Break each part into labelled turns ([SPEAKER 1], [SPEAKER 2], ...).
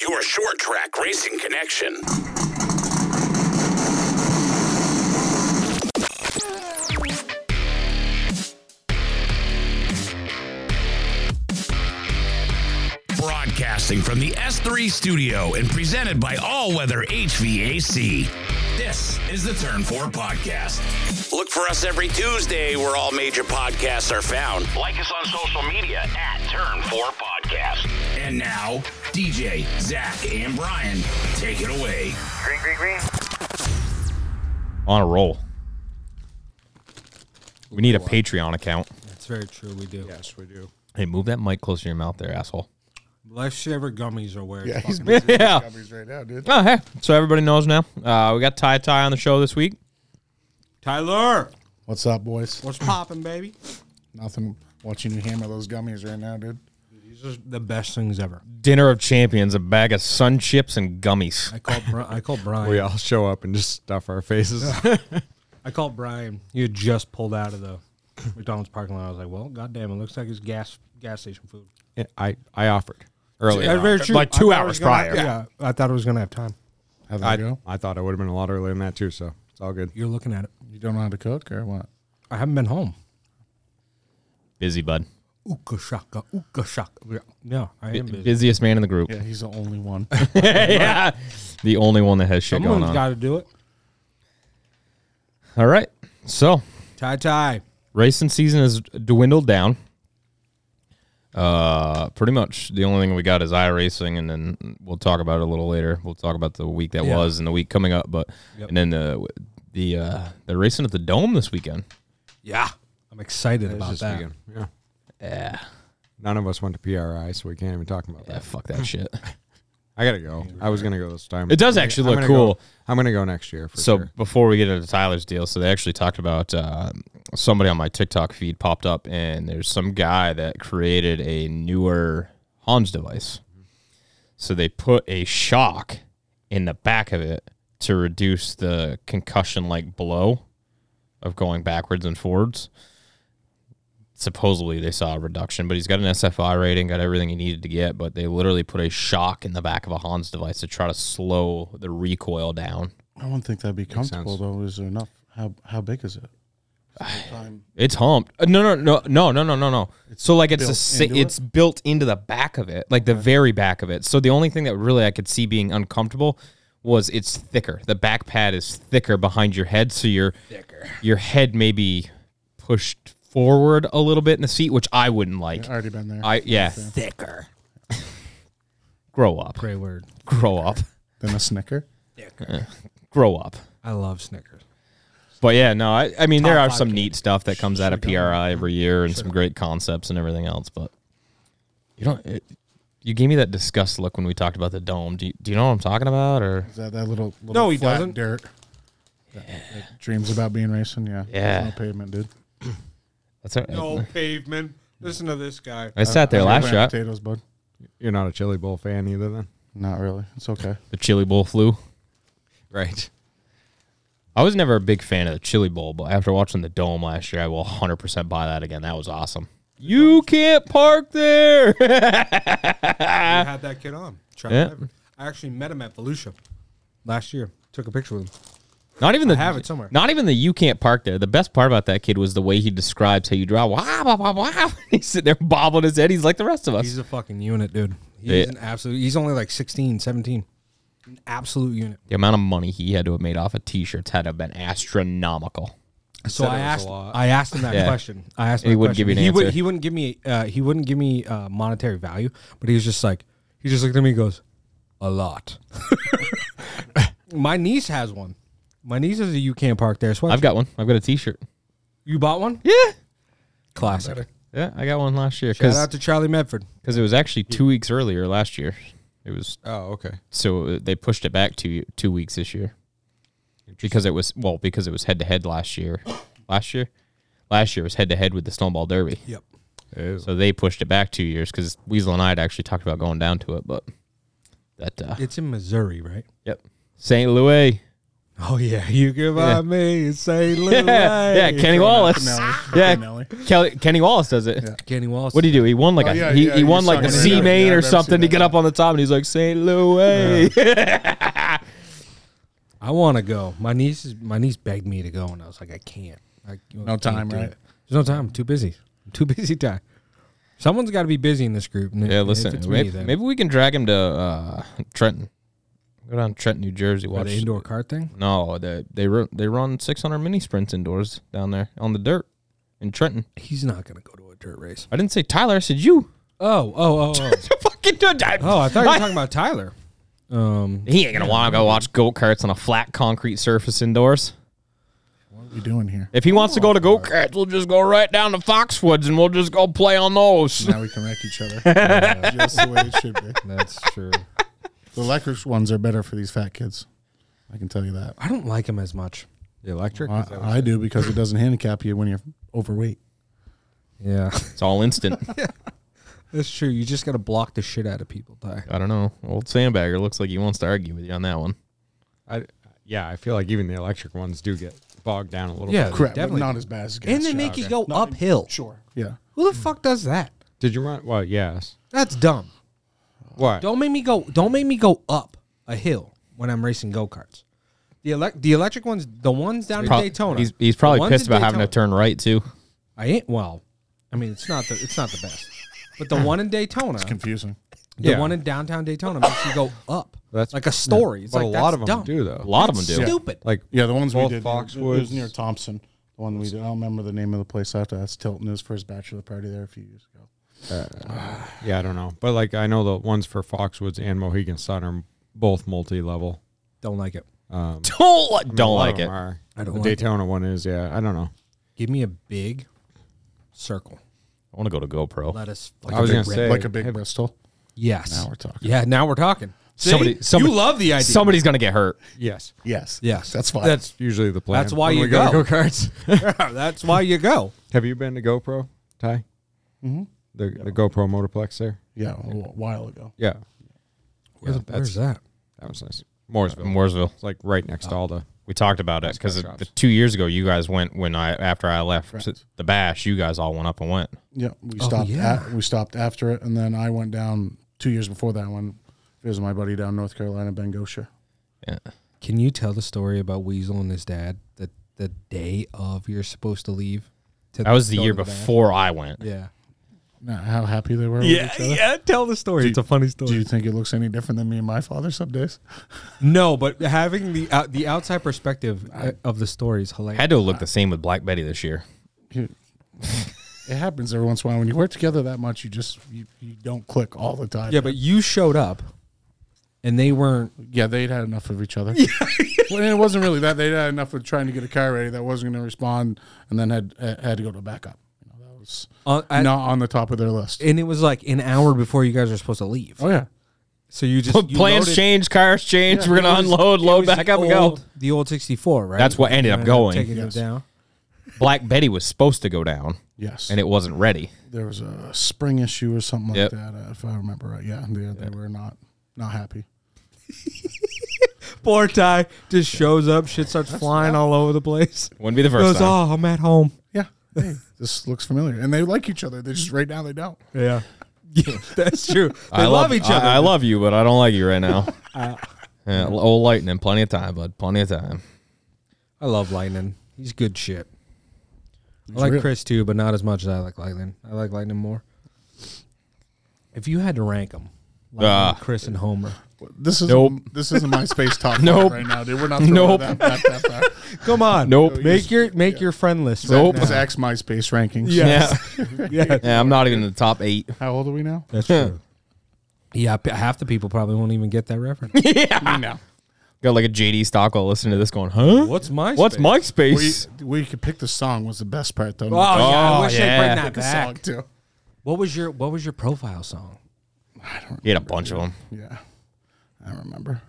[SPEAKER 1] Your short track racing connection. Broadcasting from the S3 studio and presented by All Weather HVAC. This is the Turn 4 Podcast. Look for us every Tuesday where all major podcasts are found.
[SPEAKER 2] Like us on social media at Turn 4 Podcast.
[SPEAKER 1] And now, DJ, Zach, and Brian, take it away.
[SPEAKER 2] Green, green, green.
[SPEAKER 3] on a roll. We need a Patreon account.
[SPEAKER 4] That's very true. We do.
[SPEAKER 5] Yes, we do.
[SPEAKER 3] Hey, move that mic closer to your mouth there, asshole.
[SPEAKER 4] Life Shaver gummies are weird.
[SPEAKER 5] Yeah, he's
[SPEAKER 4] Fucking-
[SPEAKER 5] busy with
[SPEAKER 3] Yeah.
[SPEAKER 5] his gummies right now, dude.
[SPEAKER 3] Oh, hey. So everybody knows now. Uh, we got Ty Ty on the show this week.
[SPEAKER 4] Tyler,
[SPEAKER 5] What's up, boys?
[SPEAKER 4] what's popping, baby?
[SPEAKER 5] Nothing. Watching you hammer those gummies right now, dude.
[SPEAKER 4] These are the best things ever.
[SPEAKER 3] Dinner of Champions, a bag of sun chips and gummies.
[SPEAKER 4] I called. Bri- I called Brian.
[SPEAKER 6] We all show up and just stuff our faces.
[SPEAKER 4] I called Brian. He had just pulled out of the McDonald's parking lot. I was like, "Well, goddamn, it looks like it's gas gas station food."
[SPEAKER 6] I, I offered earlier,
[SPEAKER 4] That's very true.
[SPEAKER 3] Oh, Like two
[SPEAKER 4] I thought it
[SPEAKER 3] hours
[SPEAKER 4] was gonna-
[SPEAKER 3] prior.
[SPEAKER 4] Yeah, I thought it was gonna have time.
[SPEAKER 5] How they
[SPEAKER 6] I,
[SPEAKER 5] go?
[SPEAKER 6] I thought I would have been a lot earlier than that too. So it's all good.
[SPEAKER 4] You're looking at it.
[SPEAKER 5] You don't know how to cook or what?
[SPEAKER 4] I haven't been home.
[SPEAKER 3] Busy, bud.
[SPEAKER 4] Ooka shaka, ooka shaka. Yeah, No, I am busy.
[SPEAKER 3] Busiest man in the group.
[SPEAKER 5] Yeah, he's the only one.
[SPEAKER 3] yeah. The only one that has shit going
[SPEAKER 4] Someone's
[SPEAKER 3] on.
[SPEAKER 4] got to do it.
[SPEAKER 3] All right. So
[SPEAKER 4] Ty Ty.
[SPEAKER 3] racing season has dwindled down. Uh, pretty much the only thing we got is iRacing, and then we'll talk about it a little later. We'll talk about the week that
[SPEAKER 4] Yeah.
[SPEAKER 3] was and the week coming up, but
[SPEAKER 4] Yep.
[SPEAKER 3] and then the the uh, they're racing at the Dome this weekend.
[SPEAKER 4] Yeah, I'm excited about
[SPEAKER 6] This
[SPEAKER 4] that.
[SPEAKER 6] weekend. Yeah.
[SPEAKER 3] Yeah,
[SPEAKER 6] None of us went to PRI, so we can't even talk about
[SPEAKER 3] yeah,
[SPEAKER 6] that.
[SPEAKER 3] fuck that shit.
[SPEAKER 6] I gotta go. I was gonna go this time.
[SPEAKER 3] It does
[SPEAKER 6] I'm gonna-
[SPEAKER 3] actually
[SPEAKER 6] I'm
[SPEAKER 3] look
[SPEAKER 6] gonna go-
[SPEAKER 3] cool.
[SPEAKER 6] I'm gonna go next year. For
[SPEAKER 3] so
[SPEAKER 6] sure.
[SPEAKER 3] before we get into Tyler's deal, so they actually talked about uh, somebody on my TikTok feed popped up, and there's some guy that created a newer Hans device. So they put a shock in the back of it to reduce the concussion like blow of going backwards and forwards. Supposedly they saw a reduction, but he's got an SFI rating, got everything he needed to get, but they literally put a shock in the back of a Hans device to try to slow the recoil down.
[SPEAKER 5] I don't think that'd be comfortable
[SPEAKER 6] sense.
[SPEAKER 5] though. Is there enough? How how big is it? Is it time-
[SPEAKER 3] It's humped. Uh, No, no, no, no, no, no, no, no. so like it's a
[SPEAKER 5] built
[SPEAKER 3] sa-
[SPEAKER 5] into it?
[SPEAKER 3] it's built into the back of it, like the very back of it. So the only thing that really I could see being uncomfortable was it's thicker. The back pad is thicker behind your head, so your your head may be pushed forward a little bit in the seat, which I wouldn't like.
[SPEAKER 5] I already been there.
[SPEAKER 3] I yeah, thicker. grow up,
[SPEAKER 4] Pray word.
[SPEAKER 3] grow up,
[SPEAKER 5] Then a snicker.
[SPEAKER 3] grow up.
[SPEAKER 4] I love Snickers.
[SPEAKER 3] But yeah, no, I, I mean there
[SPEAKER 4] Top
[SPEAKER 3] are
[SPEAKER 4] five
[SPEAKER 3] some neat stuff that comes out of PRI every year and some great concepts and everything else. But you don't. It, you gave me that disgust look when we talked about the dome. Do you, do you know what I'm talking about? Or
[SPEAKER 5] Is that that little, little
[SPEAKER 4] No, he
[SPEAKER 5] flat
[SPEAKER 4] doesn't.
[SPEAKER 5] dirt? That, that dreams about being racing. Yeah. There's
[SPEAKER 3] Yeah.
[SPEAKER 5] No pavement, dude.
[SPEAKER 3] that's all right.
[SPEAKER 4] No pavement. Listen to this guy.
[SPEAKER 3] I sat there
[SPEAKER 5] How's your
[SPEAKER 3] last
[SPEAKER 5] mashed
[SPEAKER 3] shot.
[SPEAKER 5] Potatoes, bud.
[SPEAKER 6] You're not a chili bowl fan either, then?
[SPEAKER 5] Not really. It's okay.
[SPEAKER 3] The chili bowl flu.
[SPEAKER 6] Right.
[SPEAKER 3] I was never a big fan of the chili bowl, but after watching the dome last year, I will 100% buy that again. That was awesome. You can't park there.
[SPEAKER 4] I had that kid on. Chuck
[SPEAKER 3] Yeah.
[SPEAKER 4] Lever. I actually met him at Volusia last year. Took a picture with him.
[SPEAKER 3] Not even the
[SPEAKER 4] have it somewhere.
[SPEAKER 3] Not even the you can't park there. The best part about that kid was the way he describes how you drive. Wow, wow, wow, wow. He's sitting there bobbling his head. He's like the rest of us.
[SPEAKER 4] He's a fucking unit, dude. He's
[SPEAKER 3] Yeah.
[SPEAKER 4] an absolute. He's only like 16, 17. An absolute unit.
[SPEAKER 3] the amount of money he had to have made off of t-shirts had to have been astronomical.
[SPEAKER 4] So I
[SPEAKER 6] said it was a
[SPEAKER 4] asked.
[SPEAKER 6] lot.
[SPEAKER 4] I asked him that
[SPEAKER 3] Yeah.
[SPEAKER 4] question. I asked. Him
[SPEAKER 3] He
[SPEAKER 4] that
[SPEAKER 3] wouldn't give
[SPEAKER 4] question.
[SPEAKER 3] you an
[SPEAKER 4] he
[SPEAKER 3] answer.
[SPEAKER 4] Would, he wouldn't give me. Uh, he wouldn't give me uh, monetary value. But he was just like. He just looked at me. and Goes, a lot. My niece has one. My niece has a you can't park there sweatshirt.
[SPEAKER 3] I've got one. I've got a t-shirt.
[SPEAKER 4] you bought one.
[SPEAKER 3] Yeah.
[SPEAKER 4] Classic.
[SPEAKER 3] Yeah, I got one last year
[SPEAKER 4] Shout out
[SPEAKER 3] cuz
[SPEAKER 4] to Charlie Medford.
[SPEAKER 3] it was actually 2 weeks earlier last year. It was
[SPEAKER 6] Oh, okay.
[SPEAKER 3] so uh, they pushed it back 2 2 weeks this year. Because it was well, because it was head to head last year. Last year? Last year was head to head with the Snowball Derby.
[SPEAKER 4] Yep.
[SPEAKER 6] Ew.
[SPEAKER 3] So they pushed it back two years because Weasel and I had actually talked about going down to it, but that uh,
[SPEAKER 4] It's in Missouri, right?
[SPEAKER 3] yep, St. Louis,
[SPEAKER 4] Oh yeah, you give
[SPEAKER 3] Yeah.
[SPEAKER 4] out me, say little
[SPEAKER 3] Yeah, yeah,
[SPEAKER 4] light.
[SPEAKER 3] Kenny Wallace.
[SPEAKER 5] Nelly.
[SPEAKER 3] Yeah,
[SPEAKER 5] Nelly.
[SPEAKER 3] Kelly, Kenny Wallace does it.
[SPEAKER 4] Kenny Wallace.
[SPEAKER 3] What did he do? He won like
[SPEAKER 5] Oh,
[SPEAKER 3] a
[SPEAKER 5] yeah,
[SPEAKER 3] he,
[SPEAKER 5] yeah,
[SPEAKER 3] he
[SPEAKER 5] he
[SPEAKER 3] won
[SPEAKER 5] was
[SPEAKER 3] like a
[SPEAKER 5] talking about
[SPEAKER 3] C
[SPEAKER 5] that.
[SPEAKER 3] main
[SPEAKER 5] Yeah,
[SPEAKER 3] or
[SPEAKER 5] I've never
[SPEAKER 3] something
[SPEAKER 5] seen
[SPEAKER 3] to
[SPEAKER 5] that.
[SPEAKER 3] get up on the top, and he's like St. Louis.
[SPEAKER 4] I want to go. My niece is, my niece begged me to go, and I was like, I can't. I,
[SPEAKER 5] No time, right?
[SPEAKER 4] There's no time. I'm too busy. I'm too busy. To, someone's got to be busy in this group. and
[SPEAKER 3] yeah,
[SPEAKER 4] if
[SPEAKER 3] listen,
[SPEAKER 4] it's me,
[SPEAKER 3] maybe,
[SPEAKER 4] then-
[SPEAKER 3] maybe we can drag him to uh, Trenton. Go down to Trenton, New Jersey.
[SPEAKER 4] Or
[SPEAKER 3] Watch
[SPEAKER 4] the indoor cart thing.
[SPEAKER 3] No, they they run they run 600 mini sprints indoors down there on the dirt in Trenton.
[SPEAKER 4] He's not gonna go to a dirt race.
[SPEAKER 3] I didn't say Tyler. I said you.
[SPEAKER 4] Oh, oh, oh, oh!
[SPEAKER 3] fucking done.
[SPEAKER 4] oh I thought you were talking about Tyler. Um,
[SPEAKER 3] He ain't gonna want to go watch go karts on a flat concrete surface indoors.
[SPEAKER 5] What are we doing here?
[SPEAKER 3] If he wants to go to
[SPEAKER 4] Oh,
[SPEAKER 3] go karts, we'll just go right down to Foxwoods and we'll just go play on those.
[SPEAKER 5] Now we can wreck each other. Yeah, Just the way it should be.
[SPEAKER 4] that's true.
[SPEAKER 5] The electric ones are better for these fat kids. I can tell you that.
[SPEAKER 4] I don't like him as much.
[SPEAKER 6] The electric?
[SPEAKER 5] I, I do because it doesn't handicap you when you're overweight.
[SPEAKER 4] Yeah,
[SPEAKER 3] It's all instant.
[SPEAKER 4] that's true. You just gotta block the shit out of people, Ty.
[SPEAKER 3] I don't know. Old sandbagger looks like he wants to argue with you on that one.
[SPEAKER 6] I, yeah, I feel like even the electric ones do get bogged down a little
[SPEAKER 4] Yeah,
[SPEAKER 6] bit.
[SPEAKER 5] Correct, but
[SPEAKER 4] definitely.
[SPEAKER 5] not as bad as gas.
[SPEAKER 4] and they make you go uphill.
[SPEAKER 5] sure. Yeah.
[SPEAKER 4] Who the fuck does that?
[SPEAKER 6] Did you run? Well, yes.
[SPEAKER 4] That's dumb.
[SPEAKER 6] What?
[SPEAKER 4] Don't make me go. Don't make me go up a hill when I'm racing go karts. The elect the electric ones, the ones down in
[SPEAKER 3] Prob-
[SPEAKER 4] Daytona.
[SPEAKER 3] He's, he's
[SPEAKER 4] the
[SPEAKER 3] probably
[SPEAKER 4] ones
[SPEAKER 3] pissed
[SPEAKER 4] in
[SPEAKER 3] about having to
[SPEAKER 4] Daytona-
[SPEAKER 3] turn right too.
[SPEAKER 4] I ain't well. I mean, it's not the it's not the best, but the one in Daytona, the
[SPEAKER 5] Confusing.
[SPEAKER 6] Yeah.
[SPEAKER 4] one in downtown Daytona makes you go up.
[SPEAKER 6] That's-
[SPEAKER 4] like a story. It's
[SPEAKER 6] but
[SPEAKER 4] like
[SPEAKER 6] a lot
[SPEAKER 4] that's
[SPEAKER 6] of them
[SPEAKER 4] dumb.
[SPEAKER 6] do though.
[SPEAKER 3] A lot of them do.
[SPEAKER 4] Stupid.
[SPEAKER 6] Like
[SPEAKER 5] Yeah, the ones
[SPEAKER 6] Both
[SPEAKER 5] we did. It
[SPEAKER 6] Foxwoods.
[SPEAKER 5] was near Thompson. The one we did. I don't remember the name of the place after that. It's Tilton. It was for his bachelor party there a few years ago.
[SPEAKER 6] yeah, I don't know, but like I know the ones for Foxwoods and Mohegan Sun are both multi-level.
[SPEAKER 4] Don't like it.
[SPEAKER 3] Don't li-
[SPEAKER 6] A
[SPEAKER 3] don't
[SPEAKER 6] lot
[SPEAKER 3] like
[SPEAKER 6] of
[SPEAKER 3] it.
[SPEAKER 6] them are.
[SPEAKER 4] I don't
[SPEAKER 6] the
[SPEAKER 4] like it.
[SPEAKER 6] Daytona one is. Yeah, I don't know.
[SPEAKER 4] Give me a big circle.
[SPEAKER 3] I want to go to GoPro.
[SPEAKER 4] Let us. Like
[SPEAKER 6] I was
[SPEAKER 4] a
[SPEAKER 6] gonna
[SPEAKER 4] big
[SPEAKER 6] say
[SPEAKER 4] red-
[SPEAKER 5] Like a big Bristol.
[SPEAKER 4] yes. Now
[SPEAKER 5] we're talking.
[SPEAKER 4] Yeah, now we're talking. See?
[SPEAKER 3] Somebody- somebody-
[SPEAKER 4] you love the idea.
[SPEAKER 3] Somebody's gonna get hurt.
[SPEAKER 6] Yes,
[SPEAKER 5] Yes.
[SPEAKER 4] Yes,
[SPEAKER 5] That's fine.
[SPEAKER 4] That's
[SPEAKER 6] usually the plan.
[SPEAKER 4] That's why
[SPEAKER 6] when
[SPEAKER 4] you
[SPEAKER 6] we go.
[SPEAKER 4] go.
[SPEAKER 6] to go-karts.
[SPEAKER 4] that's why you go.
[SPEAKER 6] Have you been to GoPro, Ty? Mm-hmm. The the GoPro Motorplex there.
[SPEAKER 5] yeah, a little while ago.
[SPEAKER 6] Yeah,
[SPEAKER 4] Where the- where's that?
[SPEAKER 6] that was nice. Mooresville.
[SPEAKER 3] In Mooresville.
[SPEAKER 6] It's like right next
[SPEAKER 4] Oh.
[SPEAKER 6] to all the.
[SPEAKER 3] We talked about it because
[SPEAKER 6] shops.
[SPEAKER 3] two years ago you guys went when I after I left the bash. You guys all went up and went.
[SPEAKER 5] Yeah, we stopped.
[SPEAKER 4] Oh, yeah.
[SPEAKER 5] At, we stopped after it, and then I went down two years before that one. Visit my buddy down in North Carolina, Ben Gosher.
[SPEAKER 4] Can you tell the story about Weasel and his dad that the day of you're supposed to leave? To
[SPEAKER 3] That was the
[SPEAKER 4] go
[SPEAKER 3] year
[SPEAKER 4] to bath?
[SPEAKER 3] before I went.
[SPEAKER 4] Yeah.
[SPEAKER 5] Now, how happy they were. with each other.
[SPEAKER 4] Tell the story.
[SPEAKER 5] It's a
[SPEAKER 4] funny
[SPEAKER 5] Do you think it looks any different than me and my father some days?
[SPEAKER 4] No, but having the out the outside perspective uh, of the story is hilarious.
[SPEAKER 3] Had to look the same with Black Betty this year.
[SPEAKER 5] You- it happens every once in a while when you work together that much. You just you, you don't click all the time.
[SPEAKER 4] yeah, but you showed up, and they weren't.
[SPEAKER 5] yeah, they'd had enough of each other. well, it wasn't really that they'd had enough of trying to get a car ready that wasn't going to respond, and then had had to go to backup. You know, that was
[SPEAKER 4] On, at-
[SPEAKER 5] not on the top of their list.
[SPEAKER 4] uh, And it was like an hour before you guys were supposed to leave.
[SPEAKER 5] oh yeah,
[SPEAKER 4] So you just you
[SPEAKER 3] Plans
[SPEAKER 4] loaded-
[SPEAKER 3] change, cars change. We're gonna
[SPEAKER 4] It was-
[SPEAKER 3] unload,
[SPEAKER 4] it
[SPEAKER 3] load
[SPEAKER 4] was
[SPEAKER 3] back
[SPEAKER 4] the
[SPEAKER 3] up, and go.
[SPEAKER 4] old- The old sixty four, right?
[SPEAKER 3] That's what ended up
[SPEAKER 4] Ended up
[SPEAKER 3] going.
[SPEAKER 4] Taking
[SPEAKER 5] Yes.
[SPEAKER 4] it down.
[SPEAKER 3] Black Betty was supposed to go down,
[SPEAKER 5] yes.
[SPEAKER 3] and it wasn't ready.
[SPEAKER 5] there was a spring issue or something like
[SPEAKER 3] Yep.
[SPEAKER 5] that, uh, if I remember right. Yeah, they, they were not not happy.
[SPEAKER 4] Poor Ty just shows up, shit starts flying all over the place.
[SPEAKER 3] Wouldn't be the
[SPEAKER 4] Goes,
[SPEAKER 3] first time.
[SPEAKER 4] oh, I'm at home.
[SPEAKER 5] Yeah, hey, this looks familiar, and they like each other. They just right now they don't.
[SPEAKER 4] Yeah. that's true. They
[SPEAKER 3] I
[SPEAKER 4] love, each
[SPEAKER 3] I-
[SPEAKER 4] other.
[SPEAKER 3] I, love you, but I don't like you right now. yeah, old lightning, plenty of time, bud. Plenty of time.
[SPEAKER 4] I love Lightning. He's good shit. I like
[SPEAKER 5] real.
[SPEAKER 4] Chris too, but not as much as I like Lightning. I like Lightning more. If you had to rank them,
[SPEAKER 3] Ah.
[SPEAKER 4] Chris and Homer,
[SPEAKER 5] This is
[SPEAKER 3] Nope.
[SPEAKER 5] This isn't my space top
[SPEAKER 3] Nope.
[SPEAKER 5] nope. right now, dude. We're not throwing
[SPEAKER 3] Nope.
[SPEAKER 5] that, that, that far.
[SPEAKER 4] come on,
[SPEAKER 3] Nope.
[SPEAKER 4] Make your make your friend list. Right now.
[SPEAKER 5] Zach's MySpace rankings.
[SPEAKER 3] Yeah. yeah, I'm not even in the top eight.
[SPEAKER 5] How old are we now?
[SPEAKER 4] That's true. Yeah, p- half the people probably won't even get that reference.
[SPEAKER 3] Got like a JD Stockwell listening to this going, huh?
[SPEAKER 4] What's my?
[SPEAKER 3] What's
[SPEAKER 5] We
[SPEAKER 3] MySpace?
[SPEAKER 5] we could pick the song was the best part though.
[SPEAKER 4] Oh, yeah, I
[SPEAKER 3] Oh,
[SPEAKER 4] wish
[SPEAKER 3] yeah.
[SPEAKER 4] they'd bring that
[SPEAKER 5] the song
[SPEAKER 4] back.
[SPEAKER 5] too.
[SPEAKER 4] What was your What was your profile song?
[SPEAKER 3] He had a bunch of them.
[SPEAKER 5] Yeah, I remember.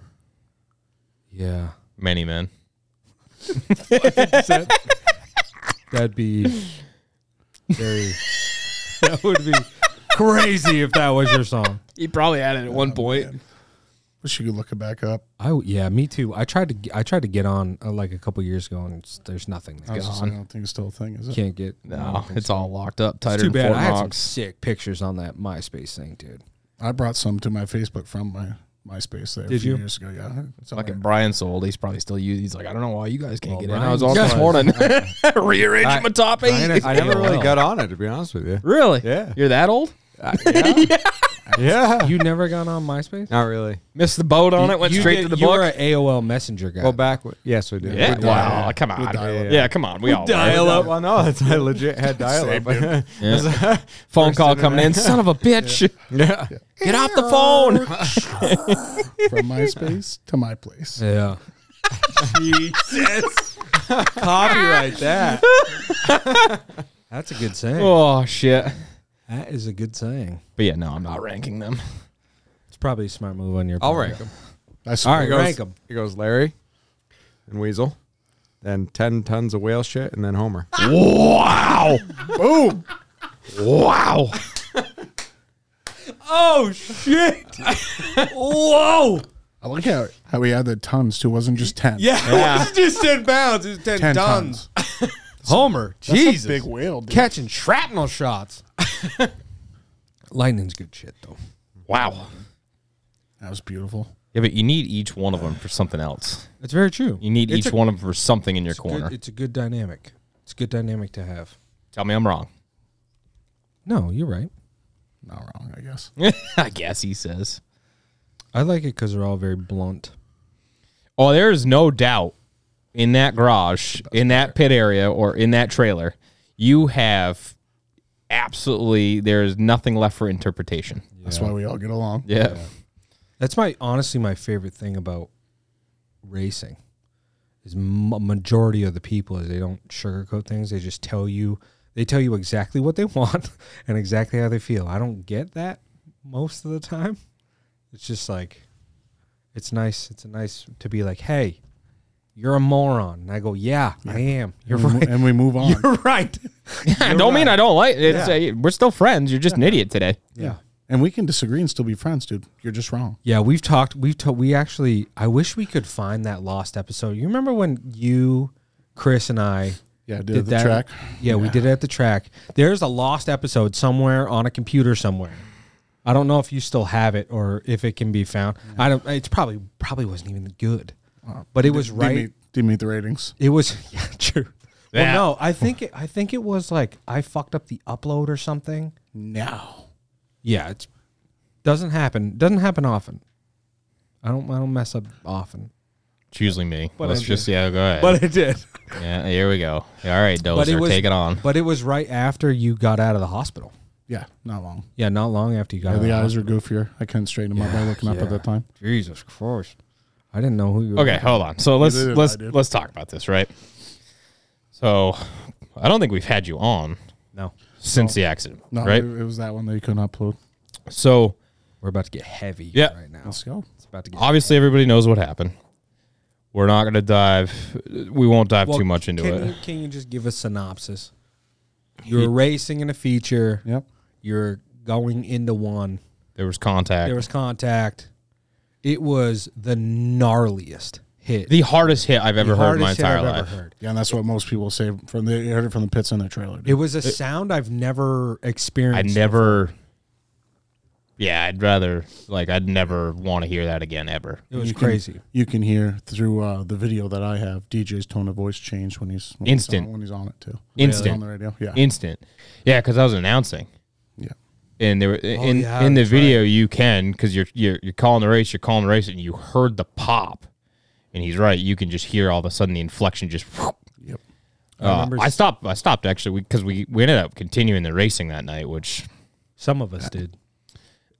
[SPEAKER 4] Yeah,
[SPEAKER 3] Many men.
[SPEAKER 4] that'd be very. that would be crazy if that was your song.
[SPEAKER 3] He probably had it at one point.
[SPEAKER 5] Wish you could look it back up.
[SPEAKER 4] I yeah, me too. I tried to g- I tried to get on uh, like a couple years ago, and it's, there's nothing.
[SPEAKER 5] I,
[SPEAKER 4] There.
[SPEAKER 5] was just, I don't think it's still a thing, is it?
[SPEAKER 4] Can't get
[SPEAKER 3] No, it's all locked up tighter
[SPEAKER 4] Too
[SPEAKER 3] than
[SPEAKER 4] bad.
[SPEAKER 3] Fort
[SPEAKER 4] I had some
[SPEAKER 3] Knox.
[SPEAKER 4] sick pictures on that MySpace thing, dude.
[SPEAKER 5] I brought some to my Facebook from my MySpace there a
[SPEAKER 4] Did
[SPEAKER 5] few
[SPEAKER 4] you?
[SPEAKER 5] years ago. Yeah, it's all
[SPEAKER 3] Fucking
[SPEAKER 5] right.
[SPEAKER 3] Brian sold. He's probably still used. He's like, I don't know why you guys can't
[SPEAKER 4] Well,
[SPEAKER 3] get in. I
[SPEAKER 4] Brian's-
[SPEAKER 3] was on this
[SPEAKER 4] Yeah.
[SPEAKER 3] morning rearranging my top eight.
[SPEAKER 4] Brian has
[SPEAKER 6] I never really
[SPEAKER 4] AOL.
[SPEAKER 6] got on it, to be honest with you.
[SPEAKER 3] really?
[SPEAKER 6] Yeah.
[SPEAKER 3] You're that old?
[SPEAKER 6] Yeah.
[SPEAKER 4] You never got on MySpace?
[SPEAKER 6] Not really.
[SPEAKER 3] Missed the boat on it. Went
[SPEAKER 4] You
[SPEAKER 3] straight
[SPEAKER 4] did-
[SPEAKER 3] to the
[SPEAKER 4] you were
[SPEAKER 3] book.
[SPEAKER 4] an AOL Messenger guy.
[SPEAKER 6] Well, back. w- Yes, we did.
[SPEAKER 3] Yeah.
[SPEAKER 6] We
[SPEAKER 3] Wow. Come on.
[SPEAKER 5] dial-up.
[SPEAKER 3] Yeah. Come on. We all
[SPEAKER 6] Dial
[SPEAKER 3] were.
[SPEAKER 6] up. Well, no, that's, I legit had dial
[SPEAKER 5] Same,
[SPEAKER 6] up.
[SPEAKER 5] dude.
[SPEAKER 3] Yeah. Phone call coming in. Son of a bitch.
[SPEAKER 6] yeah.
[SPEAKER 3] Get off the phone.
[SPEAKER 5] from MySpace to my place.
[SPEAKER 4] yeah.
[SPEAKER 6] Copyright that.
[SPEAKER 4] That's a good saying.
[SPEAKER 3] oh shit.
[SPEAKER 4] That is a good saying.
[SPEAKER 3] But yeah, no, I'm not ranking them.
[SPEAKER 4] It's probably a smart move on your
[SPEAKER 6] I'll
[SPEAKER 4] part.
[SPEAKER 6] rank them.
[SPEAKER 4] All
[SPEAKER 5] I
[SPEAKER 4] right,
[SPEAKER 5] suppose.
[SPEAKER 4] rank them.
[SPEAKER 6] It goes Larry and Weasel, then 10 tons of whale shit, and then Homer.
[SPEAKER 3] Wow.
[SPEAKER 5] Boom.
[SPEAKER 3] Wow.
[SPEAKER 4] Oh shit! Whoa!
[SPEAKER 5] I like how how we added tons too. It wasn't just ten.
[SPEAKER 4] Yeah, it's just ten pounds. It's ten,
[SPEAKER 5] ten
[SPEAKER 4] tons.
[SPEAKER 5] tons.
[SPEAKER 4] Homer,
[SPEAKER 5] That's a
[SPEAKER 4] Jesus,
[SPEAKER 5] big whale. Dude.
[SPEAKER 4] catching shrapnel shots. Lightning's good shit though.
[SPEAKER 3] Wow.
[SPEAKER 5] That was beautiful.
[SPEAKER 3] Yeah, but you need each one of them for something else.
[SPEAKER 4] It's very true.
[SPEAKER 3] You need
[SPEAKER 4] It's
[SPEAKER 3] each
[SPEAKER 4] a-
[SPEAKER 3] one of them for something in your
[SPEAKER 4] it's a good-
[SPEAKER 3] corner.
[SPEAKER 4] it's a good dynamic. It's a good dynamic to have.
[SPEAKER 3] Tell me I'm wrong.
[SPEAKER 4] No, you're right.
[SPEAKER 5] Not wrong, I guess.
[SPEAKER 3] I guess he says.
[SPEAKER 4] I like it because they're all very blunt.
[SPEAKER 3] Oh, there is no doubt in that garage, in that pit area, or in that trailer, you have absolutely there is nothing left for interpretation.
[SPEAKER 5] That's why we all get along.
[SPEAKER 3] Yeah.
[SPEAKER 4] That's my honestly my favorite thing about racing is m- majority of the people is they don't sugarcoat things. They just tell you they tell you exactly what they want and exactly how they feel. I don't get that most of the time. It's just like it's nice. It's nice to be like, hey, you're a moron. And I go, yeah, I am. You're
[SPEAKER 5] And, we-
[SPEAKER 4] right.
[SPEAKER 5] and we move on.
[SPEAKER 4] You're right.
[SPEAKER 3] I don't mean I don't like it. It's a- we're still friends. You're just an idiot today.
[SPEAKER 4] Yeah.
[SPEAKER 5] And we can disagree and still be friends, dude. You're just wrong.
[SPEAKER 4] Yeah, we've talked. We've ta- we actually. I wish we could find that lost episode. You remember when you, Chris, and I
[SPEAKER 5] Yeah, did, the track.
[SPEAKER 4] Yeah, we did it at the track. There's a lost episode somewhere on a computer somewhere. I don't know if you still have it or if it can be found.
[SPEAKER 5] Mm.
[SPEAKER 4] I don't. It's probably probably wasn't even good,
[SPEAKER 5] Oh,
[SPEAKER 4] but it was
[SPEAKER 5] Did
[SPEAKER 4] right.
[SPEAKER 5] meet, did meet the ratings.
[SPEAKER 4] It was yeah, true.
[SPEAKER 3] Yeah.
[SPEAKER 4] Well, no, I think it, I think it was like I fucked up the upload or something.
[SPEAKER 5] No.
[SPEAKER 4] Yeah, it doesn't happen. Doesn't happen often. I don't. I don't mess up often.
[SPEAKER 3] It's usually me. Let's just yeah, go ahead.
[SPEAKER 4] it did.
[SPEAKER 3] yeah, here we go. All right,
[SPEAKER 4] But it
[SPEAKER 3] Dozer,
[SPEAKER 4] was
[SPEAKER 3] take it on.
[SPEAKER 4] But it was right after you got out of the hospital.
[SPEAKER 5] Yeah, not long.
[SPEAKER 4] Yeah, not long after you got out.
[SPEAKER 5] the
[SPEAKER 4] of
[SPEAKER 5] eyes were goofier. I couldn't straighten them up by looking up
[SPEAKER 4] yeah.
[SPEAKER 5] at that time.
[SPEAKER 4] the Jesus Christ! I didn't know who you. were.
[SPEAKER 3] Okay, hold on. So let's
[SPEAKER 5] did, I
[SPEAKER 3] let's
[SPEAKER 5] did.
[SPEAKER 3] let's talk about this, right? So I don't think we've had you on
[SPEAKER 4] No,
[SPEAKER 3] since the accident,
[SPEAKER 5] No,
[SPEAKER 3] right?
[SPEAKER 5] it, it was that one that you couldn't upload.
[SPEAKER 3] So
[SPEAKER 4] we're about to get heavy.
[SPEAKER 3] Yeah.
[SPEAKER 4] right now.
[SPEAKER 5] Let's go.
[SPEAKER 4] It's about to get
[SPEAKER 3] obviously everybody knows what happened. We're not going to dive. We won't dive too much into
[SPEAKER 4] can
[SPEAKER 3] it.
[SPEAKER 4] You, can you just give a synopsis? You're racing in a feature.
[SPEAKER 5] Yep.
[SPEAKER 4] You're going into one.
[SPEAKER 3] There was contact.
[SPEAKER 4] There was contact. It was the gnarliest hit.
[SPEAKER 3] the hardest hit I've ever heard in my
[SPEAKER 4] hardest hit
[SPEAKER 3] entire
[SPEAKER 4] I've ever
[SPEAKER 3] life.
[SPEAKER 4] heard.
[SPEAKER 5] Yeah, and that's what most people say from the you heard it from the pits in their trailer. dude.
[SPEAKER 4] It was a sound I've never
[SPEAKER 3] I
[SPEAKER 4] experienced.
[SPEAKER 3] never. Yeah, I'd rather like I'd never want to hear that again ever.
[SPEAKER 4] It was
[SPEAKER 5] You can-
[SPEAKER 4] crazy.
[SPEAKER 5] you can hear through uh, the video that I have DJ's tone of voice change when he's when
[SPEAKER 3] Instant.
[SPEAKER 5] he's on, when he's on it too.
[SPEAKER 3] Instant.
[SPEAKER 5] on the radio. Yeah,
[SPEAKER 3] Instant. Yeah, because I was announcing.
[SPEAKER 5] yeah.
[SPEAKER 3] and there in
[SPEAKER 4] Oh, yeah,
[SPEAKER 3] in the
[SPEAKER 4] that's
[SPEAKER 3] video you can because you're, you're you're calling the race, you're calling the race, and you heard the pop, and he's right. You can just hear all of a sudden the inflection just. whoop.
[SPEAKER 5] Yep.
[SPEAKER 3] Uh,
[SPEAKER 4] remember
[SPEAKER 3] I
[SPEAKER 4] s-
[SPEAKER 3] stopped. I stopped actually because we, we ended up continuing the racing that night, which
[SPEAKER 4] Some of us did.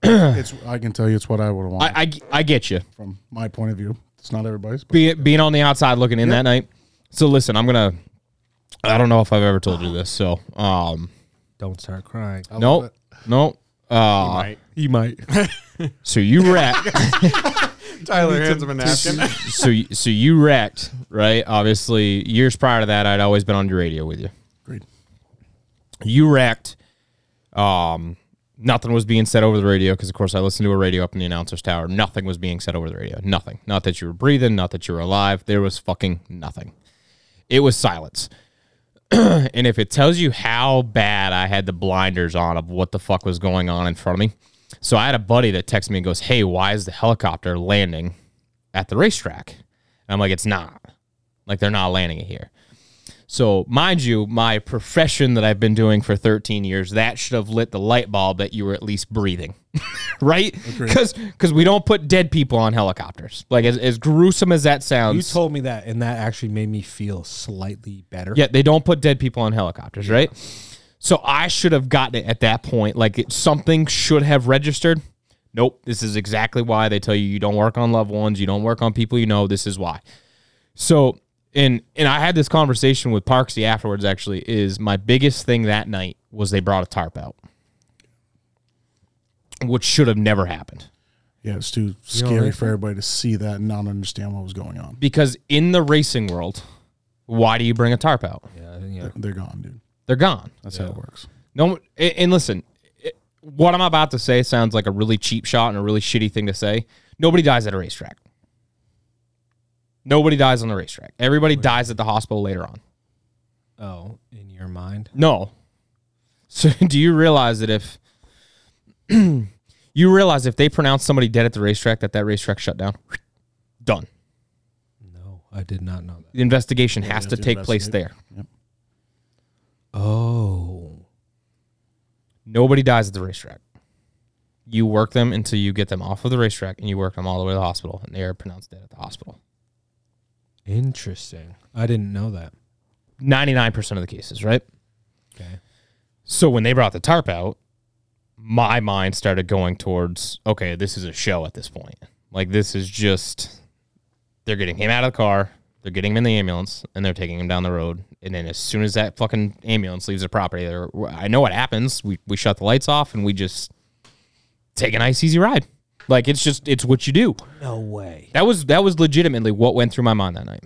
[SPEAKER 5] It's I can tell you it's what I would want
[SPEAKER 3] I, I I get you
[SPEAKER 5] from my point of view. It's not everybody's. But
[SPEAKER 3] being being on the outside looking in that night. So listen, I'm gonna. I don't know if I've ever told you this, so um,
[SPEAKER 4] Don't start crying.
[SPEAKER 3] no, no. Uh,
[SPEAKER 5] I,
[SPEAKER 4] He might.
[SPEAKER 3] so you wrecked.
[SPEAKER 6] Tyler hands him a napkin.
[SPEAKER 3] so you- so you wrecked, right? Obviously, years prior to that, I'd always been on your radio with you.
[SPEAKER 5] agreed.
[SPEAKER 3] You wrecked. Um, nothing was being said over the radio because, of course, I listened to a radio up in the announcer's tower. Nothing was being said over the radio. Nothing. Not that you were breathing. Not that you were alive. There was fucking nothing. It was silence. and if it tells you how bad I had the blinders on of what the fuck was going on in front of me, so I had a buddy that texted me and goes, "Hey, why is the helicopter landing at the racetrack?" And I'm like, "It's not. Like they're not landing it here." So, mind you, my profession that I've been doing for 13 years, that should have lit the light bulb that you were at least breathing, right? Because we don't put dead people on helicopters. Like, as, as gruesome as that sounds.
[SPEAKER 4] You told me that, and that actually made me feel slightly better.
[SPEAKER 3] Yeah, they don't put dead people on helicopters, right? So I should have gotten it at that point. Like it, something should have registered. Nope. This is exactly why they tell you you don't work on loved ones, you don't work on people you know. This is why. So and and I had this conversation with Parksy afterwards. Actually, is my biggest thing that night was they brought a tarp out, which should have never happened.
[SPEAKER 5] Yeah, it's too scary for everybody to see that and not understand what was going on.
[SPEAKER 3] Because in the racing world, why do you bring a tarp out?
[SPEAKER 5] They're gone, dude.
[SPEAKER 3] They're gone.
[SPEAKER 5] That's how it works.
[SPEAKER 3] No, and, and listen, it- what I'm about to say sounds like a really cheap shot and a really shitty thing to say. Nobody dies at a racetrack. Nobody dies on the racetrack. Everybody dies at the hospital later on.
[SPEAKER 4] Oh, in your mind?
[SPEAKER 3] No. So do you realize that if you realize if they pronounce somebody dead at the racetrack, that that racetrack shut down, done.
[SPEAKER 4] No, I did not know that.
[SPEAKER 3] The investigation has
[SPEAKER 5] have
[SPEAKER 3] to
[SPEAKER 5] to
[SPEAKER 3] take place there.
[SPEAKER 4] Oh,
[SPEAKER 3] Nobody dies at the racetrack. You work them until you get them off of the racetrack, and you work them all the way to the hospital, and they are pronounced dead at the hospital.
[SPEAKER 4] interesting. I didn't know that.
[SPEAKER 3] 99% of the cases, right?
[SPEAKER 4] Okay.
[SPEAKER 3] So when they brought the tarp out, my mind started going towards, okay, this is a show at this point. Like, this is just, they're getting him out of the car, they're getting him in the ambulance, and they're taking him down the road. And then as soon as that fucking ambulance leaves the property, they're, I know what happens. We, we shut the lights off and we just take a nice, easy ride. Like, it's just, it's what you do.
[SPEAKER 4] No way.
[SPEAKER 3] That was, that was legitimately what went through my mind that night.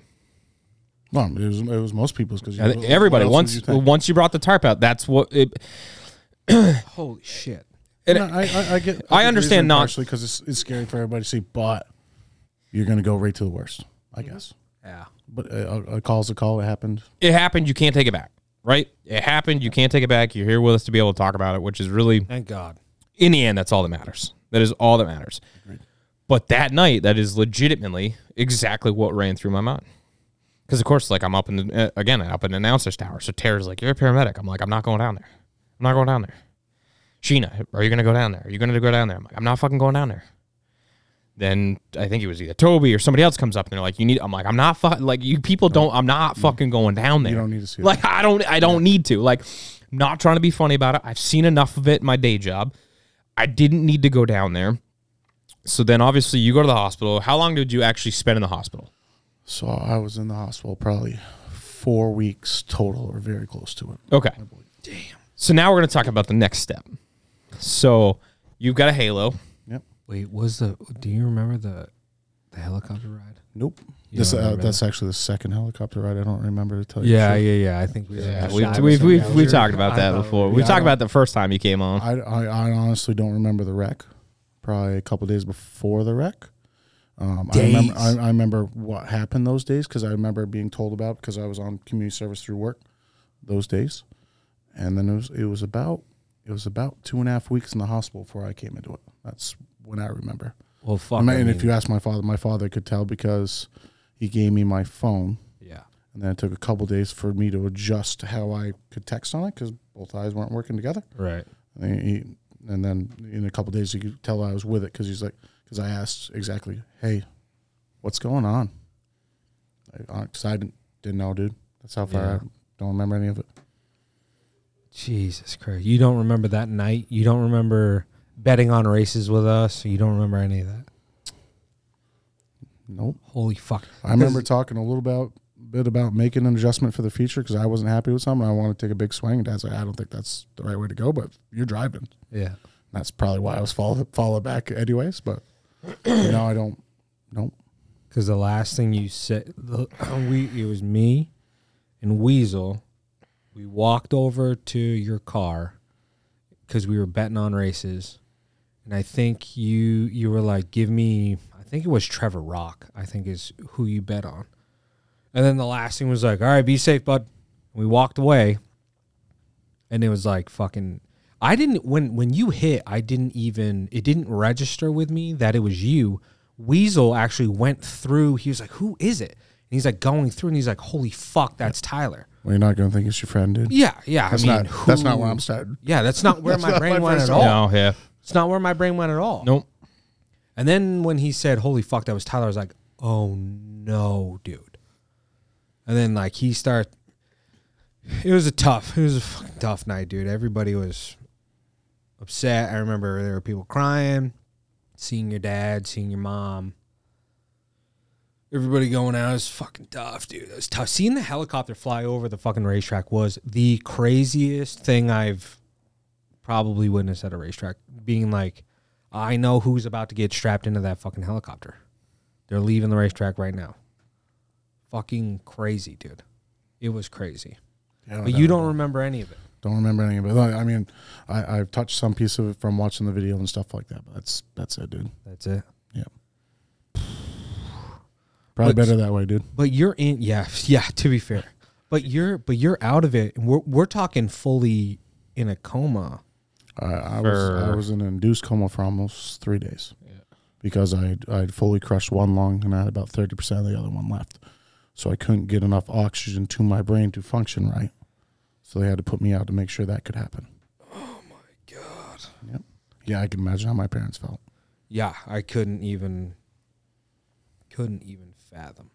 [SPEAKER 5] Well, it was, it was most people's because
[SPEAKER 3] I think Uh, everybody, once, once you brought the tarp out, that's what it,
[SPEAKER 4] Holy shit.
[SPEAKER 5] No, I, I, I get.
[SPEAKER 3] I understand not-
[SPEAKER 5] actually because it's, it's scary for everybody to see, but you're going to go right to the worst, I guess.
[SPEAKER 4] Yeah.
[SPEAKER 5] But uh, a, a call's a call. It happened.
[SPEAKER 3] it happened. You can't take it back, right? It happened. You can't take it back. You're here with us to be able to talk about it, which is really,
[SPEAKER 4] Thank God.
[SPEAKER 3] in the end, that's all that matters. That is all that matters. But that night, that is legitimately exactly what ran through my mind. Because of course, like I'm up in the, uh, again up in the announcer's tower. So Tara's like, "You're a paramedic." I'm like, "I'm not going down there. I'm not going down there." Sheena, are you gonna go down there? Are you gonna go down there? I'm like, "I'm not fucking going down there." Then I think it was either Toby or somebody else comes up and they're like, "You need." I'm like, "I'm not fucking like you people don't. I'm not fucking going down there.
[SPEAKER 5] Mm. don't need to see that.
[SPEAKER 3] Like I don't. I don't need to. Like, I'm not trying to be funny about it. I've seen enough of it in my day job. I didn't need to go down there. So then obviously you go to the hospital. How long did you actually spend in the hospital?
[SPEAKER 5] So I was in the hospital probably four weeks total, or very close to it.
[SPEAKER 3] Okay. Damn. So now we're going to talk about the next step. So you've got a halo.
[SPEAKER 5] Yep.
[SPEAKER 4] Wait, was the? Do you remember the, the helicopter ride?
[SPEAKER 5] Nope. This,
[SPEAKER 4] don't
[SPEAKER 5] uh,
[SPEAKER 4] remember
[SPEAKER 5] that's actually the second helicopter ride. I don't remember to tell you.
[SPEAKER 4] Yeah,
[SPEAKER 5] the truth.
[SPEAKER 4] yeah, yeah. I think we.
[SPEAKER 3] We've, we've, we've, we've talked about that before. We've talked about the first time you came on.
[SPEAKER 5] I, I, I honestly don't remember the wreck. Probably a couple days before the wreck. Um, I remember I, I remember what happened those days because I remember being told about because I was on community service through work those days, and then it was it was about it was about two and a half weeks in the hospital before I came into it. That's when I remember.
[SPEAKER 4] Well, fuck.
[SPEAKER 5] I mean,
[SPEAKER 4] I
[SPEAKER 5] and if
[SPEAKER 4] mean,
[SPEAKER 5] you ask my father, my father could tell because he gave me my phone
[SPEAKER 4] yeah.
[SPEAKER 5] and then it took a couple days for me to adjust to how I could text on it because both eyes weren't working together.
[SPEAKER 4] Right.
[SPEAKER 5] And, he, and then in a couple days, you could tell I was with it because he's like, because I asked exactly, hey, what's going on? Because I, didn't, didn't know, dude. That's how far
[SPEAKER 4] Yeah.
[SPEAKER 5] I don't remember any of it.
[SPEAKER 4] Jesus Christ. You don't remember that night. You don't remember betting on races with us. You don't remember any of that.
[SPEAKER 5] Nope.
[SPEAKER 4] Holy fuck.
[SPEAKER 5] I remember talking a little about, bit about making an adjustment for the future because I wasn't happy with something. I want to take a big swing. And Dad's like, I don't think that's the right way to go, but you're driving.
[SPEAKER 4] Yeah.
[SPEAKER 5] That's probably why I was follow follow back anyways. But you know, I don't. Nope.
[SPEAKER 4] Because the last thing you said, the, we it was me and Weasel. We walked over to your car because we were betting on races, and I think you you were like, "Give me," I think it was Trevor Rock. I think is who you bet on. And then the last thing was like, "All right, be safe, bud." And we walked away, and it was like fucking. I didn't when when you hit. I didn't even. It didn't register with me that it was you. Weasel actually went through. He was like, "Who is it?" And he's like going through, and he's like, "Holy fuck, that's Tyler."
[SPEAKER 5] Well, you're not going to think it's your friend, dude.
[SPEAKER 4] Yeah, yeah.
[SPEAKER 5] That's
[SPEAKER 4] I mean,
[SPEAKER 5] not. That's
[SPEAKER 4] who-
[SPEAKER 5] not where I'm starting.
[SPEAKER 4] Yeah, that's not where
[SPEAKER 5] That's
[SPEAKER 4] my
[SPEAKER 5] not
[SPEAKER 4] brain
[SPEAKER 5] my
[SPEAKER 4] went
[SPEAKER 5] first
[SPEAKER 4] at all.
[SPEAKER 3] No, yeah.
[SPEAKER 4] It's not where my brain went at all.
[SPEAKER 3] Nope.
[SPEAKER 4] And then when he said, "Holy fuck, that was Tyler," I was like, "Oh no, dude." And then like he start. It was a tough. It was a fucking tough night, dude. Everybody was upset. I remember there were people crying, seeing your dad, seeing your mom. Everybody going out It was fucking tough, dude. It was tough. Seeing the helicopter fly over the fucking racetrack was the craziest thing I've probably witnessed at a racetrack. Being like, I know who's about to get strapped into that fucking helicopter. They're leaving the racetrack right now. Fucking crazy, dude. It was crazy. But you don't remember any of it.
[SPEAKER 5] Don't remember any of it. I mean, I, I've touched some piece of it from watching the video and stuff like that. But that's that's it, dude.
[SPEAKER 4] That's it.
[SPEAKER 5] Yeah. Probably
[SPEAKER 4] But-
[SPEAKER 5] better that way, dude.
[SPEAKER 4] But you're in, yeah, yeah. To be fair, but you're but you're out of it, and we're we're talking fully in a coma.
[SPEAKER 5] I, I was I
[SPEAKER 3] For-
[SPEAKER 5] was in an induced coma for almost three days because I I fully crushed one lung and I had about thirty percent of the other one left, so I couldn't get enough oxygen to my brain to function right. So they had to put me out to make sure that could happen. Oh my god. Yep. Yeah, I can imagine how my parents felt.
[SPEAKER 4] Yeah, I couldn't even couldn't even fathom.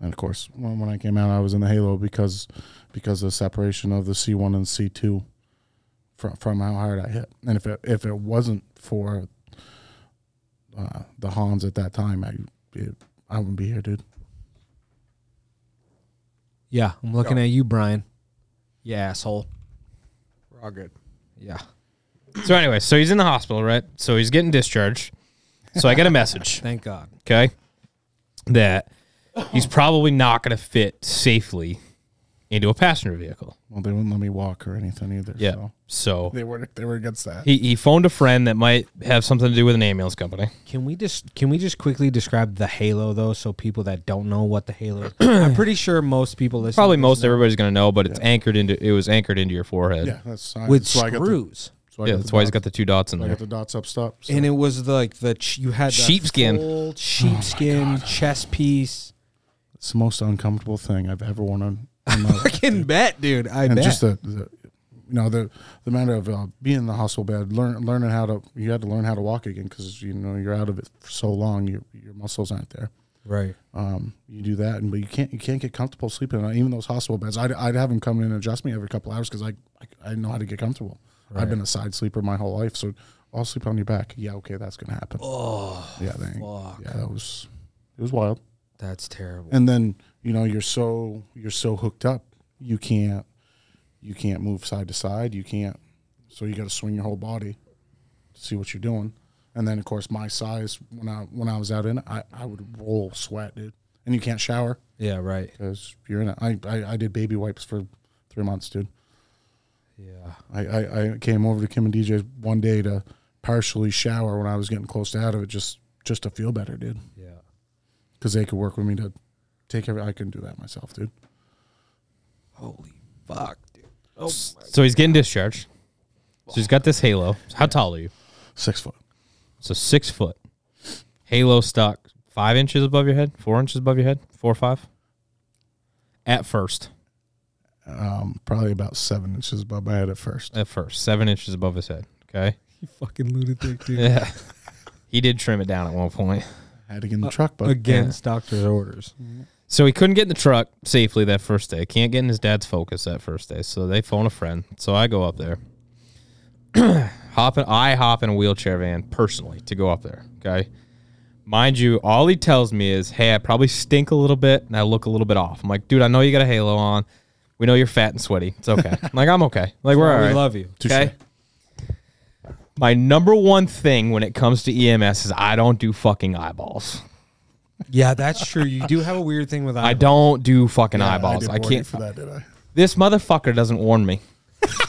[SPEAKER 5] And of course, when, when I came out, I was in the halo because because of the separation of the C one and C two from from how hard I hit. And if it if it wasn't for uh, the Hans at that time, I it, I wouldn't be here, dude.
[SPEAKER 4] Yeah, I'm looking at you, Brian. You asshole.
[SPEAKER 6] We're all good.
[SPEAKER 4] Yeah.
[SPEAKER 3] So anyway, so he's in the hospital, right? So he's getting discharged. So I get a message,
[SPEAKER 4] Thank God.
[SPEAKER 3] okay, that he's probably not going to fit safely into a passenger vehicle.
[SPEAKER 5] Well, they wouldn't let me walk or anything either.
[SPEAKER 3] Yeah.
[SPEAKER 5] so
[SPEAKER 3] So
[SPEAKER 5] they were they were against that.
[SPEAKER 3] he, he phoned a friend that might have something to do with an ambulance company.
[SPEAKER 4] Can we just can we just quickly describe the Halo though, so people that don't know what the Halo? is? I'm pretty sure most people listen.
[SPEAKER 3] Probably most everybody's going to know, but it's anchored into it was anchored into your forehead.
[SPEAKER 5] yeah, that's I-
[SPEAKER 4] with
[SPEAKER 5] that's why I got the-
[SPEAKER 4] screws,
[SPEAKER 5] so I
[SPEAKER 3] Yeah,
[SPEAKER 5] got
[SPEAKER 3] that's
[SPEAKER 5] the
[SPEAKER 3] why he's
[SPEAKER 5] dots-
[SPEAKER 3] got the two dots in
[SPEAKER 5] I
[SPEAKER 3] there.
[SPEAKER 5] got the dots up stop. So.
[SPEAKER 4] and it was like the ch- you had that
[SPEAKER 3] Sheepskin.
[SPEAKER 4] full sheepskin chest piece.
[SPEAKER 5] it's the most uncomfortable thing I've ever worn on. in my life.
[SPEAKER 4] Can bet, dude. I
[SPEAKER 5] and
[SPEAKER 4] bet.
[SPEAKER 5] just the, the you know the the matter of uh, being in the hospital bed, learn, learning how to you had to learn how to walk again because you know you're out of it for so long, your your muscles aren't there.
[SPEAKER 4] right.
[SPEAKER 5] Um, you do that, and but you can't you can't get comfortable sleeping. on Even those hospital beds, I'd, I'd have them come in and adjust me every couple hours because I, I I know how to get comfortable. I've been a side sleeper my whole life, so I'll sleep on your back. Yeah, okay, that's gonna happen. Oh, yeah, they, yeah, that was it was wild
[SPEAKER 4] That's terrible.
[SPEAKER 5] and then you know you're so you're so hooked up you can't you can't move side to side you can't so you got to swing your whole body to see what you're doing and then of course my size when i when i was out in it, i i would roll sweat dude and you can't shower
[SPEAKER 4] Yeah. Right.
[SPEAKER 5] because you're in it I, I i did baby wipes for three months dude
[SPEAKER 4] Yeah.
[SPEAKER 5] I, I, I came over to Kim and DJ's one day to partially shower when I was getting close to out of it, just just to feel better, dude.
[SPEAKER 4] Yeah.
[SPEAKER 5] Because they could work with me to take every. I couldn't do that myself, dude.
[SPEAKER 4] Holy fuck, dude.
[SPEAKER 3] So he's getting discharged. So he's got this halo. How tall are you?
[SPEAKER 5] Six foot.
[SPEAKER 3] So six foot. Halo stock five inches above your head, four inches above your head, four or five. At first.
[SPEAKER 5] probably about seven inches above my head at first.
[SPEAKER 3] At first. Seven inches above his head. Okay.
[SPEAKER 4] You fucking lunatic, dude.
[SPEAKER 3] Yeah. he did trim it down at one point.
[SPEAKER 5] I had to get in
[SPEAKER 3] Uh,
[SPEAKER 5] the truck, but
[SPEAKER 4] Against doctor's orders.
[SPEAKER 3] So he couldn't get in the truck safely that first day. Can't get in his dad's focus that first day. So they phone a friend. So I go up there. hop in, I hop in a wheelchair van personally to go up there. Okay. Mind you, all he tells me is, hey, I probably stink a little bit and I look a little bit off. I'm like, dude, I know you got a halo on. We know you're fat and sweaty. It's okay. I'm like, I'm okay. Like, we're all
[SPEAKER 4] we
[SPEAKER 3] right.
[SPEAKER 4] love you.
[SPEAKER 3] Okay. My number one thing when it comes to EMS is I don't do fucking eyeballs.
[SPEAKER 4] Yeah, that's true. You do have a weird thing with
[SPEAKER 3] I don't do fucking eyeballs.
[SPEAKER 5] did
[SPEAKER 3] I
[SPEAKER 5] warn you
[SPEAKER 3] can't.
[SPEAKER 5] for that, did I?
[SPEAKER 3] This motherfucker doesn't warn me.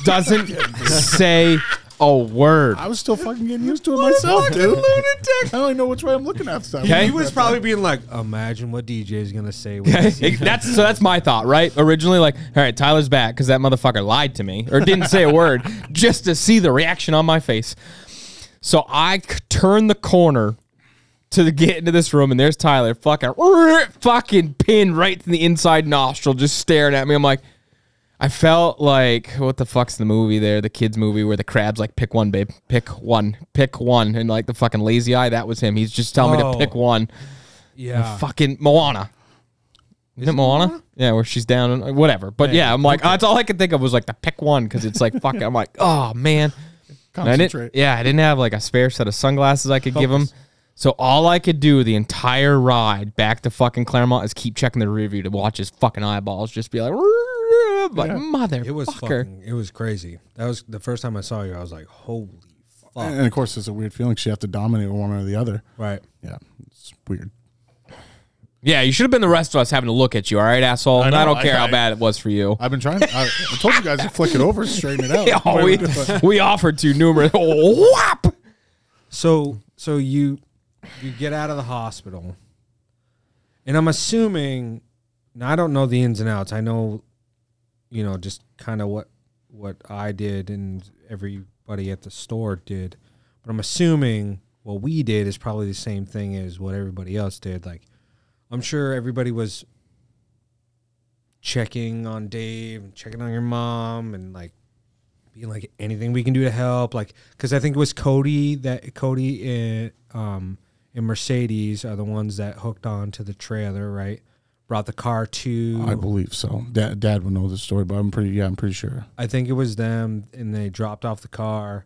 [SPEAKER 3] Doesn't say a word.
[SPEAKER 5] I was still fucking getting used to it myself, dude. I don't even know which way I'm looking at that.
[SPEAKER 3] Okay.
[SPEAKER 4] He was probably being like, imagine what DJ's going to say. When he sees
[SPEAKER 3] It- that's so. That's my thought, right? Originally, like, all right, Tyler's back because that motherfucker lied to me or didn't say a word, just to see the reaction on my face. So I c- turn the corner to get into this room, and there's Tyler, fucking, fucking pinned right to the inside nostril, just staring at me. I'm like, I felt like what the fuck's the movie there, the kids movie where the crabs like pick one, babe, pick one, pick one, and like the fucking lazy eye. That was him. He's just telling me
[SPEAKER 4] Oh.
[SPEAKER 3] to pick one
[SPEAKER 4] Yeah.
[SPEAKER 3] fucking Moana. Is it Moana? Yeah, where she's down and whatever. But yeah, I'm like, that's all I could think of was like the pick one because it's like, fuck, it. I'm like, oh man. And I didn't,
[SPEAKER 5] Concentrate.
[SPEAKER 3] yeah, I didn't have like a spare set of sunglasses I could give him.
[SPEAKER 5] Focus.
[SPEAKER 3] So all I could do the entire ride back to fucking Claremont is keep checking the rearview to watch his fucking eyeballs just be like, like mother.
[SPEAKER 4] It was fucking, it was crazy. That was the first time I saw you. I was like, holy fuck.
[SPEAKER 5] And of course, it's a weird feeling. 'cause You have to dominate one or the other.
[SPEAKER 4] Right.
[SPEAKER 5] Yeah, it's weird.
[SPEAKER 3] Yeah, you should have been the rest of us having to look at you, all right, asshole.
[SPEAKER 5] I
[SPEAKER 3] and I
[SPEAKER 5] know,
[SPEAKER 3] don't care
[SPEAKER 5] I-
[SPEAKER 3] how
[SPEAKER 5] I-
[SPEAKER 3] bad it was for you.
[SPEAKER 5] I've been trying. I, I told you guys to flick it over, straighten it out.
[SPEAKER 3] Oh, we, we offered to numerous. Oh, whap!
[SPEAKER 4] So so you you get out of the hospital, and I'm assuming. Now I don't know the ins and outs. I know, you know, just kind of what what I did and everybody at the store did, but I'm assuming what we did is probably the same thing as what everybody else did. Like, I'm sure everybody was checking on Dave and checking on your mom and like being like anything we can do to help like because i think it was cody that cody and um and mercedes are the ones that hooked on to the trailer right brought the car to
[SPEAKER 5] I believe so. Dad, Dad would know the story, but I'm pretty. Yeah, I'm pretty sure.
[SPEAKER 4] I think it was them and they dropped off the car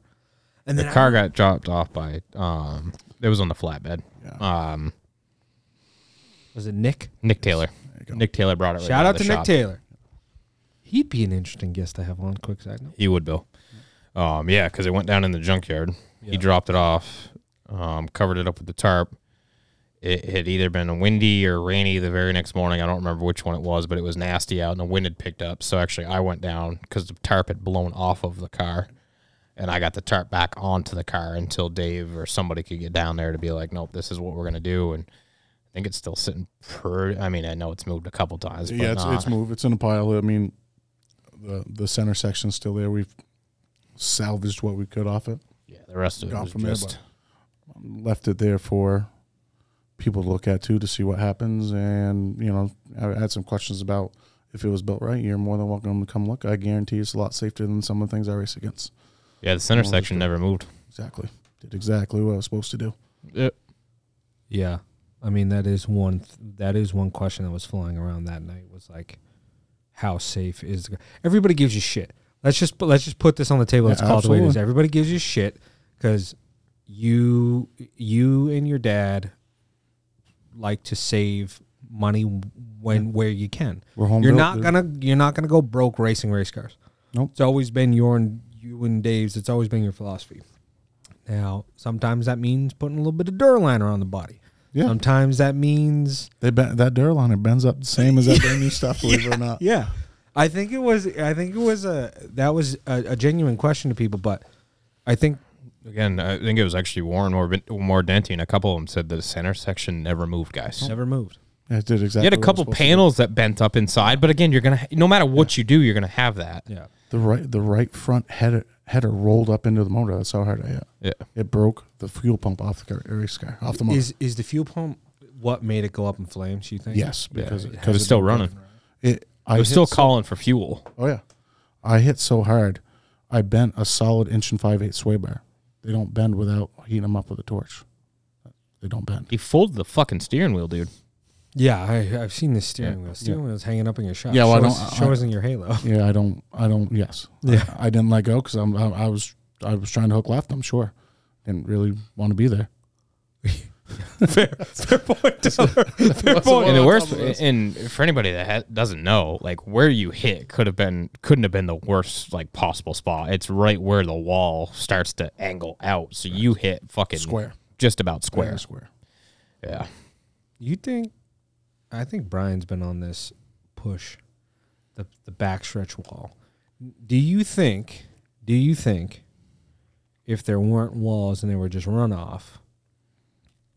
[SPEAKER 4] and then I-
[SPEAKER 3] car got dropped off by um it was on the flatbed um
[SPEAKER 4] was it nick
[SPEAKER 3] nick taylor nick taylor brought it right
[SPEAKER 4] shout
[SPEAKER 3] of
[SPEAKER 4] out
[SPEAKER 3] the
[SPEAKER 4] to nick
[SPEAKER 3] shop.
[SPEAKER 4] taylor he'd be an interesting guest to have on quick side note
[SPEAKER 3] he would bill um yeah because it went down in the junkyard he dropped it off um covered it up with the tarp it had either been windy or rainy the very next morning i don't remember which one it was but it was nasty out and the wind had picked up so actually i went down because the tarp had blown off of the car and I got the tarp back onto the car until Dave or somebody could get down there to be like, nope, this is what we're gonna do. And I think it's still sitting pretty. I mean, I know it's moved a couple times, but
[SPEAKER 5] yeah, it's, it's
[SPEAKER 3] not-
[SPEAKER 5] moved. It's in a pile. I mean, the the center section's still there. We've salvaged what we could off it.
[SPEAKER 3] yeah, the rest of it
[SPEAKER 5] Gone
[SPEAKER 3] was
[SPEAKER 5] from there,
[SPEAKER 3] just
[SPEAKER 5] left it there for people to look at too to see what happens. And you know, I had some questions about if it was built right. You're more than welcome to come look. I guarantee it's a lot safer than some of the things I race against.
[SPEAKER 3] yeah, the center
[SPEAKER 5] Well,
[SPEAKER 3] section
[SPEAKER 5] it's-
[SPEAKER 3] never moved.
[SPEAKER 5] Exactly, did exactly what I was supposed to do.
[SPEAKER 4] yeah i mean that is one th- that is one question that was flying around that night was like how safe is the everybody gives you shit let's just let's just put this on the table
[SPEAKER 5] Yeah,
[SPEAKER 4] it's called the way it is
[SPEAKER 5] absolutely.
[SPEAKER 4] everybody gives you shit because you you and your dad like to save money when where you can
[SPEAKER 5] We're home
[SPEAKER 4] you're
[SPEAKER 5] built,
[SPEAKER 4] not
[SPEAKER 5] dude.
[SPEAKER 4] gonna you're not gonna go broke racing race cars
[SPEAKER 5] Nope.
[SPEAKER 4] it's always been your and you and dave's it's always been your philosophy now sometimes that means putting a little bit of durliner on the body
[SPEAKER 5] Yeah.
[SPEAKER 4] sometimes that means
[SPEAKER 5] They ben- that dare liner bends up the same as that brand new stuff, believe it or not.
[SPEAKER 4] yeah. I think it was. I think it was a. That was a, a genuine question to people, but I think
[SPEAKER 3] Again, I think it was actually Warren or more Denty, and a couple of them said the center section never moved, guys.
[SPEAKER 4] never moved.
[SPEAKER 5] It did exactly.
[SPEAKER 3] You had a
[SPEAKER 5] what it
[SPEAKER 3] couple
[SPEAKER 5] was supposed to do.
[SPEAKER 3] panels that bent up inside, but again, you're gonna ha- no matter what you do, you're gonna have that.
[SPEAKER 4] Yeah.
[SPEAKER 5] The right, the right front header header rolled up into the motor. That's how hard I hit.
[SPEAKER 3] Yeah.
[SPEAKER 5] It broke the fuel pump off the car, race car, off the motor.
[SPEAKER 4] Is is the fuel pump what made it go up in flames? You think?
[SPEAKER 5] yes, because
[SPEAKER 3] it,
[SPEAKER 5] it,
[SPEAKER 3] was still running.
[SPEAKER 5] it, I
[SPEAKER 3] It was
[SPEAKER 5] hit
[SPEAKER 3] still
[SPEAKER 5] so-
[SPEAKER 3] calling for fuel.
[SPEAKER 5] Oh yeah, I hit so hard, I bent a solid inch and five eight sway bar. They don't bend without heating them up with a torch. They don't bend.
[SPEAKER 3] He folded the fucking steering wheel, dude.
[SPEAKER 4] Yeah, I, I've seen the steering wheel. Steering wheel's hanging up in your shop.
[SPEAKER 5] Yeah, well, I
[SPEAKER 4] show
[SPEAKER 5] don't-
[SPEAKER 4] us, show
[SPEAKER 5] I-
[SPEAKER 4] us in your halo.
[SPEAKER 5] Yeah, I don't. I don't. Yes.
[SPEAKER 4] Yeah.
[SPEAKER 5] I, I didn't let go because I'm. I, I was. I was trying to hook left. I'm sure. Didn't really want to be there.
[SPEAKER 4] fair, fair point. fair
[SPEAKER 3] and the worst, and for anybody that ha- doesn't know, like where you hit could have been, couldn't have been the worst like possible spot. It's right where the wall starts to angle out, so you hit fucking
[SPEAKER 5] Square.
[SPEAKER 3] just about square.
[SPEAKER 5] Square. Square.
[SPEAKER 3] Yeah,
[SPEAKER 4] You think? I think Brian's been on this push, the the backstretch wall. Do you think? Do you think if there weren't walls and they were just runoff,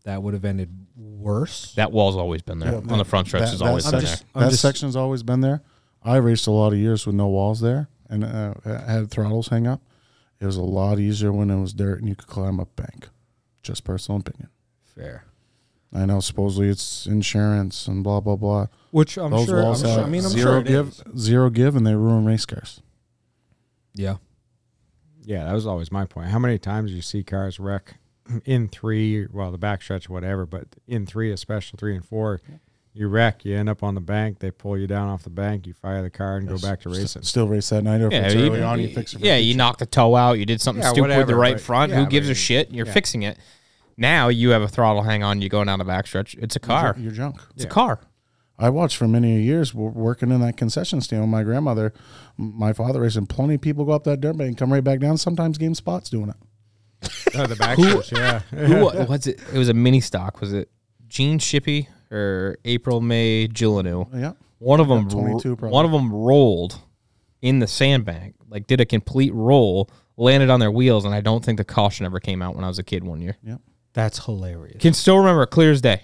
[SPEAKER 4] that would have ended worse.
[SPEAKER 3] That wall's always been there.
[SPEAKER 5] Yeah,
[SPEAKER 3] on the
[SPEAKER 5] that-
[SPEAKER 3] front stretch
[SPEAKER 5] that-
[SPEAKER 3] has
[SPEAKER 5] that
[SPEAKER 3] always been
[SPEAKER 5] section-
[SPEAKER 3] there.
[SPEAKER 4] I'm
[SPEAKER 5] that
[SPEAKER 4] just-
[SPEAKER 5] section's always been there. I raced a lot of years with no walls there and uh, had throttles hang up. It was a lot easier when it was dirt and you could climb up bank. Just personal opinion.
[SPEAKER 4] Fair.
[SPEAKER 5] I know supposedly it's insurance and blah blah blah.
[SPEAKER 4] Which I'm
[SPEAKER 5] Those
[SPEAKER 4] sure. I'm
[SPEAKER 5] walls
[SPEAKER 4] sure
[SPEAKER 5] have
[SPEAKER 4] I mean, I'm
[SPEAKER 5] zero
[SPEAKER 4] sure. it
[SPEAKER 5] give,
[SPEAKER 4] is.
[SPEAKER 5] zero give, and they ruin race cars.
[SPEAKER 4] Yeah.
[SPEAKER 6] Yeah, that was always my point. How many times you see cars wreck in three, well, the backstretch, whatever, but in three, especially three and four, you wreck, you end up on the bank, they pull you down off the bank, you fire the car and go back to racing.
[SPEAKER 5] St- still race that night, or if
[SPEAKER 3] Yeah,
[SPEAKER 5] it's
[SPEAKER 3] you,
[SPEAKER 5] early on, you fix it. for
[SPEAKER 3] yeah,
[SPEAKER 5] the
[SPEAKER 3] you
[SPEAKER 5] future.
[SPEAKER 3] knocked the toe out. You did something
[SPEAKER 6] Yeah,
[SPEAKER 3] stupid with the
[SPEAKER 6] whatever,
[SPEAKER 3] right
[SPEAKER 6] but-
[SPEAKER 3] front.
[SPEAKER 6] yeah,
[SPEAKER 3] Who gives a
[SPEAKER 6] but-
[SPEAKER 3] shit? You're
[SPEAKER 6] yeah.
[SPEAKER 3] fixing it. Now you have a throttle hang on. You're going down the backstretch. It's a car.
[SPEAKER 5] You're junk.
[SPEAKER 3] It's a car.
[SPEAKER 5] I watched for many years w- working in that concession stand with my grandmother, m- my father racing. Plenty of people go up that dirt bank and come right back down. Sometimes game spots doing it.
[SPEAKER 6] Oh, the backstretch, yeah.
[SPEAKER 3] Who wa- was it? It was a mini stock. Was it Gene Shippey or April May Gillinew?
[SPEAKER 5] Oh, Yeah.
[SPEAKER 3] One of them.
[SPEAKER 5] 22 probably.
[SPEAKER 3] one of them rolled in the sandbank. Like did a complete roll, landed on their wheels, and I don't think the caution ever came out when I was a kid one year.
[SPEAKER 4] That's hilarious.
[SPEAKER 3] Can still remember it clear as day.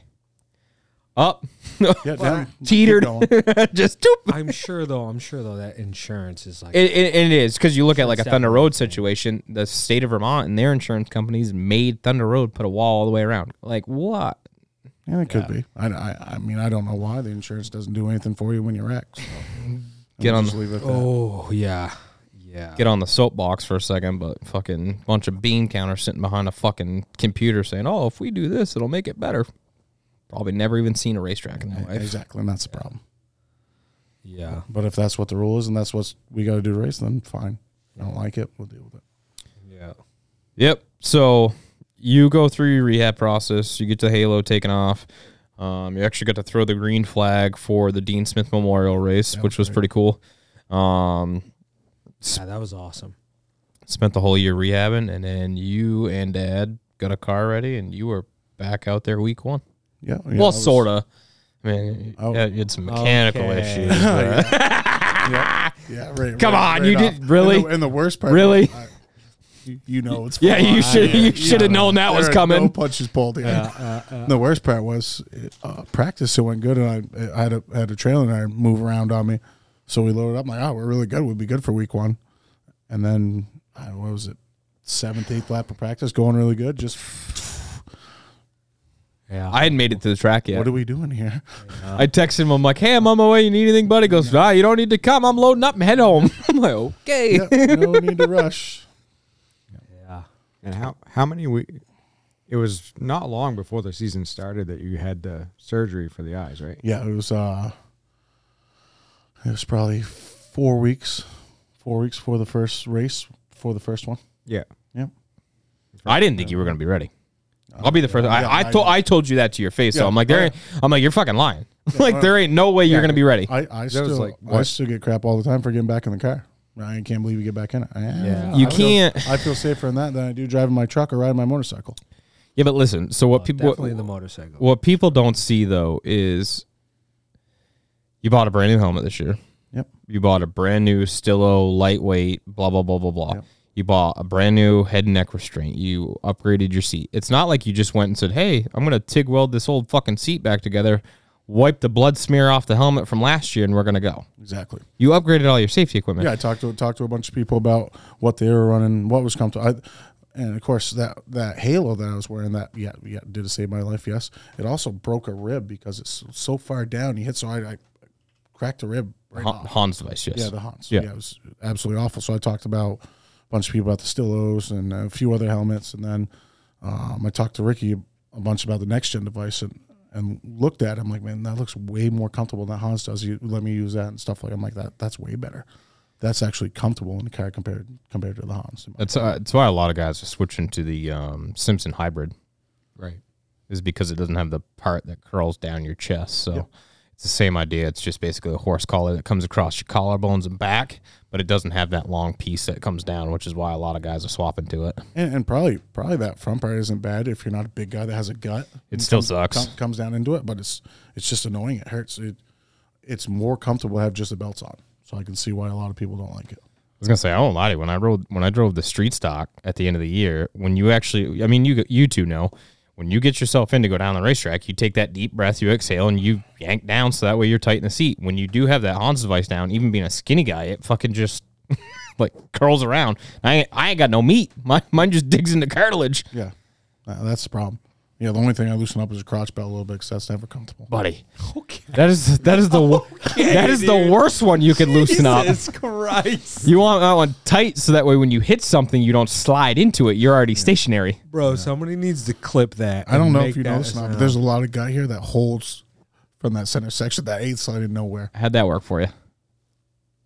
[SPEAKER 3] Up,
[SPEAKER 5] Yeah, down,
[SPEAKER 3] teetered,
[SPEAKER 5] keep going.
[SPEAKER 3] just doop.
[SPEAKER 4] I'm sure though. I'm sure though that insurance is like
[SPEAKER 3] It, it, it is because you look at like a
[SPEAKER 4] Shuts
[SPEAKER 3] Thunder
[SPEAKER 4] down
[SPEAKER 3] Road situation. The state of Vermont and their insurance companies made Thunder Road put a wall all the way around. Like what?
[SPEAKER 5] Yeah, it could be. I, I, I mean, I don't know why the insurance doesn't do anything for you when you're wrecked.
[SPEAKER 3] Get on
[SPEAKER 5] Just
[SPEAKER 3] the,
[SPEAKER 5] leave it at that.
[SPEAKER 4] Oh yeah, yeah.
[SPEAKER 3] get on the soapbox for a second, but fucking bunch of bean counters sitting behind a fucking computer saying, "Oh, if we do this, it'll make it better." Probably never even seen a racetrack in their life.
[SPEAKER 5] Exactly, and that's the problem.
[SPEAKER 4] yeah.
[SPEAKER 5] But if that's what the rule is and that's what we got to do to race, then fine. I don't like it. We'll deal with it.
[SPEAKER 4] Yeah.
[SPEAKER 3] Yep. So you go through your rehab process. You get the halo taken off. Um, you actually got to throw the green flag for the Dean Smith Memorial race, which was pretty cool. Um,
[SPEAKER 4] Yeah, that was awesome.
[SPEAKER 3] spent the whole year rehabbing, and then you and Dad got a car ready, and you were back out there week one.
[SPEAKER 5] Yeah. yeah, I
[SPEAKER 3] well,
[SPEAKER 5] was-
[SPEAKER 3] sort of. I mean,
[SPEAKER 5] Oh.
[SPEAKER 3] yeah, you had some mechanical
[SPEAKER 4] Okay.
[SPEAKER 3] issues. but-
[SPEAKER 5] Yeah. Right,
[SPEAKER 3] Come
[SPEAKER 5] right-
[SPEAKER 3] on,
[SPEAKER 5] right
[SPEAKER 3] you
[SPEAKER 5] off.
[SPEAKER 3] did- really?
[SPEAKER 5] And the, and the worst part,
[SPEAKER 3] Really?
[SPEAKER 5] I- you- you know it's
[SPEAKER 3] yeah,
[SPEAKER 5] full
[SPEAKER 3] you
[SPEAKER 5] on.
[SPEAKER 3] should you should have known that
[SPEAKER 5] There
[SPEAKER 3] was
[SPEAKER 5] are
[SPEAKER 3] coming.
[SPEAKER 5] No punches pulled here. the worst part was uh, practice. It went good, and I, I had a had a trailer and I move around on me, so we loaded up. I'm like, oh, we're really good. We'd be good for week one, and then I, what was it? Seventh, eighth lap of practice, going really good. Just
[SPEAKER 4] Yeah.
[SPEAKER 3] I hadn't made it to the track yet.
[SPEAKER 5] what are we doing here?
[SPEAKER 3] I texted him. I'm like, "Hey, I'm on my way. You need anything, buddy?" He goes, "Ah, you don't need to come. I'm loading up and head home." I'm like, "Okay."
[SPEAKER 5] Yeah, no need to rush.
[SPEAKER 4] yeah.
[SPEAKER 6] And how, how many we? It was not long before the season started that you had the surgery for the eyes, right?
[SPEAKER 5] Yeah, it was. uh It was probably four weeks, four weeks before the first race, before the first one.
[SPEAKER 6] Yeah.
[SPEAKER 5] Yeah.
[SPEAKER 3] I didn't think you were going to be ready. I'll be the first.
[SPEAKER 5] Uh, Yeah,
[SPEAKER 3] I, I
[SPEAKER 5] I
[SPEAKER 3] told
[SPEAKER 5] know.
[SPEAKER 3] I told you that to your face. So
[SPEAKER 5] Yeah,
[SPEAKER 3] I'm like, there. ain't- I'm like, you're fucking lying. like there ain't no way you're going to be ready.
[SPEAKER 5] I, I still
[SPEAKER 6] like,
[SPEAKER 5] I
[SPEAKER 6] what?
[SPEAKER 5] still get crap all the time for getting back in the car. I can't believe you get back in it. Yeah,
[SPEAKER 3] You
[SPEAKER 5] I feel-
[SPEAKER 3] can't-
[SPEAKER 5] I feel safer in that than I do driving my truck or riding my motorcycle.
[SPEAKER 3] Yeah, but listen. So
[SPEAKER 5] Uh,
[SPEAKER 3] what people
[SPEAKER 4] Definitely the motorcycle.
[SPEAKER 3] What people don't see though is you bought a brand new helmet this year.
[SPEAKER 5] Yep.
[SPEAKER 3] You bought a brand new Stillo lightweight, blah blah blah blah blah. You bought a brand new head and neck restraint. You upgraded your seat. It's not like you just went and said, "Hey, I'm gonna TIG weld this old fucking seat back together, wipe the blood smear off the helmet from last year, and we're gonna go."
[SPEAKER 5] Exactly.
[SPEAKER 3] You upgraded all your safety equipment.
[SPEAKER 5] Yeah, I talked to talked to a bunch of people about what they were running, what was comfortable. I, and of course, that that halo that I was wearing, that yeah, yeah, did it save my life? Yes. It also broke a rib because it's so far down. You hit, so I, I cracked a rib right
[SPEAKER 3] Han-
[SPEAKER 5] off.
[SPEAKER 3] Hans device, yes.
[SPEAKER 5] Yeah, the Hans.
[SPEAKER 3] Yeah.
[SPEAKER 5] Yeah. it was absolutely awful. So I talked about a bunch of people about the Stillos and a few other helmets, and then um, I talked to Ricky a bunch about the next gen device and and looked at. It. I'm like, man, that looks way more comfortable than that Hans does. You let me use that and stuff like. I'm like that. That's way better. That's actually comfortable in the car compared compared to the Hans.
[SPEAKER 3] That's uh, that's why a lot of guys are switching to the um, Simpson hybrid.
[SPEAKER 6] Right.
[SPEAKER 3] is because it doesn't have the part that curls down your chest. So it's the same idea. It's just basically a horse collar that comes across your collarbones and back, but it doesn't have that long piece that comes down, which is why a lot of guys are swapping to it.
[SPEAKER 5] And, and probably probably that front part isn't bad if you're not a big guy that has a gut. and
[SPEAKER 3] still
[SPEAKER 5] comes-
[SPEAKER 3] sucks.
[SPEAKER 5] com- comes down into it, but it's it's just annoying. It hurts. It it's more comfortable to have just the belts on. So I can see why a lot of people don't like it.
[SPEAKER 3] was gonna say I won't lie to you. When I rode, when I drove the street stock at the end of the year, when you actually, I mean, you you two know, when you get yourself in to go down the racetrack, you take that deep breath, you exhale, and you yank down, so that way you're tight in the seat. When you do have that Hans device down, even being a skinny guy, it fucking just like curls around. I ain't, I ain't got no meat. My mine just digs into cartilage,
[SPEAKER 5] Yeah, Uh, that's the problem. Yeah, the only thing I loosen up is the crotch belt a little bit because that's never comfortable.
[SPEAKER 3] buddy. Okay. That is that is the wo- that is the
[SPEAKER 7] dude.
[SPEAKER 3] worst one you could loosen up.
[SPEAKER 7] Jesus Christ.
[SPEAKER 3] You want that one tight so that way when you hit something, you don't slide into it. You're already stationary.
[SPEAKER 4] Bro, somebody needs to clip that.
[SPEAKER 5] I don't
[SPEAKER 4] and
[SPEAKER 5] know
[SPEAKER 4] make
[SPEAKER 5] if you
[SPEAKER 4] that
[SPEAKER 5] know this or not, but
[SPEAKER 4] sound.
[SPEAKER 5] there's a lot of guy here that holds from that center section, that eighth slide in nowhere.
[SPEAKER 3] How'd that work for you?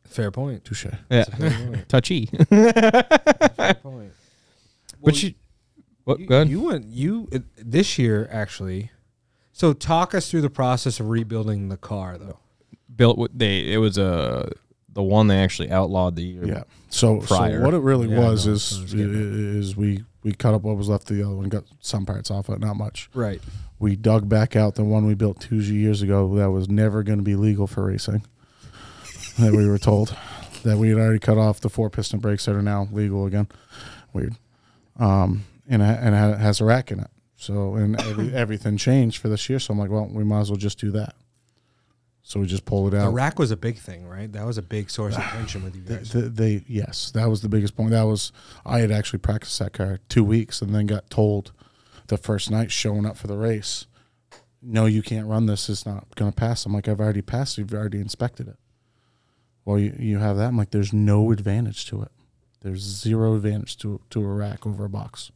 [SPEAKER 4] fair point.
[SPEAKER 5] Touche.
[SPEAKER 3] Yeah. Touchy.
[SPEAKER 4] point.
[SPEAKER 3] but you, what, go ahead.
[SPEAKER 4] You went you uh, this year actually. So talk us through the process of rebuilding the car though.
[SPEAKER 3] built with they it was uh, the one they actually outlawed the year.
[SPEAKER 5] Yeah. So, so
[SPEAKER 3] Prior.
[SPEAKER 5] what it really
[SPEAKER 4] Yeah,
[SPEAKER 5] was
[SPEAKER 4] no,
[SPEAKER 5] is
[SPEAKER 4] so it's
[SPEAKER 5] is we we cut up what was left of the other one, got some parts off it, not much.
[SPEAKER 4] Right.
[SPEAKER 5] We dug back out the one we built two years ago that was never going to be legal for racing. that we were told that we had already cut off the four piston brakes that are now legal again. Weird. Um, and it, and it has a rack in it. So and every, everything changed for this year. So I'm like, well, we might as well just do that. So we just pulled it
[SPEAKER 4] The
[SPEAKER 5] out.
[SPEAKER 4] rack was a big thing, right? That was a big source of tension with you
[SPEAKER 5] Th-
[SPEAKER 4] guys.
[SPEAKER 5] th- they yes, that was the biggest point. That was I had actually practiced that car two weeks and then got told the first night showing up for the race, no, you can't run this. It's not going to pass. I'm like, I've already passed. You've already inspected it. Well, you, you have that. I'm like, there's no advantage to it. There's zero advantage to to a rack over a box.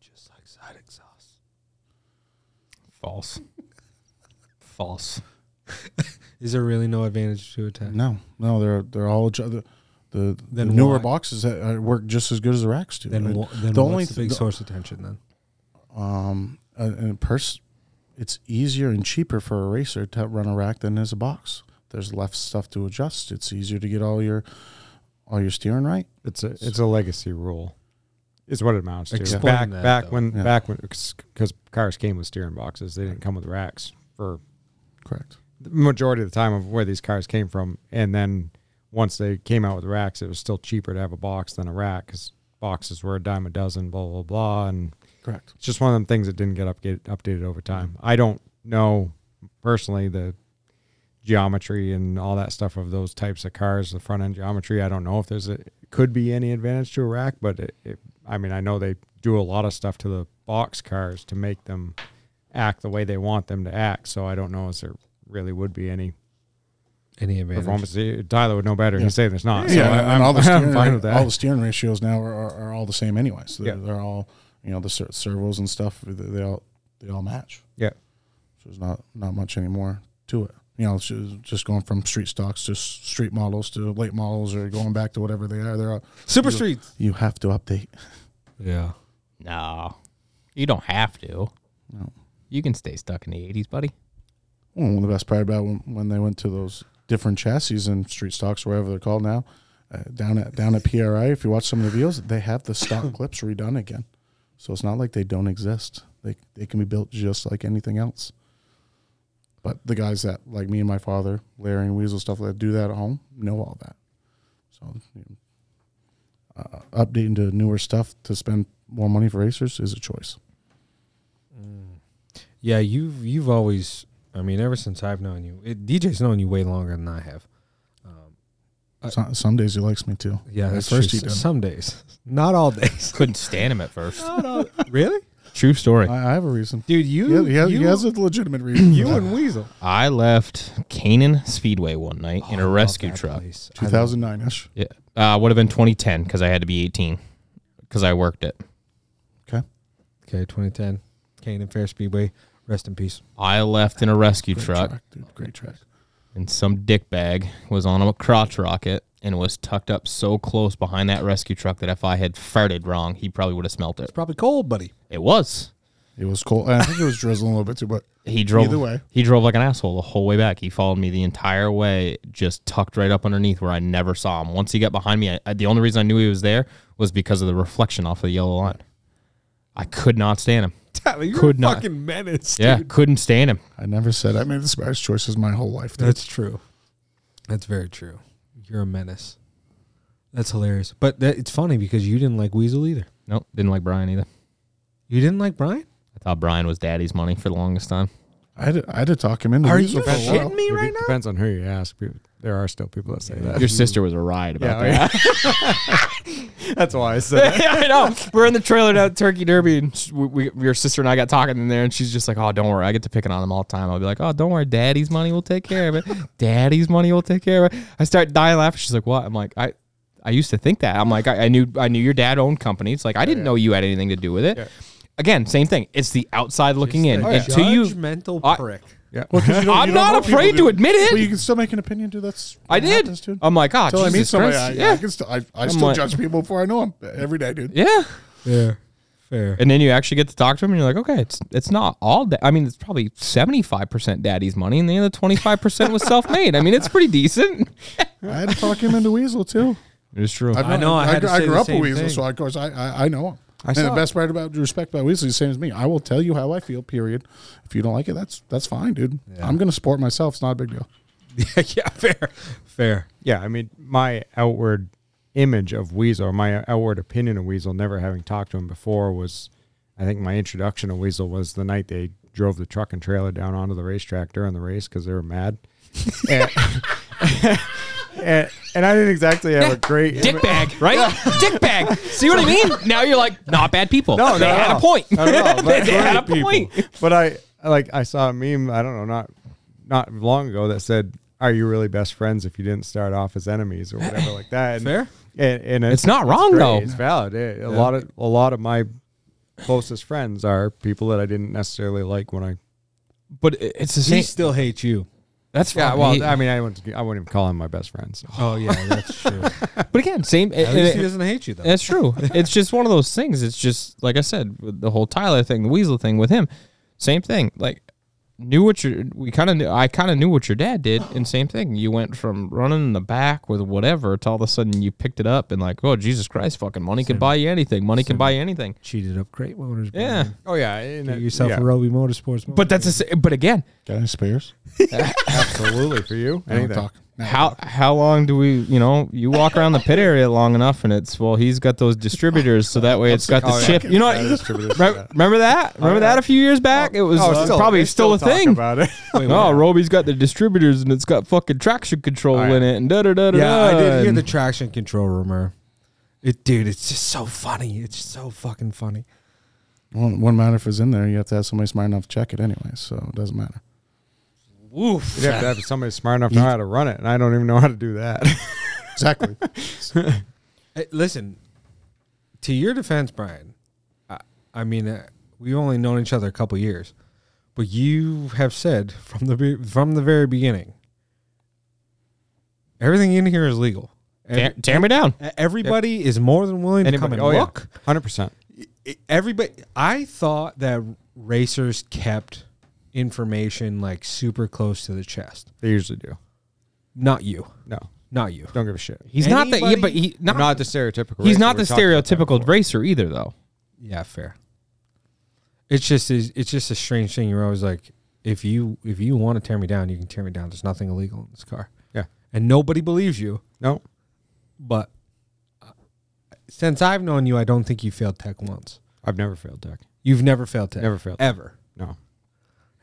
[SPEAKER 4] Just like side exhaust.
[SPEAKER 3] False. False.
[SPEAKER 4] Is there really no advantage to attack?
[SPEAKER 5] No, no, they're they're all each other. The, the
[SPEAKER 4] Then
[SPEAKER 5] newer
[SPEAKER 4] why?
[SPEAKER 5] boxes that uh, work just as good as the racks do.
[SPEAKER 4] Then,
[SPEAKER 5] And
[SPEAKER 4] wha- then
[SPEAKER 5] the
[SPEAKER 4] what's
[SPEAKER 5] only
[SPEAKER 4] the big
[SPEAKER 5] th-
[SPEAKER 4] source of tension then?
[SPEAKER 5] um, a- and a pers- it's easier and cheaper for a racer to run a rack than is a box. There's less stuff to adjust. It's easier to get all your all your steering right.
[SPEAKER 6] It's a it's a legacy rule, is what it amounts to.
[SPEAKER 4] Explain
[SPEAKER 6] back
[SPEAKER 4] that,
[SPEAKER 6] back
[SPEAKER 4] though.
[SPEAKER 6] when
[SPEAKER 5] Yeah.
[SPEAKER 6] back when because cars came with steering boxes, they didn't come with racks for
[SPEAKER 5] Correct.
[SPEAKER 6] the majority of the time of where these cars came from. And then once they came out with racks, it was still cheaper to have a box than a rack because boxes were a dime a dozen, blah blah blah, and
[SPEAKER 5] Correct.
[SPEAKER 6] it's just one of them things that didn't get up, get updated over time. I don't know personally the geometry and all that stuff of those types of cars, the front end geometry. I don't know if there's a could be any advantage to a rack, but it, it, I mean, I know they do a lot of stuff to the box cars to make them act the way they want them to act. So I don't know if there really would be any
[SPEAKER 4] Any advantage?
[SPEAKER 6] performance. Tyler would know better. He's saying there's not.
[SPEAKER 5] yeah,
[SPEAKER 6] so
[SPEAKER 5] and
[SPEAKER 6] I'm,
[SPEAKER 5] all the
[SPEAKER 6] I'm
[SPEAKER 5] steering,
[SPEAKER 6] fine with that.
[SPEAKER 5] all the steering ratios now are, are, are all the same anyway. So they're,
[SPEAKER 6] Yeah.
[SPEAKER 5] they're all you know the ser- servos and stuff. They, they all they all match.
[SPEAKER 6] yeah.
[SPEAKER 5] So there's not not much anymore to it. You know, it's ju- just going from street stocks to s- street models to late models, or going back to whatever they are. They're all,
[SPEAKER 4] Super streets.
[SPEAKER 5] you have to update.
[SPEAKER 4] Yeah.
[SPEAKER 3] No. You don't have to.
[SPEAKER 5] No.
[SPEAKER 3] You can stay stuck in the 80s, buddy.
[SPEAKER 5] Well, one of Hmm, the best part about when, when they went to those different chassis and street stocks, wherever they're called now, uh, down at down at PRI. If you watch some of the videos, they have the stock clips redone again, so it's not like they don't exist. They they can be built just like anything else. But the guys that like me and my father, Larry and Weasel, stuff that do that at home, know all that. So you know, uh, updating to newer stuff to spend more money for racers is a choice.
[SPEAKER 4] Yeah, you've you've always I mean, ever since I've known you, it, DJ's known you way longer than I have.
[SPEAKER 5] So, some days he likes me too.
[SPEAKER 4] Yeah,
[SPEAKER 5] At
[SPEAKER 4] that's
[SPEAKER 5] first
[SPEAKER 4] true.
[SPEAKER 5] he didn't.
[SPEAKER 4] Some days, not all days.
[SPEAKER 3] Couldn't stand him at first.
[SPEAKER 4] really,
[SPEAKER 3] True story.
[SPEAKER 5] I, I have a reason.
[SPEAKER 4] dude?
[SPEAKER 5] Uh, Yeah,
[SPEAKER 4] You,
[SPEAKER 5] he has,
[SPEAKER 4] you,
[SPEAKER 5] he has a legitimate reason.
[SPEAKER 4] you
[SPEAKER 5] for that.
[SPEAKER 4] and Weasel
[SPEAKER 3] I left Canaan Speedway one night in
[SPEAKER 4] Oh, I
[SPEAKER 3] a
[SPEAKER 4] love
[SPEAKER 3] rescue
[SPEAKER 4] that
[SPEAKER 3] truck.
[SPEAKER 4] place. I love-
[SPEAKER 5] 2009 ish.
[SPEAKER 3] Yeah. Uh, would have been 2010 because I had to be 18 because I worked it.
[SPEAKER 5] Okay.
[SPEAKER 4] Okay, 2010, Canaan Fair Speedway. Rest in peace.
[SPEAKER 3] I left in a rescue truck.
[SPEAKER 5] dude. Great track.
[SPEAKER 3] and some dick bag was on a crotch rocket and was tucked up so close behind that rescue truck that if I had farted wrong, he probably would have smelt it.
[SPEAKER 4] Probably cold, buddy.
[SPEAKER 3] It was.
[SPEAKER 5] It was cold. I think it was drizzling a little bit too, but
[SPEAKER 3] He drove.
[SPEAKER 5] Either way.
[SPEAKER 3] He drove like an asshole the whole way back. He followed me the entire way, just tucked right up underneath where I never saw him. Once he got behind me, I, I- the only reason I knew he was there was because of the reflection off of the yellow line. I could not stand him.
[SPEAKER 4] Tyler, you're
[SPEAKER 3] Could
[SPEAKER 4] a
[SPEAKER 3] not.
[SPEAKER 4] fucking menace.
[SPEAKER 3] Yeah, couldn't stand him.
[SPEAKER 5] I never said I made the smartest choices my whole life. Dude.
[SPEAKER 4] That's true. That's very true. You're a menace. That's hilarious. But that, it's funny because you didn't like Weasel either.
[SPEAKER 3] Nope, didn't like Brian either.
[SPEAKER 4] You didn't like Brian?
[SPEAKER 3] I thought Brian was daddy's money for the longest time.
[SPEAKER 5] I had, to- I had to talk him into
[SPEAKER 4] Are
[SPEAKER 5] Weasel
[SPEAKER 4] you
[SPEAKER 5] for a while.
[SPEAKER 4] shitting me
[SPEAKER 6] It
[SPEAKER 4] right now?
[SPEAKER 6] depends on who you ask. People- There are still people that say that.
[SPEAKER 3] Your sister was a riot about that.
[SPEAKER 6] Yeah, That's why I said
[SPEAKER 3] yeah, I know. We're in the trailer down at Turkey Derby, and sh- we, we, your sister and I got talking in there, and she's just like, "Oh, don't worry, I get to picking on him all the time." I'll be like, "Oh, don't worry, Daddy's money will take care of it. Daddy's money will take care of it." I start dying laughing. She's like, "What?" I'm like, "I." I used to think that. I'm like, I, I knew I knew your dad owned companies. Like, I didn't know you had anything to do with it. Again, same thing. It's the outside looking in.
[SPEAKER 4] A
[SPEAKER 3] Until you,
[SPEAKER 4] judgmental
[SPEAKER 3] I-
[SPEAKER 4] prick.
[SPEAKER 5] Well, 'cause you don't-
[SPEAKER 3] I'm
[SPEAKER 5] you don't
[SPEAKER 3] not
[SPEAKER 5] know people,
[SPEAKER 3] afraid
[SPEAKER 5] dude.
[SPEAKER 3] to admit it.
[SPEAKER 5] Well, you can still make an opinion, dude. That's
[SPEAKER 3] I did.
[SPEAKER 5] Happens, dude.
[SPEAKER 3] I'm like, ah,
[SPEAKER 5] Until I meet
[SPEAKER 3] Jesus
[SPEAKER 5] somebody, I,
[SPEAKER 3] Christ.
[SPEAKER 5] yeah. I
[SPEAKER 3] yeah,
[SPEAKER 5] can still, I, I still
[SPEAKER 3] like-
[SPEAKER 5] judge people before I know them every day, dude.
[SPEAKER 3] yeah.
[SPEAKER 4] Fair. Fair.
[SPEAKER 3] And then you actually get to talk to him, and you're like, okay, it's it's not all. Da- I mean, it's probably seventy five percent daddy's money, and the other twenty five percent was self made. I mean, it's pretty decent.
[SPEAKER 5] I had to talk him into Weasel too.
[SPEAKER 3] It's true.
[SPEAKER 5] I've
[SPEAKER 4] I know, I had to
[SPEAKER 5] gr- I
[SPEAKER 4] say
[SPEAKER 5] grew
[SPEAKER 4] the
[SPEAKER 5] up with
[SPEAKER 4] same
[SPEAKER 5] Weasel,
[SPEAKER 4] thing.
[SPEAKER 5] so of course I I, I know him. and
[SPEAKER 6] saw-
[SPEAKER 5] the best part about respect about Weasel is the same as me. I will tell you how I feel. Period. If you don't like it, that's that's fine, dude. I'm gonna support myself. It's not a big deal.
[SPEAKER 4] yeah, fair. Fair.
[SPEAKER 6] Yeah, I mean, my outward image of Weasel, or my outward opinion of Weasel, never having talked to him before, was I think my introduction to Weasel was the night they drove the truck and trailer down onto the racetrack during the race because they were mad. and, and, and I didn't exactly have a great
[SPEAKER 3] Dick bag, right? Dick bag. See what I mean? Now you're like, not bad people.
[SPEAKER 6] No,
[SPEAKER 3] they
[SPEAKER 6] no,
[SPEAKER 3] had
[SPEAKER 6] no.
[SPEAKER 3] a point.
[SPEAKER 6] I don't know, but
[SPEAKER 3] they had a
[SPEAKER 6] great people.
[SPEAKER 3] point.
[SPEAKER 6] But I like I saw a meme. I don't know, not not long ago that said, "Are you really best friends if you didn't start off as enemies or whatever like that?" And,
[SPEAKER 4] Fair.
[SPEAKER 6] And, and
[SPEAKER 3] It's not wrong,
[SPEAKER 6] great.
[SPEAKER 3] though.
[SPEAKER 6] It's valid. It- a lot of a lot of my closest friends are people that I didn't necessarily like when I.
[SPEAKER 3] But it- it's the
[SPEAKER 4] He
[SPEAKER 3] same.
[SPEAKER 4] still hates you.
[SPEAKER 3] That's fine.
[SPEAKER 6] Yeah, well,
[SPEAKER 3] He-
[SPEAKER 6] I mean, I wouldn't. I wouldn't even call them my best friends.
[SPEAKER 4] Oh, yeah, that's true.
[SPEAKER 3] but again, same.
[SPEAKER 4] At least he doesn't hate you, though.
[SPEAKER 3] That's true. it's just one of those things. It's just like I said, with the whole Tyler thing, the Weasel thing with him, same thing. Like knew what your we kind of knew. I kind of knew what your dad did, and same thing. You went from running in the back with whatever to all of a sudden you picked it up and like, oh Jesus Christ, fucking money can buy you anything. Money can buy you anything.
[SPEAKER 4] Cheated up great motors.
[SPEAKER 3] Yeah.
[SPEAKER 4] Brian.
[SPEAKER 6] Oh yeah, and
[SPEAKER 4] Get
[SPEAKER 6] it-
[SPEAKER 4] yourself
[SPEAKER 6] yeah,
[SPEAKER 4] a Roby Motorsports.
[SPEAKER 3] But that's a, sa- but again,
[SPEAKER 5] Got any spares?
[SPEAKER 6] absolutely for you.
[SPEAKER 5] I don't
[SPEAKER 6] Anything.
[SPEAKER 5] talk. No.
[SPEAKER 3] how how long do we you know you walk around the pit area long enough and it's well he's got those distributors so that way it's got
[SPEAKER 6] Oh,
[SPEAKER 3] the
[SPEAKER 6] yeah.
[SPEAKER 3] chip you know
[SPEAKER 6] Yeah,
[SPEAKER 3] what,
[SPEAKER 6] distributors,
[SPEAKER 3] Re-
[SPEAKER 6] yeah.
[SPEAKER 3] remember that remember that a few years back it was
[SPEAKER 6] Oh,
[SPEAKER 3] uh, probably
[SPEAKER 6] they
[SPEAKER 3] still, a
[SPEAKER 6] talk
[SPEAKER 3] thing
[SPEAKER 6] about it.
[SPEAKER 3] oh Roby's got the distributors and it's got fucking traction control
[SPEAKER 6] Oh, yeah.
[SPEAKER 3] in it and da da da da
[SPEAKER 4] Yeah, I did hear
[SPEAKER 3] and-
[SPEAKER 4] the traction control rumor. It, dude, it's just so funny. It's so fucking funny.
[SPEAKER 5] Won't, won't matter if it's in there. You have to have somebody smart enough to check it anyway, so it doesn't matter.
[SPEAKER 4] Woof.
[SPEAKER 6] You'd have to have somebody smart enough to know how to run it, and I don't even know how to do that.
[SPEAKER 5] Exactly.
[SPEAKER 4] Hey, listen, to your defense, Brian. I, I mean, uh, we've only known each other a couple years, but you have said from the be- from the very beginning, everything in here is legal.
[SPEAKER 3] tear,
[SPEAKER 4] Every-
[SPEAKER 3] tear me down
[SPEAKER 4] Everybody is more than willing to come
[SPEAKER 6] oh,
[SPEAKER 4] and look.
[SPEAKER 6] hundred percent.
[SPEAKER 4] it- everybody i thought that racers kept information like super close to the chest
[SPEAKER 6] They usually do.
[SPEAKER 4] not you
[SPEAKER 6] No,
[SPEAKER 4] not you
[SPEAKER 6] don't give a shit.
[SPEAKER 3] he's not the yeah
[SPEAKER 4] Anybody-
[SPEAKER 3] but he
[SPEAKER 6] I'm
[SPEAKER 3] not,
[SPEAKER 6] not the stereotypical.
[SPEAKER 3] he's
[SPEAKER 6] racer.
[SPEAKER 3] not the
[SPEAKER 6] We talked about that
[SPEAKER 3] stereotypical
[SPEAKER 6] before.
[SPEAKER 3] racer either though
[SPEAKER 4] yeah fair it's just is it's just a strange thing you're always like if you if you want to tear me down you can tear me down there's nothing illegal in this car
[SPEAKER 6] Yeah.
[SPEAKER 4] and nobody believes you
[SPEAKER 6] No.
[SPEAKER 4] but uh, since i've known you i don't think you failed tech once
[SPEAKER 6] I've never failed tech.
[SPEAKER 4] you've never failed tech
[SPEAKER 6] Never failed.
[SPEAKER 4] ever
[SPEAKER 6] No.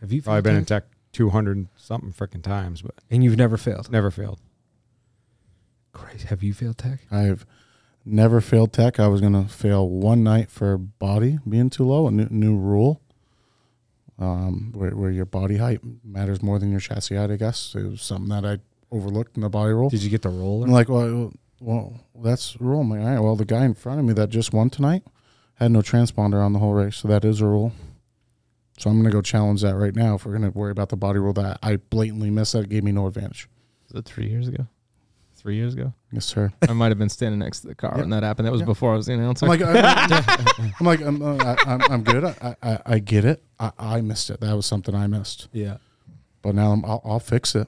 [SPEAKER 4] have you
[SPEAKER 6] Probably
[SPEAKER 4] failed
[SPEAKER 6] been in
[SPEAKER 4] tech?
[SPEAKER 6] tech two hundred something freaking times, but
[SPEAKER 4] and you've never failed
[SPEAKER 6] never failed.
[SPEAKER 4] Christ, have you failed tech
[SPEAKER 5] I've never failed tech. I was gonna fail one night for body being too low. A new, new rule, um, where, where your body height matters more than your chassis height. I guess it was something that I overlooked in the body rule.
[SPEAKER 4] did you get the roller
[SPEAKER 5] I'm like, well, well, that's the rule. I'm like, all right, well, the guy in front of me that just won tonight had no transponder on the whole race, so that is a rule. So I'm gonna go challenge that right now. If we're gonna worry about the body rule that I blatantly missed, that gave me no advantage.
[SPEAKER 3] was it three years ago three years ago
[SPEAKER 5] Yes, sir.
[SPEAKER 3] I might have been standing next to the car when that happened that was before I was the announcer
[SPEAKER 5] I'm like, I'm, I'm like, I'm, uh, I, I'm, I'm good. I, I, I get it. I, I missed it. That was something I missed.
[SPEAKER 4] yeah
[SPEAKER 5] But now I'm, I'll, I'll fix it.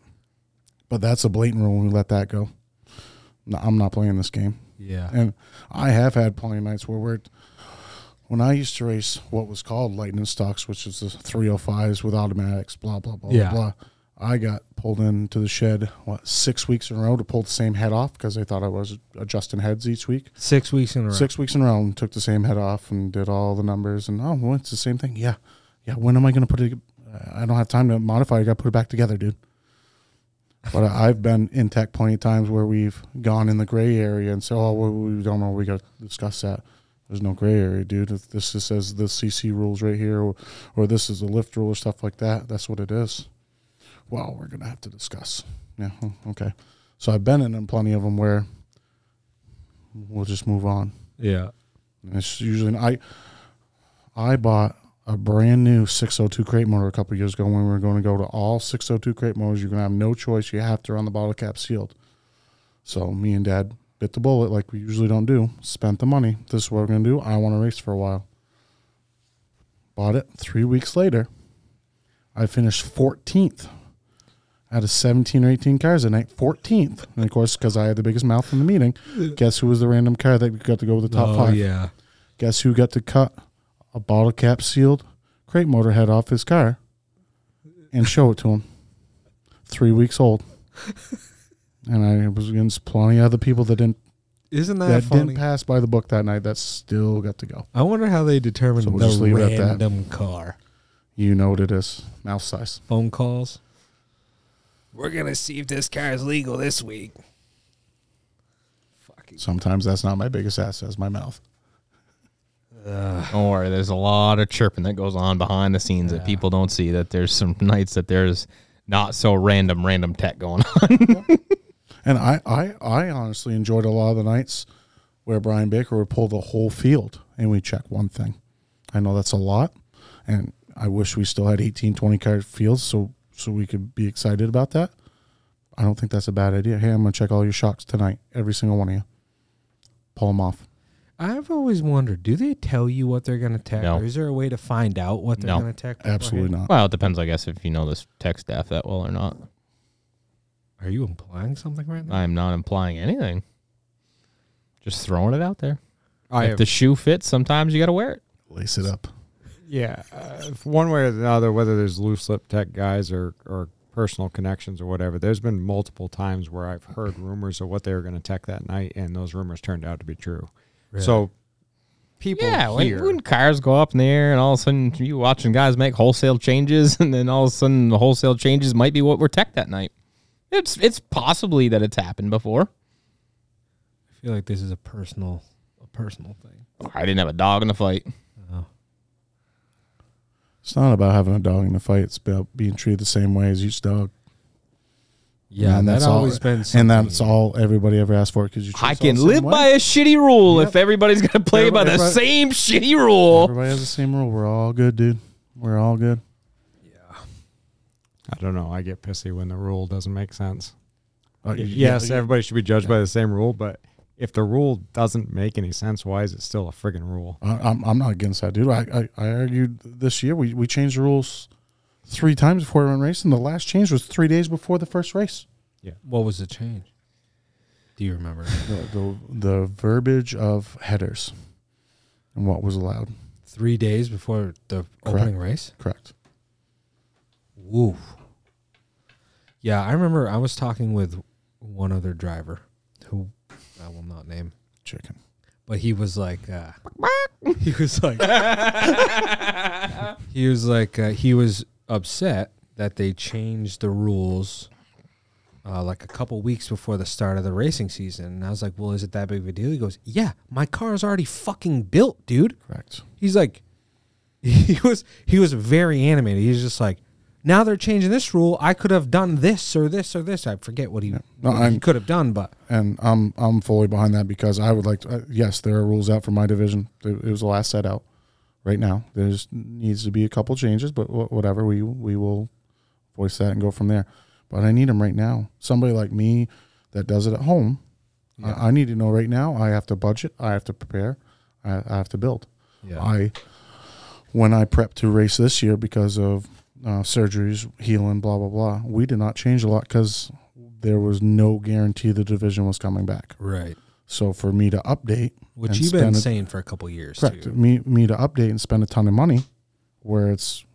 [SPEAKER 5] But that's a blatant rule. We let that go. No, I'm not playing this game.
[SPEAKER 4] Yeah.
[SPEAKER 5] And I have had plenty of nights where we're when I used to race what was called lightning stocks, which is the 305s with oh automatics, blah blah blah
[SPEAKER 4] Yeah.
[SPEAKER 5] blah. I got pulled into the shed what six weeks in a row to pull the same head off because they thought I was adjusting heads each week.
[SPEAKER 4] Six weeks in a row.
[SPEAKER 5] Six weeks in a row and took the same head off and did all the numbers and oh, well, it's the same thing. Yeah, yeah. When am I going to put it? I don't have time to modify. I got to put it back together, dude. But I- I've been in tech plenty of times where we've gone in the gray area and said, oh, well, we don't know. We got to discuss that. There's no gray area, dude. If this just says the CC rules right here, or, or this is the lift rule or stuff like that, that's what it is. Well, we're gonna have to discuss. Yeah, oh, okay. So I've been in them plenty of them where we'll just move on.
[SPEAKER 4] Yeah.
[SPEAKER 5] And It's usually I I bought a brand new 602 crate motor a couple years ago when we were going to go to all 602 crate motors. You're going to have no choice. You have to run the bottle cap sealed. So me and Dad bit the bullet like we usually don't do. Spent the money. This is what we're going to do. I want to race for a while. Bought it. Three weeks later, I finished 14th out of 17 or 18 cars at night. 14th. And of course, because I had the biggest mouth in the meeting, guess who was the random car that got to go with the top
[SPEAKER 4] oh
[SPEAKER 5] five?
[SPEAKER 4] yeah.
[SPEAKER 5] Guess who got to cut a bottle cap sealed crate motor head off his car and show it to him? Three weeks old. And I was against plenty of other people that didn't
[SPEAKER 4] Isn't that,
[SPEAKER 5] that
[SPEAKER 4] funny?
[SPEAKER 5] didn't pass by the book that night that still got to go.
[SPEAKER 4] I wonder how they determine
[SPEAKER 5] So we'll just
[SPEAKER 4] the
[SPEAKER 5] leave it at that.
[SPEAKER 4] random car
[SPEAKER 5] You know what it is. Mouth size.
[SPEAKER 4] phone calls. We're gonna see if this car is legal this week.
[SPEAKER 5] Sometimes that's not my biggest asset, that's my mouth.
[SPEAKER 3] Don't worry, there's a lot of chirping that goes on behind the scenes that people don't see. That there's some nights that there's not so random, random tech going on.
[SPEAKER 5] And I, I, I honestly enjoyed a lot of the nights where Brian Baker would pull the whole field and we check one thing. I know that's a lot. And I wish we still had 18, 20 card fields so, so we could be excited about that. I don't think that's a bad idea. Hey, I'm going to check all your shocks tonight, every single one of you. Pull them off.
[SPEAKER 4] I've always wondered, do they tell you what they're gonna tech,
[SPEAKER 3] No.
[SPEAKER 4] or is there a way to find out what they're
[SPEAKER 3] No.
[SPEAKER 4] gonna tech?
[SPEAKER 5] Absolutely not.
[SPEAKER 3] Well, it depends, I guess, if you know this tech staff that well or not.
[SPEAKER 4] Are you implying something right now?
[SPEAKER 3] I'm not implying anything. Just throwing it out there.
[SPEAKER 6] I
[SPEAKER 3] if
[SPEAKER 6] have,
[SPEAKER 3] the shoe fits, sometimes you got to wear it.
[SPEAKER 5] Lace it up.
[SPEAKER 6] yeah, uh, if one way or the other, whether there's loose lip tech guys or or personal connections or whatever, there's been multiple times where I've heard rumors of what they were going to tech that night, and those rumors turned out to be true. So people
[SPEAKER 3] Yeah, when,
[SPEAKER 6] here,
[SPEAKER 3] when cars go up in the air and all of a sudden you watching guys make wholesale changes, and then all of a sudden the wholesale changes might be what were tech that night. It's it's possibly that it's happened before.
[SPEAKER 4] I feel like this is a personal, a personal thing.
[SPEAKER 3] I didn't have a dog in the fight.
[SPEAKER 5] It's not about having a dog in a fight. It's about being treated the same way as each dog.
[SPEAKER 4] Yeah,
[SPEAKER 5] and
[SPEAKER 4] that's
[SPEAKER 5] all-
[SPEAKER 4] always been.
[SPEAKER 5] And
[SPEAKER 4] Something.
[SPEAKER 5] that's all everybody ever asked for because you. treat
[SPEAKER 3] I
[SPEAKER 5] us all
[SPEAKER 3] can
[SPEAKER 5] the same
[SPEAKER 3] live
[SPEAKER 5] way.
[SPEAKER 3] by a shitty rule if everybody's gonna play by the
[SPEAKER 5] Everybody-
[SPEAKER 3] same shitty rule.
[SPEAKER 5] Everybody has the same rule. We're all good, dude. We're all good.
[SPEAKER 6] I don't know. I get pissy when the rule doesn't make sense.
[SPEAKER 5] Uh, you-
[SPEAKER 6] yes, everybody should be judged by the same rule, but if the rule doesn't make any sense, why is it still a friggin' rule?
[SPEAKER 5] I- I'm, I'm not against that, dude. I, I, I argued this year we, we changed the rules three times before we went racing. The last change was three days before the first race.
[SPEAKER 4] What was the change? Do you remember?
[SPEAKER 5] The, the, the verbiage of headers and what was allowed.
[SPEAKER 4] Three days before the opening race.
[SPEAKER 5] Correct.
[SPEAKER 4] Woo. Yeah, I remember I was talking with one other driver who I will not name,
[SPEAKER 5] Chicken.
[SPEAKER 4] but he was like, uh, he was like, he was like, uh, he was upset that they changed the rules uh, like a couple weeks before the start of the racing season. And I was like, well, is it that big of a deal? He goes, yeah, my car is already fucking built, dude.
[SPEAKER 5] Correct.
[SPEAKER 4] He's like, he was he was very animated. He's just like, now they're changing this rule. I could have done this or this or this. I forget what he,
[SPEAKER 5] No,
[SPEAKER 4] what he
[SPEAKER 5] I'm-
[SPEAKER 4] could have done, but
[SPEAKER 5] And I'm I'm fully behind that because I would like to. Uh, yes, there are rules out for my division. It, it was the last set out. Right now, there's needs to be a couple changes, but wh- whatever we we will voice that and go from there. But I need them right now. Somebody like me that does it at home, I, I need to know right now. I have to budget. I have to prepare. I, I have to build. I when I prepped to race this year because of uh, surgeries, healing, blah blah blah. We did not change a lot because there was no guarantee the division was coming back.
[SPEAKER 4] right,
[SPEAKER 5] So for me to update,
[SPEAKER 4] which
[SPEAKER 5] and
[SPEAKER 4] you've been
[SPEAKER 5] spend a-
[SPEAKER 4] saying for a couple years.
[SPEAKER 5] correct
[SPEAKER 4] Too.
[SPEAKER 5] me me to update and spend a ton of money, where it's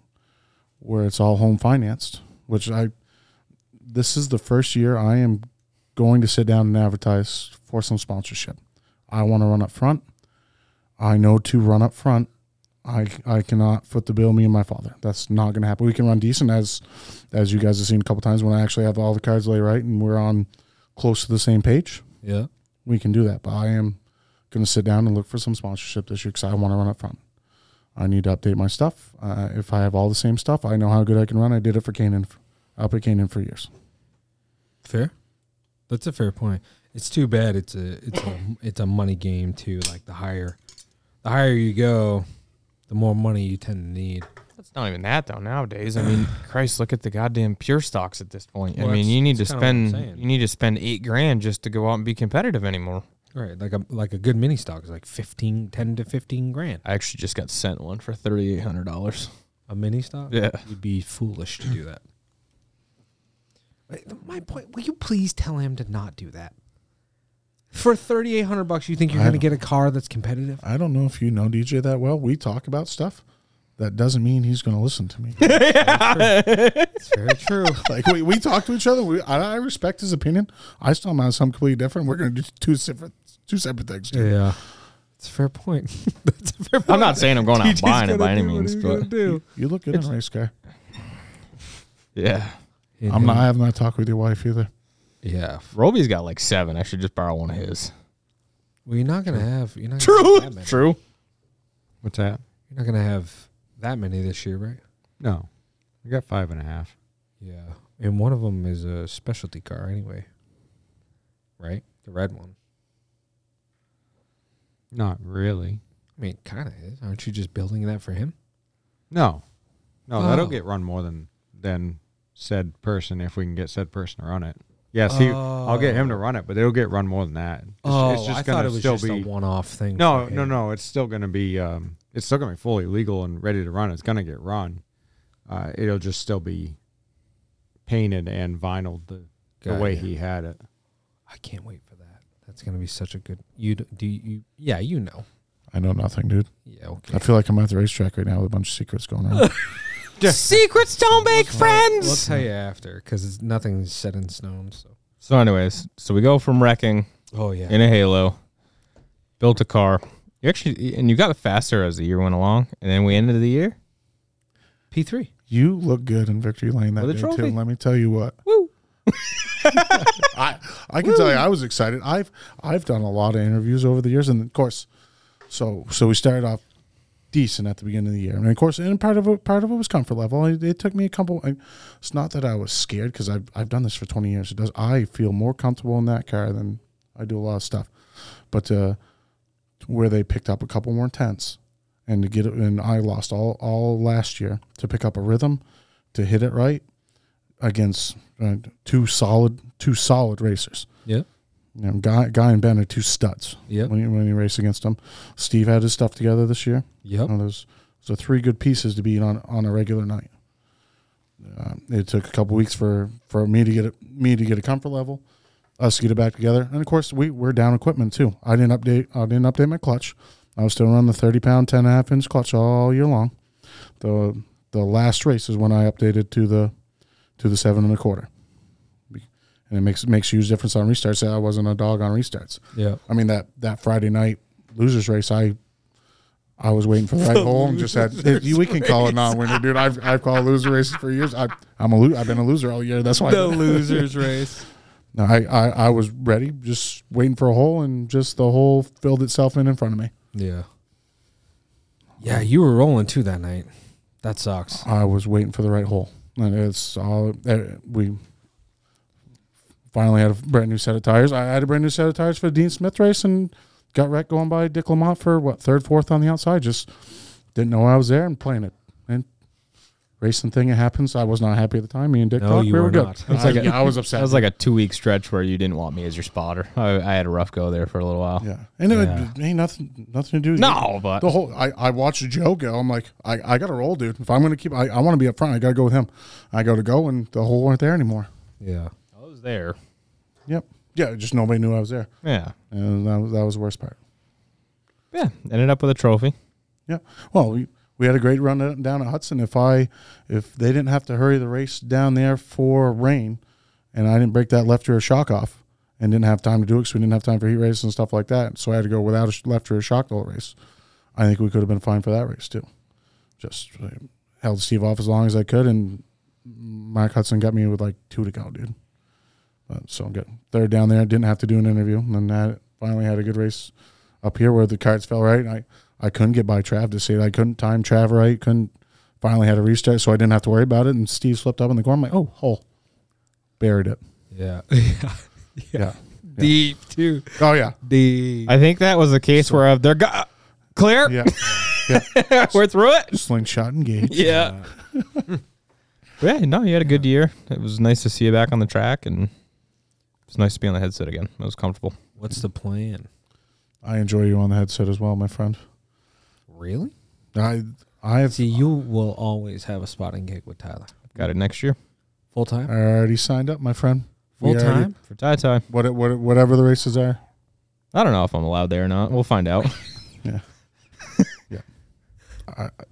[SPEAKER 5] where it's all home financed, which I this is the first year I am going to sit down and advertise for some sponsorship. I want to run up front. I know to run up front. I, I cannot foot the bill. Me and my father. That's not going to happen. We can run decent as as you guys have seen a couple times when I actually have all the cards laid right and we're on close to the same page.
[SPEAKER 4] Yeah.
[SPEAKER 5] We can do that. But I am going to sit down and look for some sponsorship this year because I want to run up front. I need to update my stuff. Uh, if I have all the same stuff, I know how good I can run. I did it for Canaan, f- up at Canaan for years.
[SPEAKER 4] Fair. That's a fair point. It's too bad. It's a it's a it's a money game too. Like the higher, the higher you go, the more money you tend to need.
[SPEAKER 3] It's not even that though nowadays. I mean, Christ, look at the goddamn pure stocks at this point.
[SPEAKER 4] Well,
[SPEAKER 3] I mean,
[SPEAKER 4] that's-
[SPEAKER 3] you need to
[SPEAKER 4] that's kinda what I'm
[SPEAKER 3] spend
[SPEAKER 4] saying.
[SPEAKER 3] you need to spend eight grand just to go out and be competitive anymore.
[SPEAKER 4] Right. Like a like a good mini stock is like 15, 10 to fifteen grand.
[SPEAKER 3] I actually just got sent one for thirty eight hundred dollars.
[SPEAKER 4] A mini stock.
[SPEAKER 3] Yeah.
[SPEAKER 4] You'd be foolish to do that. Wait, My point. Will you please tell him to not do that? For thirty eight hundred bucks, you think you're
[SPEAKER 5] I
[SPEAKER 4] going to
[SPEAKER 5] don't-
[SPEAKER 4] get a car that's competitive?
[SPEAKER 5] I don't know if you know DJ that well. We talk about stuff. That doesn't mean he's going to listen to me.
[SPEAKER 4] It's very true.
[SPEAKER 5] like we, we talk to each other. We, I, I respect his opinion. I saw mine something completely different. We're going to do two separate two separate things. dude.
[SPEAKER 4] yeah. It's a fair point. that's a fair point.
[SPEAKER 3] I'm not saying I'm going out and
[SPEAKER 4] TJ's
[SPEAKER 3] buying it
[SPEAKER 4] gonna
[SPEAKER 3] by any
[SPEAKER 4] do what
[SPEAKER 3] means,
[SPEAKER 4] he's
[SPEAKER 3] but
[SPEAKER 4] gonna do.
[SPEAKER 5] You look good in a race car.
[SPEAKER 3] yeah.
[SPEAKER 5] I'm not having that talk with your wife either.
[SPEAKER 4] Yeah.
[SPEAKER 3] Roby's got like seven. I should just borrow one of his.
[SPEAKER 4] Well, you're not gonna have. You're not Gonna have that many.
[SPEAKER 3] True.
[SPEAKER 6] What's that?
[SPEAKER 4] You're not gonna have that many this year, right?
[SPEAKER 6] No, I got five and a half.
[SPEAKER 4] Yeah. And one of them is a specialty car, anyway. Right, the red one.
[SPEAKER 6] Not really.
[SPEAKER 4] I mean, kind of is. Aren't you just building that for him?
[SPEAKER 6] No, no, that'll
[SPEAKER 4] Oh.
[SPEAKER 6] get run more than than said person if we can get said person to run it. Yes, he. I'll get him to run it, but it'll get run more than that. It's,
[SPEAKER 4] Oh,
[SPEAKER 6] it's just gonna still be.
[SPEAKER 4] one-off thing.
[SPEAKER 6] No,
[SPEAKER 4] for
[SPEAKER 6] no,
[SPEAKER 4] him.
[SPEAKER 6] no. It's still going to be. Um, it's still going to be fully legal and ready to run. It's going to get run. Uh, it'll just still be painted and vinyled the, the
[SPEAKER 4] Got
[SPEAKER 6] way
[SPEAKER 4] ya.
[SPEAKER 6] he had it.
[SPEAKER 4] I can't wait for that. That's gonna be such a good. You d- do you? Yeah, you know.
[SPEAKER 5] I know nothing, dude.
[SPEAKER 4] Yeah. Okay.
[SPEAKER 5] I feel like I'm at the racetrack right now with a bunch of secrets going on.
[SPEAKER 3] Secrets don't make
[SPEAKER 4] We'll
[SPEAKER 3] friends.
[SPEAKER 4] tell you after because nothing's set in stone. So.
[SPEAKER 3] So, anyways, so we go from wrecking
[SPEAKER 4] Oh yeah.
[SPEAKER 3] in a Halo, built a car. You actually, and you got faster as the year went along, and then we ended the year.
[SPEAKER 4] P three.
[SPEAKER 5] you look good in victory lane that
[SPEAKER 3] With a
[SPEAKER 5] day
[SPEAKER 3] trophy.
[SPEAKER 5] too. Let me tell you what. Woo. I I can tell you I was excited. I've I've done a lot of interviews over the years, and of course, so so we started off decent at the beginning of the year, and of course, and part of it part of it was comfort level. It, it took me a couple. I, it's not that I was scared because I've I've done this for twenty years. It does. I feel more comfortable in that car than I do a lot of stuff, but uh, where they picked up a couple more intents and to get it and I lost all all last year to pick up a rhythm to hit it right against uh, two solid two solid racers.
[SPEAKER 4] Yeah.
[SPEAKER 5] You know, guy guy and Ben are two studs.
[SPEAKER 4] Yep.
[SPEAKER 5] When you, when you race against them, Steve had his stuff together this year.
[SPEAKER 4] Yep.
[SPEAKER 5] You know, there's so three good pieces to beat on on a regular night. Uh, it took a couple weeks for for me to get it, me to get a comfort level, us to get it back together, and of course we we're down equipment too. I didn't update I didn't update my clutch. I was still running the 30 pound 10 and a half inch clutch all year long. The the last race is when I updated to the to the seven and a quarter, and it makes makes a huge difference on restarts. I wasn't a dog on restarts.
[SPEAKER 4] Yeah.
[SPEAKER 5] I mean that that Friday night losers race, I I was waiting for the right hole and just had it, we can call it non-winner, dude. I've I've called loser races for years. I I'm a lo- I've been a loser all year. That's why I,
[SPEAKER 4] losers race.
[SPEAKER 5] no, I, I I was ready, just waiting for a hole, and just the hole filled itself in in front of me.
[SPEAKER 4] Yeah. Yeah, you were rolling too that night. That sucks.
[SPEAKER 5] I was waiting for the right hole, and it's all eh, we. Finally, had a brand new set of tires. I had a brand new set of tires for the Dean Smith race, and got wrecked going by Dick Lamont for what third, fourth on the outside. Just didn't know I was there and playing it and racing thing. It happens. I was not happy at the time. Me and Dick
[SPEAKER 4] No,
[SPEAKER 5] talked.
[SPEAKER 4] you
[SPEAKER 5] we
[SPEAKER 4] were
[SPEAKER 5] were good.
[SPEAKER 4] not.
[SPEAKER 5] I,
[SPEAKER 4] It's
[SPEAKER 3] like a-
[SPEAKER 5] I was upset.
[SPEAKER 3] That was like a two week stretch where you didn't want me as your spotter. I, I had a rough go there for a little while.
[SPEAKER 5] yeah, and it
[SPEAKER 4] Yeah.
[SPEAKER 5] would, ain't nothing nothing to do. with
[SPEAKER 3] No, but
[SPEAKER 5] The whole I, I watched Joe go. I'm like, I, I gotta roll, dude. If I'm gonna keep I, I wanna be up front, I gotta go with him. I go to go and the hole weren't there anymore.
[SPEAKER 4] Yeah.
[SPEAKER 3] I was there.
[SPEAKER 5] Yep. Yeah, just nobody knew I was there.
[SPEAKER 3] Yeah,
[SPEAKER 5] And that was that was the worst part.
[SPEAKER 3] yeah. Ended up with a trophy.
[SPEAKER 5] Yeah. Well, we, we had a great run at- down at Hudson. If I if they didn't have to hurry the race down there for rain and I didn't break that left rear shock off and didn't have time to do it because we didn't have time for heat races and stuff like that. So I had to go without a sh- left rear shock the whole race. I think we could have been fine for that race too. Just uh, held Steve off as long as I could, and Mike Hudson got me with like two to go, dude. But so good. Third down there, didn't have to do an interview. And then had, finally had a good race up here where the carts fell right. And I, I couldn't get by Trav to see it. I couldn't time Trav right. Couldn't finally had a restart, so I didn't have to worry about it. And Steve slipped up in the corner. I'm like, oh, hole. Buried it.
[SPEAKER 4] Yeah. yeah.
[SPEAKER 5] Yeah.
[SPEAKER 4] Deep too.
[SPEAKER 5] Oh, yeah.
[SPEAKER 4] Deep.
[SPEAKER 3] I think that was a case where they're clear.
[SPEAKER 5] Yeah.
[SPEAKER 3] We're through it.
[SPEAKER 5] Slingshot engage.
[SPEAKER 3] Yeah. yeah, no, you had a good year. It was nice to see you back on the track, and it's nice to be on the headset again. It was comfortable.
[SPEAKER 4] What's the plan?
[SPEAKER 5] I enjoy you on the headset as well, my friend.
[SPEAKER 4] Really?
[SPEAKER 5] I, I've
[SPEAKER 4] See, you will always have a spotting gig with Tyler.
[SPEAKER 3] Got it next year
[SPEAKER 4] Full time?
[SPEAKER 5] already signed up, my friend. We
[SPEAKER 4] Full
[SPEAKER 5] already-
[SPEAKER 4] time?
[SPEAKER 3] for tie tie.
[SPEAKER 5] What, what, whatever the races are.
[SPEAKER 3] I don't know if I'm allowed there or not. We'll find out.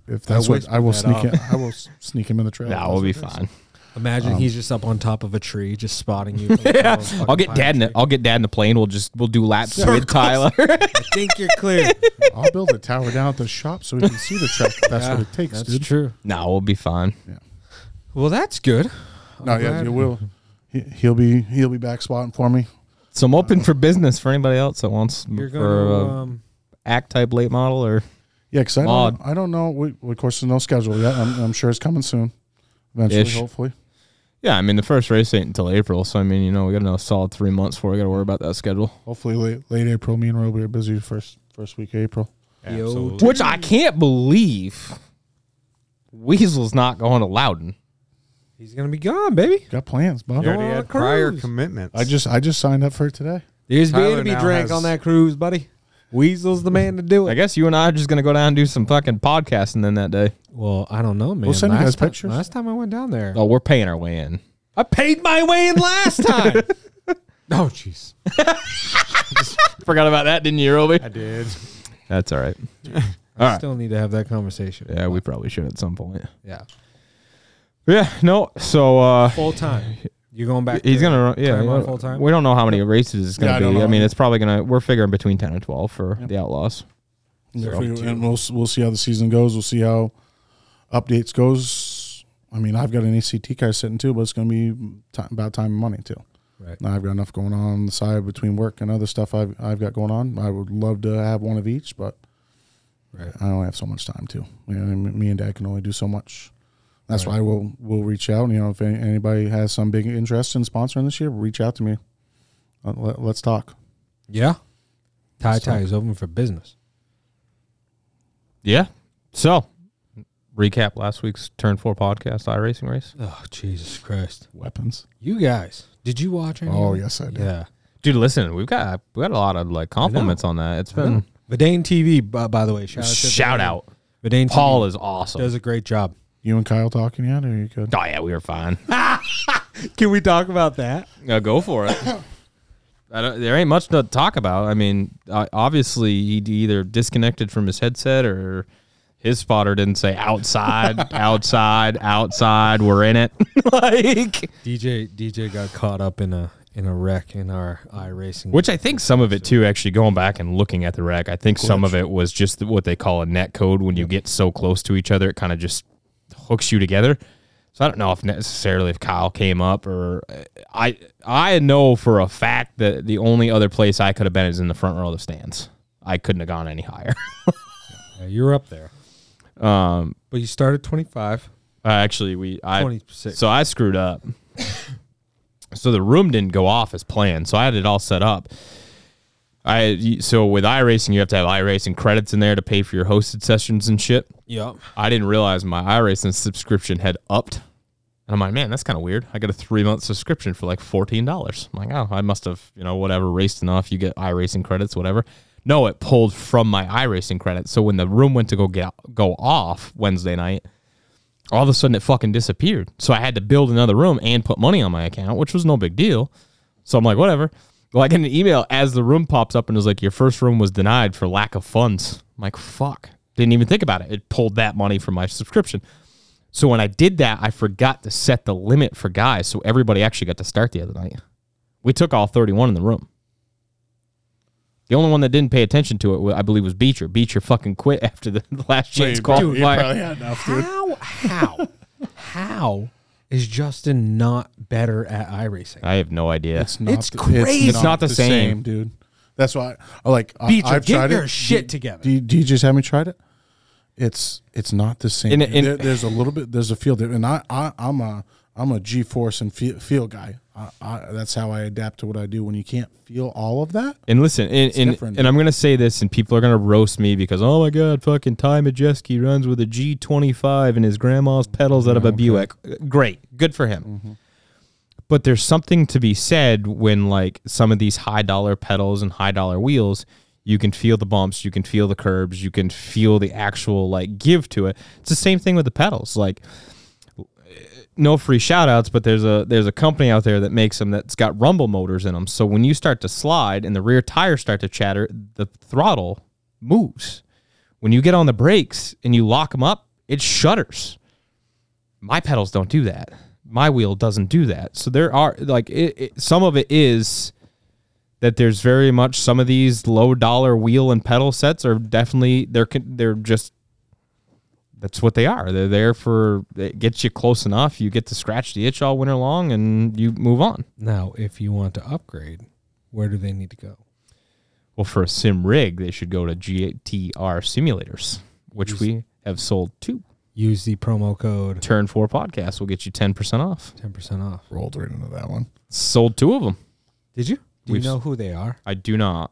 [SPEAKER 5] If that's
[SPEAKER 4] wish
[SPEAKER 5] what I will
[SPEAKER 4] that
[SPEAKER 5] sneak
[SPEAKER 4] up.
[SPEAKER 5] in, I will s- sneak him in the trailer.
[SPEAKER 3] nah, we'll be fine.
[SPEAKER 4] Imagine he's just up on top of a tree, just spotting you.
[SPEAKER 3] Yeah, I'll get dad in. The, I'll get dad in the plane. We'll just we'll do laps with Tyler.
[SPEAKER 4] I think you're clear.
[SPEAKER 5] I'll build a tower down at the shop so we can see the track. That's what it takes,
[SPEAKER 4] That's
[SPEAKER 5] dude.
[SPEAKER 4] true.
[SPEAKER 3] no, we'll be fine.
[SPEAKER 4] Well, that's good.
[SPEAKER 5] No, yeah, you will. He, he'll be he'll be back spotting for me.
[SPEAKER 3] So I'm open for business for anybody else that wants
[SPEAKER 4] You're going
[SPEAKER 3] for
[SPEAKER 4] to,
[SPEAKER 3] a
[SPEAKER 4] um,
[SPEAKER 3] act type late model or
[SPEAKER 5] Yeah, because I
[SPEAKER 3] Mod.
[SPEAKER 5] don't, I don't know. We, we- of course, there's no schedule yet. I'm, I'm sure it's coming soon, eventually,
[SPEAKER 3] Ish.
[SPEAKER 5] hopefully.
[SPEAKER 3] yeah. I mean, the first race ain't until April, so I mean, you know, we got another solid three months before we got to worry about that schedule,
[SPEAKER 5] Hopefully, late late April. Me and Roby are busy first first week of April.
[SPEAKER 4] yo,
[SPEAKER 3] which I can't believe. Weasel's not going to Loudon.
[SPEAKER 4] he's going to be gone, baby.
[SPEAKER 5] Got plans, Bob.
[SPEAKER 6] You already
[SPEAKER 4] on a
[SPEAKER 6] had prior
[SPEAKER 4] cruise.
[SPEAKER 6] commitments.
[SPEAKER 5] I just I just signed up for it today.
[SPEAKER 4] There's beer
[SPEAKER 6] Tyler
[SPEAKER 4] to be
[SPEAKER 6] now
[SPEAKER 4] drank
[SPEAKER 6] has-
[SPEAKER 4] on that cruise, buddy. Weasel's the man to do
[SPEAKER 3] I
[SPEAKER 4] it.
[SPEAKER 3] guess you and I are just gonna go down and do some fucking podcasting then that day.
[SPEAKER 4] Well, I don't know, man.
[SPEAKER 5] send you
[SPEAKER 4] last
[SPEAKER 5] guys
[SPEAKER 4] time,
[SPEAKER 5] pictures.
[SPEAKER 4] Last time I went down there,
[SPEAKER 3] Oh, we're paying our way in.
[SPEAKER 4] I paid my way in last time. oh, jeez.
[SPEAKER 3] Forgot about that, didn't you, Roby?
[SPEAKER 6] I did.
[SPEAKER 3] That's all right.
[SPEAKER 4] I
[SPEAKER 3] right.
[SPEAKER 4] still need to have that conversation.
[SPEAKER 3] Yeah, we probably should at some point.
[SPEAKER 4] Yeah.
[SPEAKER 3] Yeah, no. So uh
[SPEAKER 4] Full time. You're going back.
[SPEAKER 3] He's
[SPEAKER 4] to
[SPEAKER 3] gonna run. Yeah,
[SPEAKER 4] Claremont
[SPEAKER 3] we-
[SPEAKER 4] full time?
[SPEAKER 3] we don't know how many races it's gonna
[SPEAKER 5] Yeah, I don't
[SPEAKER 3] be. I,
[SPEAKER 5] know.
[SPEAKER 3] mean, it's probably gonna. We're figuring between ten and twelve for the Outlaws.
[SPEAKER 5] If we- and we'll s- we'll see how the season goes. We'll see how updates goes. I mean, I've got an ACT car sitting too, but it's going to be ti about time and money too.
[SPEAKER 4] Right.
[SPEAKER 5] Now I've got enough going on, on the side between work and other stuff I've I've got going on. I would love to have one of each, but
[SPEAKER 4] Right.
[SPEAKER 5] I only have so much time too. You know, m- me and Dad can only do so much. That's why we'll we'll reach out. You know, if any, anybody has some big interest in sponsoring this year, reach out to me. Uh, let, let's talk.
[SPEAKER 4] Yeah. Ty Ty is open for business.
[SPEAKER 3] Yeah. So, recap last week's Turn Four podcast iRacing race.
[SPEAKER 4] Oh, Jesus Christ.
[SPEAKER 5] Weapons.
[SPEAKER 4] You guys, did you watch any?
[SPEAKER 5] Oh
[SPEAKER 4] of it?
[SPEAKER 5] yes, I do.
[SPEAKER 4] Yeah.
[SPEAKER 3] Dude, listen, we've got we got a lot of like compliments on that. It's been
[SPEAKER 4] Verdane TV, by, by the way, shout out. To
[SPEAKER 3] Mm. shout
[SPEAKER 4] Verdane.
[SPEAKER 3] out.
[SPEAKER 4] Verdane
[SPEAKER 3] Paul
[SPEAKER 4] TV
[SPEAKER 3] is awesome.
[SPEAKER 4] does a great job.
[SPEAKER 5] You and Kyle talking yet? Or are you good?
[SPEAKER 3] oh yeah, we were fine.
[SPEAKER 4] Can we talk about that?
[SPEAKER 3] Uh, go for it. I don't, there ain't much to talk about. I mean, uh, obviously he d- either disconnected from his headset or his spotter didn't say outside, outside, outside. We're in it. like,
[SPEAKER 4] DJ DJ got caught up in a in a wreck in our iRacing.
[SPEAKER 3] which I think some of it too. Actually, going back and looking at the wreck, I think some of it was just what they call a net code. When you get so close to each other, it kind of just hooks you together. So I don't know if necessarily if Kyle came up or uh, I I know for a fact that the only other place I could have been is in the front row of the stands. I couldn't have gone any higher.
[SPEAKER 4] Yeah, you're up there,
[SPEAKER 3] Um,
[SPEAKER 4] but you started 25.
[SPEAKER 3] Uh, actually, we I
[SPEAKER 4] 26.
[SPEAKER 3] so I screwed up. so the room didn't go off as planned. So I had it all set up. I so with iRacing, you have to have iRacing credits in there to pay for your hosted sessions and shit.
[SPEAKER 4] Yep.
[SPEAKER 3] I didn't realize my iRacing subscription had upped, and I'm like, man, that's kind of weird. I got a three month subscription for like fourteen dollars. I'm like, oh, I must have you know whatever raced enough. You get iRacing credits, whatever. No, it pulled from my iRacing credits. So when the room went to go get go off Wednesday night, all of a sudden it fucking disappeared. So I had to build another room and put money on my account, which was no big deal. So I'm like, whatever. Well, I get an email as the room pops up and it was like, your first room was denied for lack of funds. I'm like, fuck. Didn't even think about it. It pulled that money from my subscription. So when I did that, I forgot to set the limit for guys, so everybody actually got to start the other night. We took all 31 in the room. The only one that didn't pay attention to it, wa- I believe, was Beecher. Beecher fucking quit after the last chance
[SPEAKER 5] you
[SPEAKER 3] qualifier.
[SPEAKER 5] probably had enough, dude.
[SPEAKER 4] How how how is Justin not better at iRacing?
[SPEAKER 3] I have no idea.
[SPEAKER 5] It's not.
[SPEAKER 4] It's
[SPEAKER 5] the,
[SPEAKER 4] crazy.
[SPEAKER 5] It's
[SPEAKER 4] It's
[SPEAKER 5] not,
[SPEAKER 3] not the
[SPEAKER 5] the, same.
[SPEAKER 3] same.
[SPEAKER 5] dude. That's why, I- like, I-
[SPEAKER 4] Beecher,
[SPEAKER 5] I've
[SPEAKER 4] get
[SPEAKER 5] tried
[SPEAKER 4] your
[SPEAKER 5] it.
[SPEAKER 4] shit
[SPEAKER 5] Do-
[SPEAKER 4] together.
[SPEAKER 5] Do, you- do you just haven't tried it? It's it's not the same.
[SPEAKER 3] And- and-
[SPEAKER 5] There- there's a little bit. There's a field, there, and I, I I'm a I'm a G-force and feel, feel guy. I, I, that's how I adapt to what I do. When you can't feel all of that,
[SPEAKER 3] And listen, and, and,
[SPEAKER 5] different.
[SPEAKER 3] and I'm going to say this, and people are going to roast me because, oh my God, fucking Ty Majeski runs with a G25 and his grandma's pedals out of a Buick. Great. Good for him. But there's something to be said when, like, some of these high dollar pedals and high dollar wheels, you can feel the bumps, you can feel the curbs, you can feel the actual, like, give to it. It's the same thing with the pedals. Like, no free shout outs, but there's a there's a company out there that makes them that's got rumble motors in them. So when you start to slide and the rear tires start to chatter, the throttle moves. When you get on the brakes and you lock them up, it shudders. My pedals don't do that. My wheel doesn't do that. So there are like it, it, some of it is that there's very much some of these low dollar wheel and pedal sets are definitely they're con- they're just that's what they are. They're there for it gets you close enough. You get to scratch the itch all winter long, and you move on.
[SPEAKER 4] Now, if you want to upgrade, where do they need to go?
[SPEAKER 3] Well, for a sim rig, they should go to GTR simulators, which we have sold two.
[SPEAKER 4] Use the promo code
[SPEAKER 3] Turn four podcast will get you ten percent off.
[SPEAKER 4] ten percent off.
[SPEAKER 5] rolled right into that one.
[SPEAKER 3] Sold two of them.
[SPEAKER 4] Did you? Do you
[SPEAKER 3] We've-
[SPEAKER 4] know who they are?
[SPEAKER 3] I do not.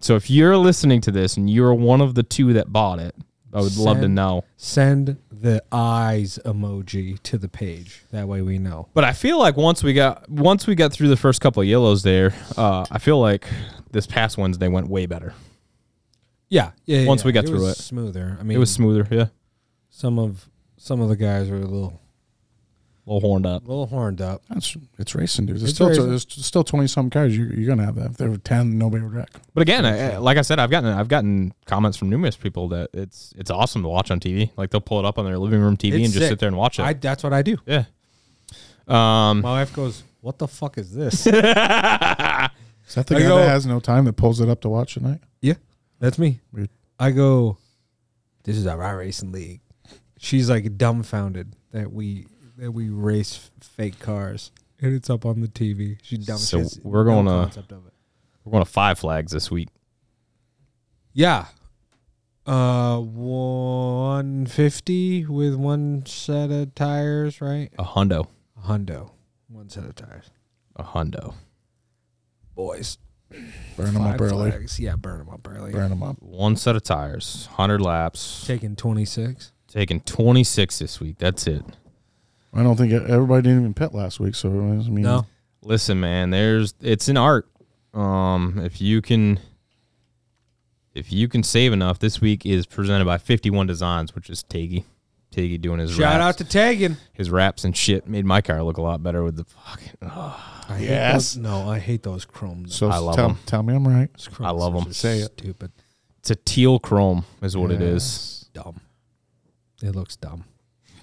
[SPEAKER 3] So if you're listening to this and you're one of the two that bought it, I would love to
[SPEAKER 4] Send-
[SPEAKER 3] know.
[SPEAKER 4] Send the eyes emoji to the page. That way we know.
[SPEAKER 3] But I feel like once we got once we got through the first couple of yellows there, uh, I feel like this past Wednesday went way better.
[SPEAKER 4] Yeah. yeah
[SPEAKER 3] Once
[SPEAKER 4] yeah.
[SPEAKER 3] we got
[SPEAKER 4] it
[SPEAKER 3] through
[SPEAKER 4] was
[SPEAKER 3] it.
[SPEAKER 4] smoother. I mean,
[SPEAKER 3] It was smoother, yeah.
[SPEAKER 4] some of some of the guys were a little
[SPEAKER 3] A little horned up.
[SPEAKER 4] a little horned up.
[SPEAKER 5] That's it's racing, dude. There's
[SPEAKER 4] It's
[SPEAKER 5] still
[SPEAKER 4] racing.
[SPEAKER 5] there's still twenty some cars. You're, you're gonna have that. If there were ten, nobody would wreck.
[SPEAKER 3] But again, I, I- like I said, I've gotten I've gotten comments from numerous people that it's it's awesome to watch on TV. Like they'll pull it up on their living room TV
[SPEAKER 4] It's
[SPEAKER 3] and just
[SPEAKER 4] sick.
[SPEAKER 3] sit there and watch it.
[SPEAKER 4] I, that's what I do.
[SPEAKER 3] yeah. Um,
[SPEAKER 4] My wife goes, "What the fuck is this?"
[SPEAKER 5] Is that the
[SPEAKER 4] I
[SPEAKER 5] guy
[SPEAKER 4] go-
[SPEAKER 5] that has no time that pulls it up to watch tonight?
[SPEAKER 4] yeah, that's me.
[SPEAKER 5] Weird.
[SPEAKER 4] I go, "This is our racing league." She's like dumbfounded that we that we race fake cars and it's up on the TV. She dumb.
[SPEAKER 3] So
[SPEAKER 4] she has
[SPEAKER 3] we're going to-
[SPEAKER 4] concept of it.
[SPEAKER 3] we're going to Five Flags this week.
[SPEAKER 4] Yeah. Uh, one fifty with one set of tires, right?
[SPEAKER 3] A hundo,
[SPEAKER 4] Hundo, one set of tires.
[SPEAKER 3] a hundo.
[SPEAKER 4] Boys,
[SPEAKER 5] Burn them up
[SPEAKER 4] Five
[SPEAKER 5] early.
[SPEAKER 4] flags. Yeah, burn them up early.
[SPEAKER 5] Burn them up.
[SPEAKER 3] One set of tires, hundred laps,
[SPEAKER 4] Taking twenty six.
[SPEAKER 3] taking twenty six this week. That's it.
[SPEAKER 5] I don't think everybody didn't even pit last week. So I mean,
[SPEAKER 4] No,
[SPEAKER 3] Listen, man, there's it's an art. Um, if you can, if you can save enough, this week is presented by Fifty One Designs, which is Taggy, Taggy doing his
[SPEAKER 4] Shout
[SPEAKER 3] raps.
[SPEAKER 4] out to Tegan.
[SPEAKER 3] his raps and shit made my car look a lot better with the fucking.
[SPEAKER 4] I hate
[SPEAKER 5] Yes.
[SPEAKER 4] those- no, I hate those chromes.
[SPEAKER 5] So
[SPEAKER 3] I love
[SPEAKER 5] tell,
[SPEAKER 3] 'em.
[SPEAKER 5] tell me I'm right.
[SPEAKER 4] Those chromes
[SPEAKER 3] I love
[SPEAKER 4] are
[SPEAKER 3] 'em.
[SPEAKER 4] just
[SPEAKER 5] Say it.
[SPEAKER 4] Stupid.
[SPEAKER 3] It's a teal chrome, is what it is.
[SPEAKER 4] Dumb. It looks dumb.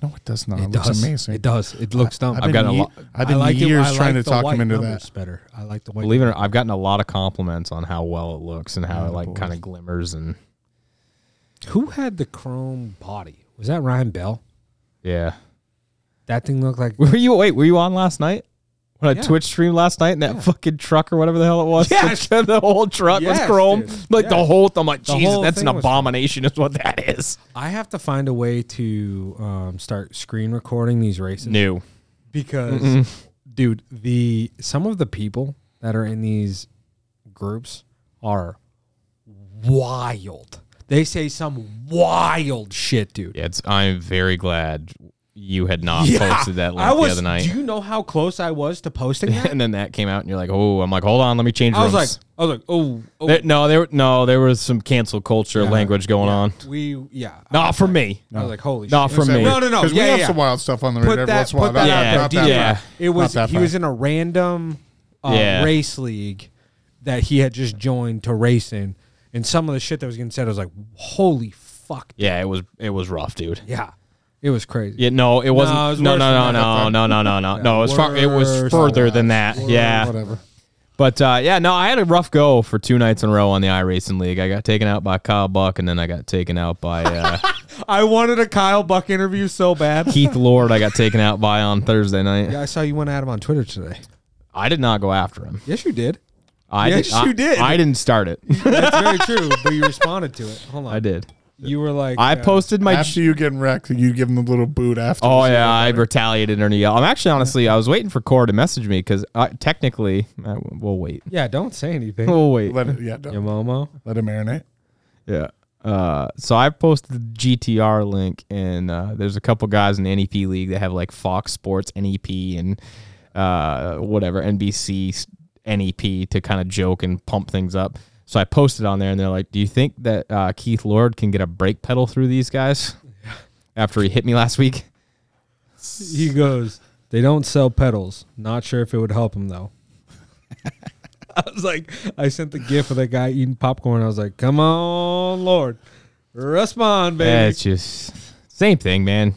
[SPEAKER 5] No, it does not.
[SPEAKER 4] it
[SPEAKER 5] It, looks
[SPEAKER 4] does.
[SPEAKER 5] amazing.
[SPEAKER 4] It does. It looks dumb.
[SPEAKER 5] I've
[SPEAKER 3] I've
[SPEAKER 5] been
[SPEAKER 3] gotten a
[SPEAKER 5] ye-
[SPEAKER 3] lot-
[SPEAKER 5] I've been
[SPEAKER 4] I like it-
[SPEAKER 5] years
[SPEAKER 4] I like
[SPEAKER 5] trying
[SPEAKER 4] the
[SPEAKER 5] to talk
[SPEAKER 4] white
[SPEAKER 5] him into
[SPEAKER 4] numbers
[SPEAKER 5] that.
[SPEAKER 4] Better. I like the white.
[SPEAKER 3] Believe it or not, I've gotten a lot of compliments on how well it looks and how it like kind of glimmers and
[SPEAKER 4] Who had the chrome body? Was that Ryan Bell?
[SPEAKER 3] yeah.
[SPEAKER 4] That thing looked like.
[SPEAKER 3] Were you wait? Were you on last night? When I
[SPEAKER 4] Yeah.
[SPEAKER 3] Twitch streamed last night and that fucking truck or whatever the hell it was,
[SPEAKER 4] Yes.
[SPEAKER 3] the, whole truck
[SPEAKER 4] Yes,
[SPEAKER 3] was chrome.
[SPEAKER 4] dude.
[SPEAKER 3] Like the
[SPEAKER 4] Yes.
[SPEAKER 3] whole, I'm like,
[SPEAKER 4] The
[SPEAKER 3] Jesus,
[SPEAKER 4] whole
[SPEAKER 3] that's an
[SPEAKER 4] thing was
[SPEAKER 3] abomination, is what that is.
[SPEAKER 4] I have to find a way to um, start screen recording these races
[SPEAKER 3] New.
[SPEAKER 4] because, dude, the some of the people that are in these groups are wild. They say some wild shit, dude.
[SPEAKER 3] Yeah, it's, I'm very glad you had not
[SPEAKER 4] Yeah,
[SPEAKER 3] posted that link
[SPEAKER 4] I was,
[SPEAKER 3] the other
[SPEAKER 4] Do
[SPEAKER 3] night.
[SPEAKER 4] you know how close I was to posting that?
[SPEAKER 3] and then that came out, and you're like, oh, I'm like, hold on, let me change.
[SPEAKER 4] I was
[SPEAKER 3] rooms.
[SPEAKER 4] like, I was like, oh, oh
[SPEAKER 3] There- no, there no, there was some cancel culture language going on.
[SPEAKER 4] we, yeah.
[SPEAKER 3] Not for me.
[SPEAKER 4] I was like, holy
[SPEAKER 3] Not
[SPEAKER 4] shit.
[SPEAKER 3] for me.
[SPEAKER 4] No, no, no.
[SPEAKER 5] Because
[SPEAKER 4] Yeah,
[SPEAKER 5] we have
[SPEAKER 4] yeah.
[SPEAKER 5] some wild stuff on the
[SPEAKER 4] Put
[SPEAKER 5] radar every
[SPEAKER 4] that,
[SPEAKER 5] once in a while.
[SPEAKER 4] put that
[SPEAKER 5] Not-
[SPEAKER 3] Yeah,
[SPEAKER 5] not
[SPEAKER 4] out there.
[SPEAKER 5] that
[SPEAKER 4] DJ.
[SPEAKER 3] yeah.
[SPEAKER 5] bad.
[SPEAKER 4] It was
[SPEAKER 5] that
[SPEAKER 4] he was
[SPEAKER 5] far.
[SPEAKER 4] in a random uh,
[SPEAKER 3] Yeah.
[SPEAKER 4] race league that he had just joined to race in, and some of the shit that was getting said, I was like, holy fuck,
[SPEAKER 3] Yeah, it was it was rough, dude.
[SPEAKER 4] yeah. It was crazy.
[SPEAKER 3] Yeah, no, it wasn't.
[SPEAKER 4] it was
[SPEAKER 3] No,
[SPEAKER 4] worse
[SPEAKER 3] no, no,
[SPEAKER 4] than
[SPEAKER 3] no,
[SPEAKER 4] that.
[SPEAKER 3] no, no, no, no, no. It was far, it was
[SPEAKER 4] Worse.
[SPEAKER 3] further than that. Yeah,
[SPEAKER 5] Whatever.
[SPEAKER 3] but uh, yeah, no, I had a rough go for two nights in a row on the iRacing League. I got taken out by Kyle Buck, and then I got taken out by uh,
[SPEAKER 4] I wanted a Kyle Buck interview so bad.
[SPEAKER 3] Keith Lord. I got taken out by on Thursday night.
[SPEAKER 4] yeah, I saw you went at him on Twitter today.
[SPEAKER 3] I did not go after him.
[SPEAKER 4] Yes, you did.
[SPEAKER 3] I
[SPEAKER 4] Yes,
[SPEAKER 3] I-
[SPEAKER 4] you did.
[SPEAKER 3] I didn't start it.
[SPEAKER 4] That's very true. But you responded to it. Hold on.
[SPEAKER 3] I did.
[SPEAKER 4] You were like,
[SPEAKER 3] I
[SPEAKER 4] uh,
[SPEAKER 3] posted my
[SPEAKER 5] After you getting wrecked, you give him the little boot after.
[SPEAKER 3] Oh yeah, I retaliated and yelled. I'm actually honestly, I was waiting for Core to message me because technically, uh, we'll wait.
[SPEAKER 4] Yeah, don't say anything.
[SPEAKER 3] We'll wait.
[SPEAKER 5] Let it, yeah, don't-
[SPEAKER 4] Your Momo.
[SPEAKER 5] let it marinate.
[SPEAKER 3] Yeah. Uh, so I posted the GTR link, and uh, there's a couple guys in the NEP league that have like Fox Sports NEP and uh, whatever NBC s- NEP to kind of joke and pump things up. So I posted on there, and they're like, "Do you think that uh, Keith Lord can get a brake pedal through these guys after he hit me last week?"
[SPEAKER 4] He goes, they don't sell pedals. Not sure if it would help him though. I was like, I sent the gif of that guy eating popcorn. I was like, come on, Lord, respond, baby.
[SPEAKER 3] Yeah, it's just same thing, man.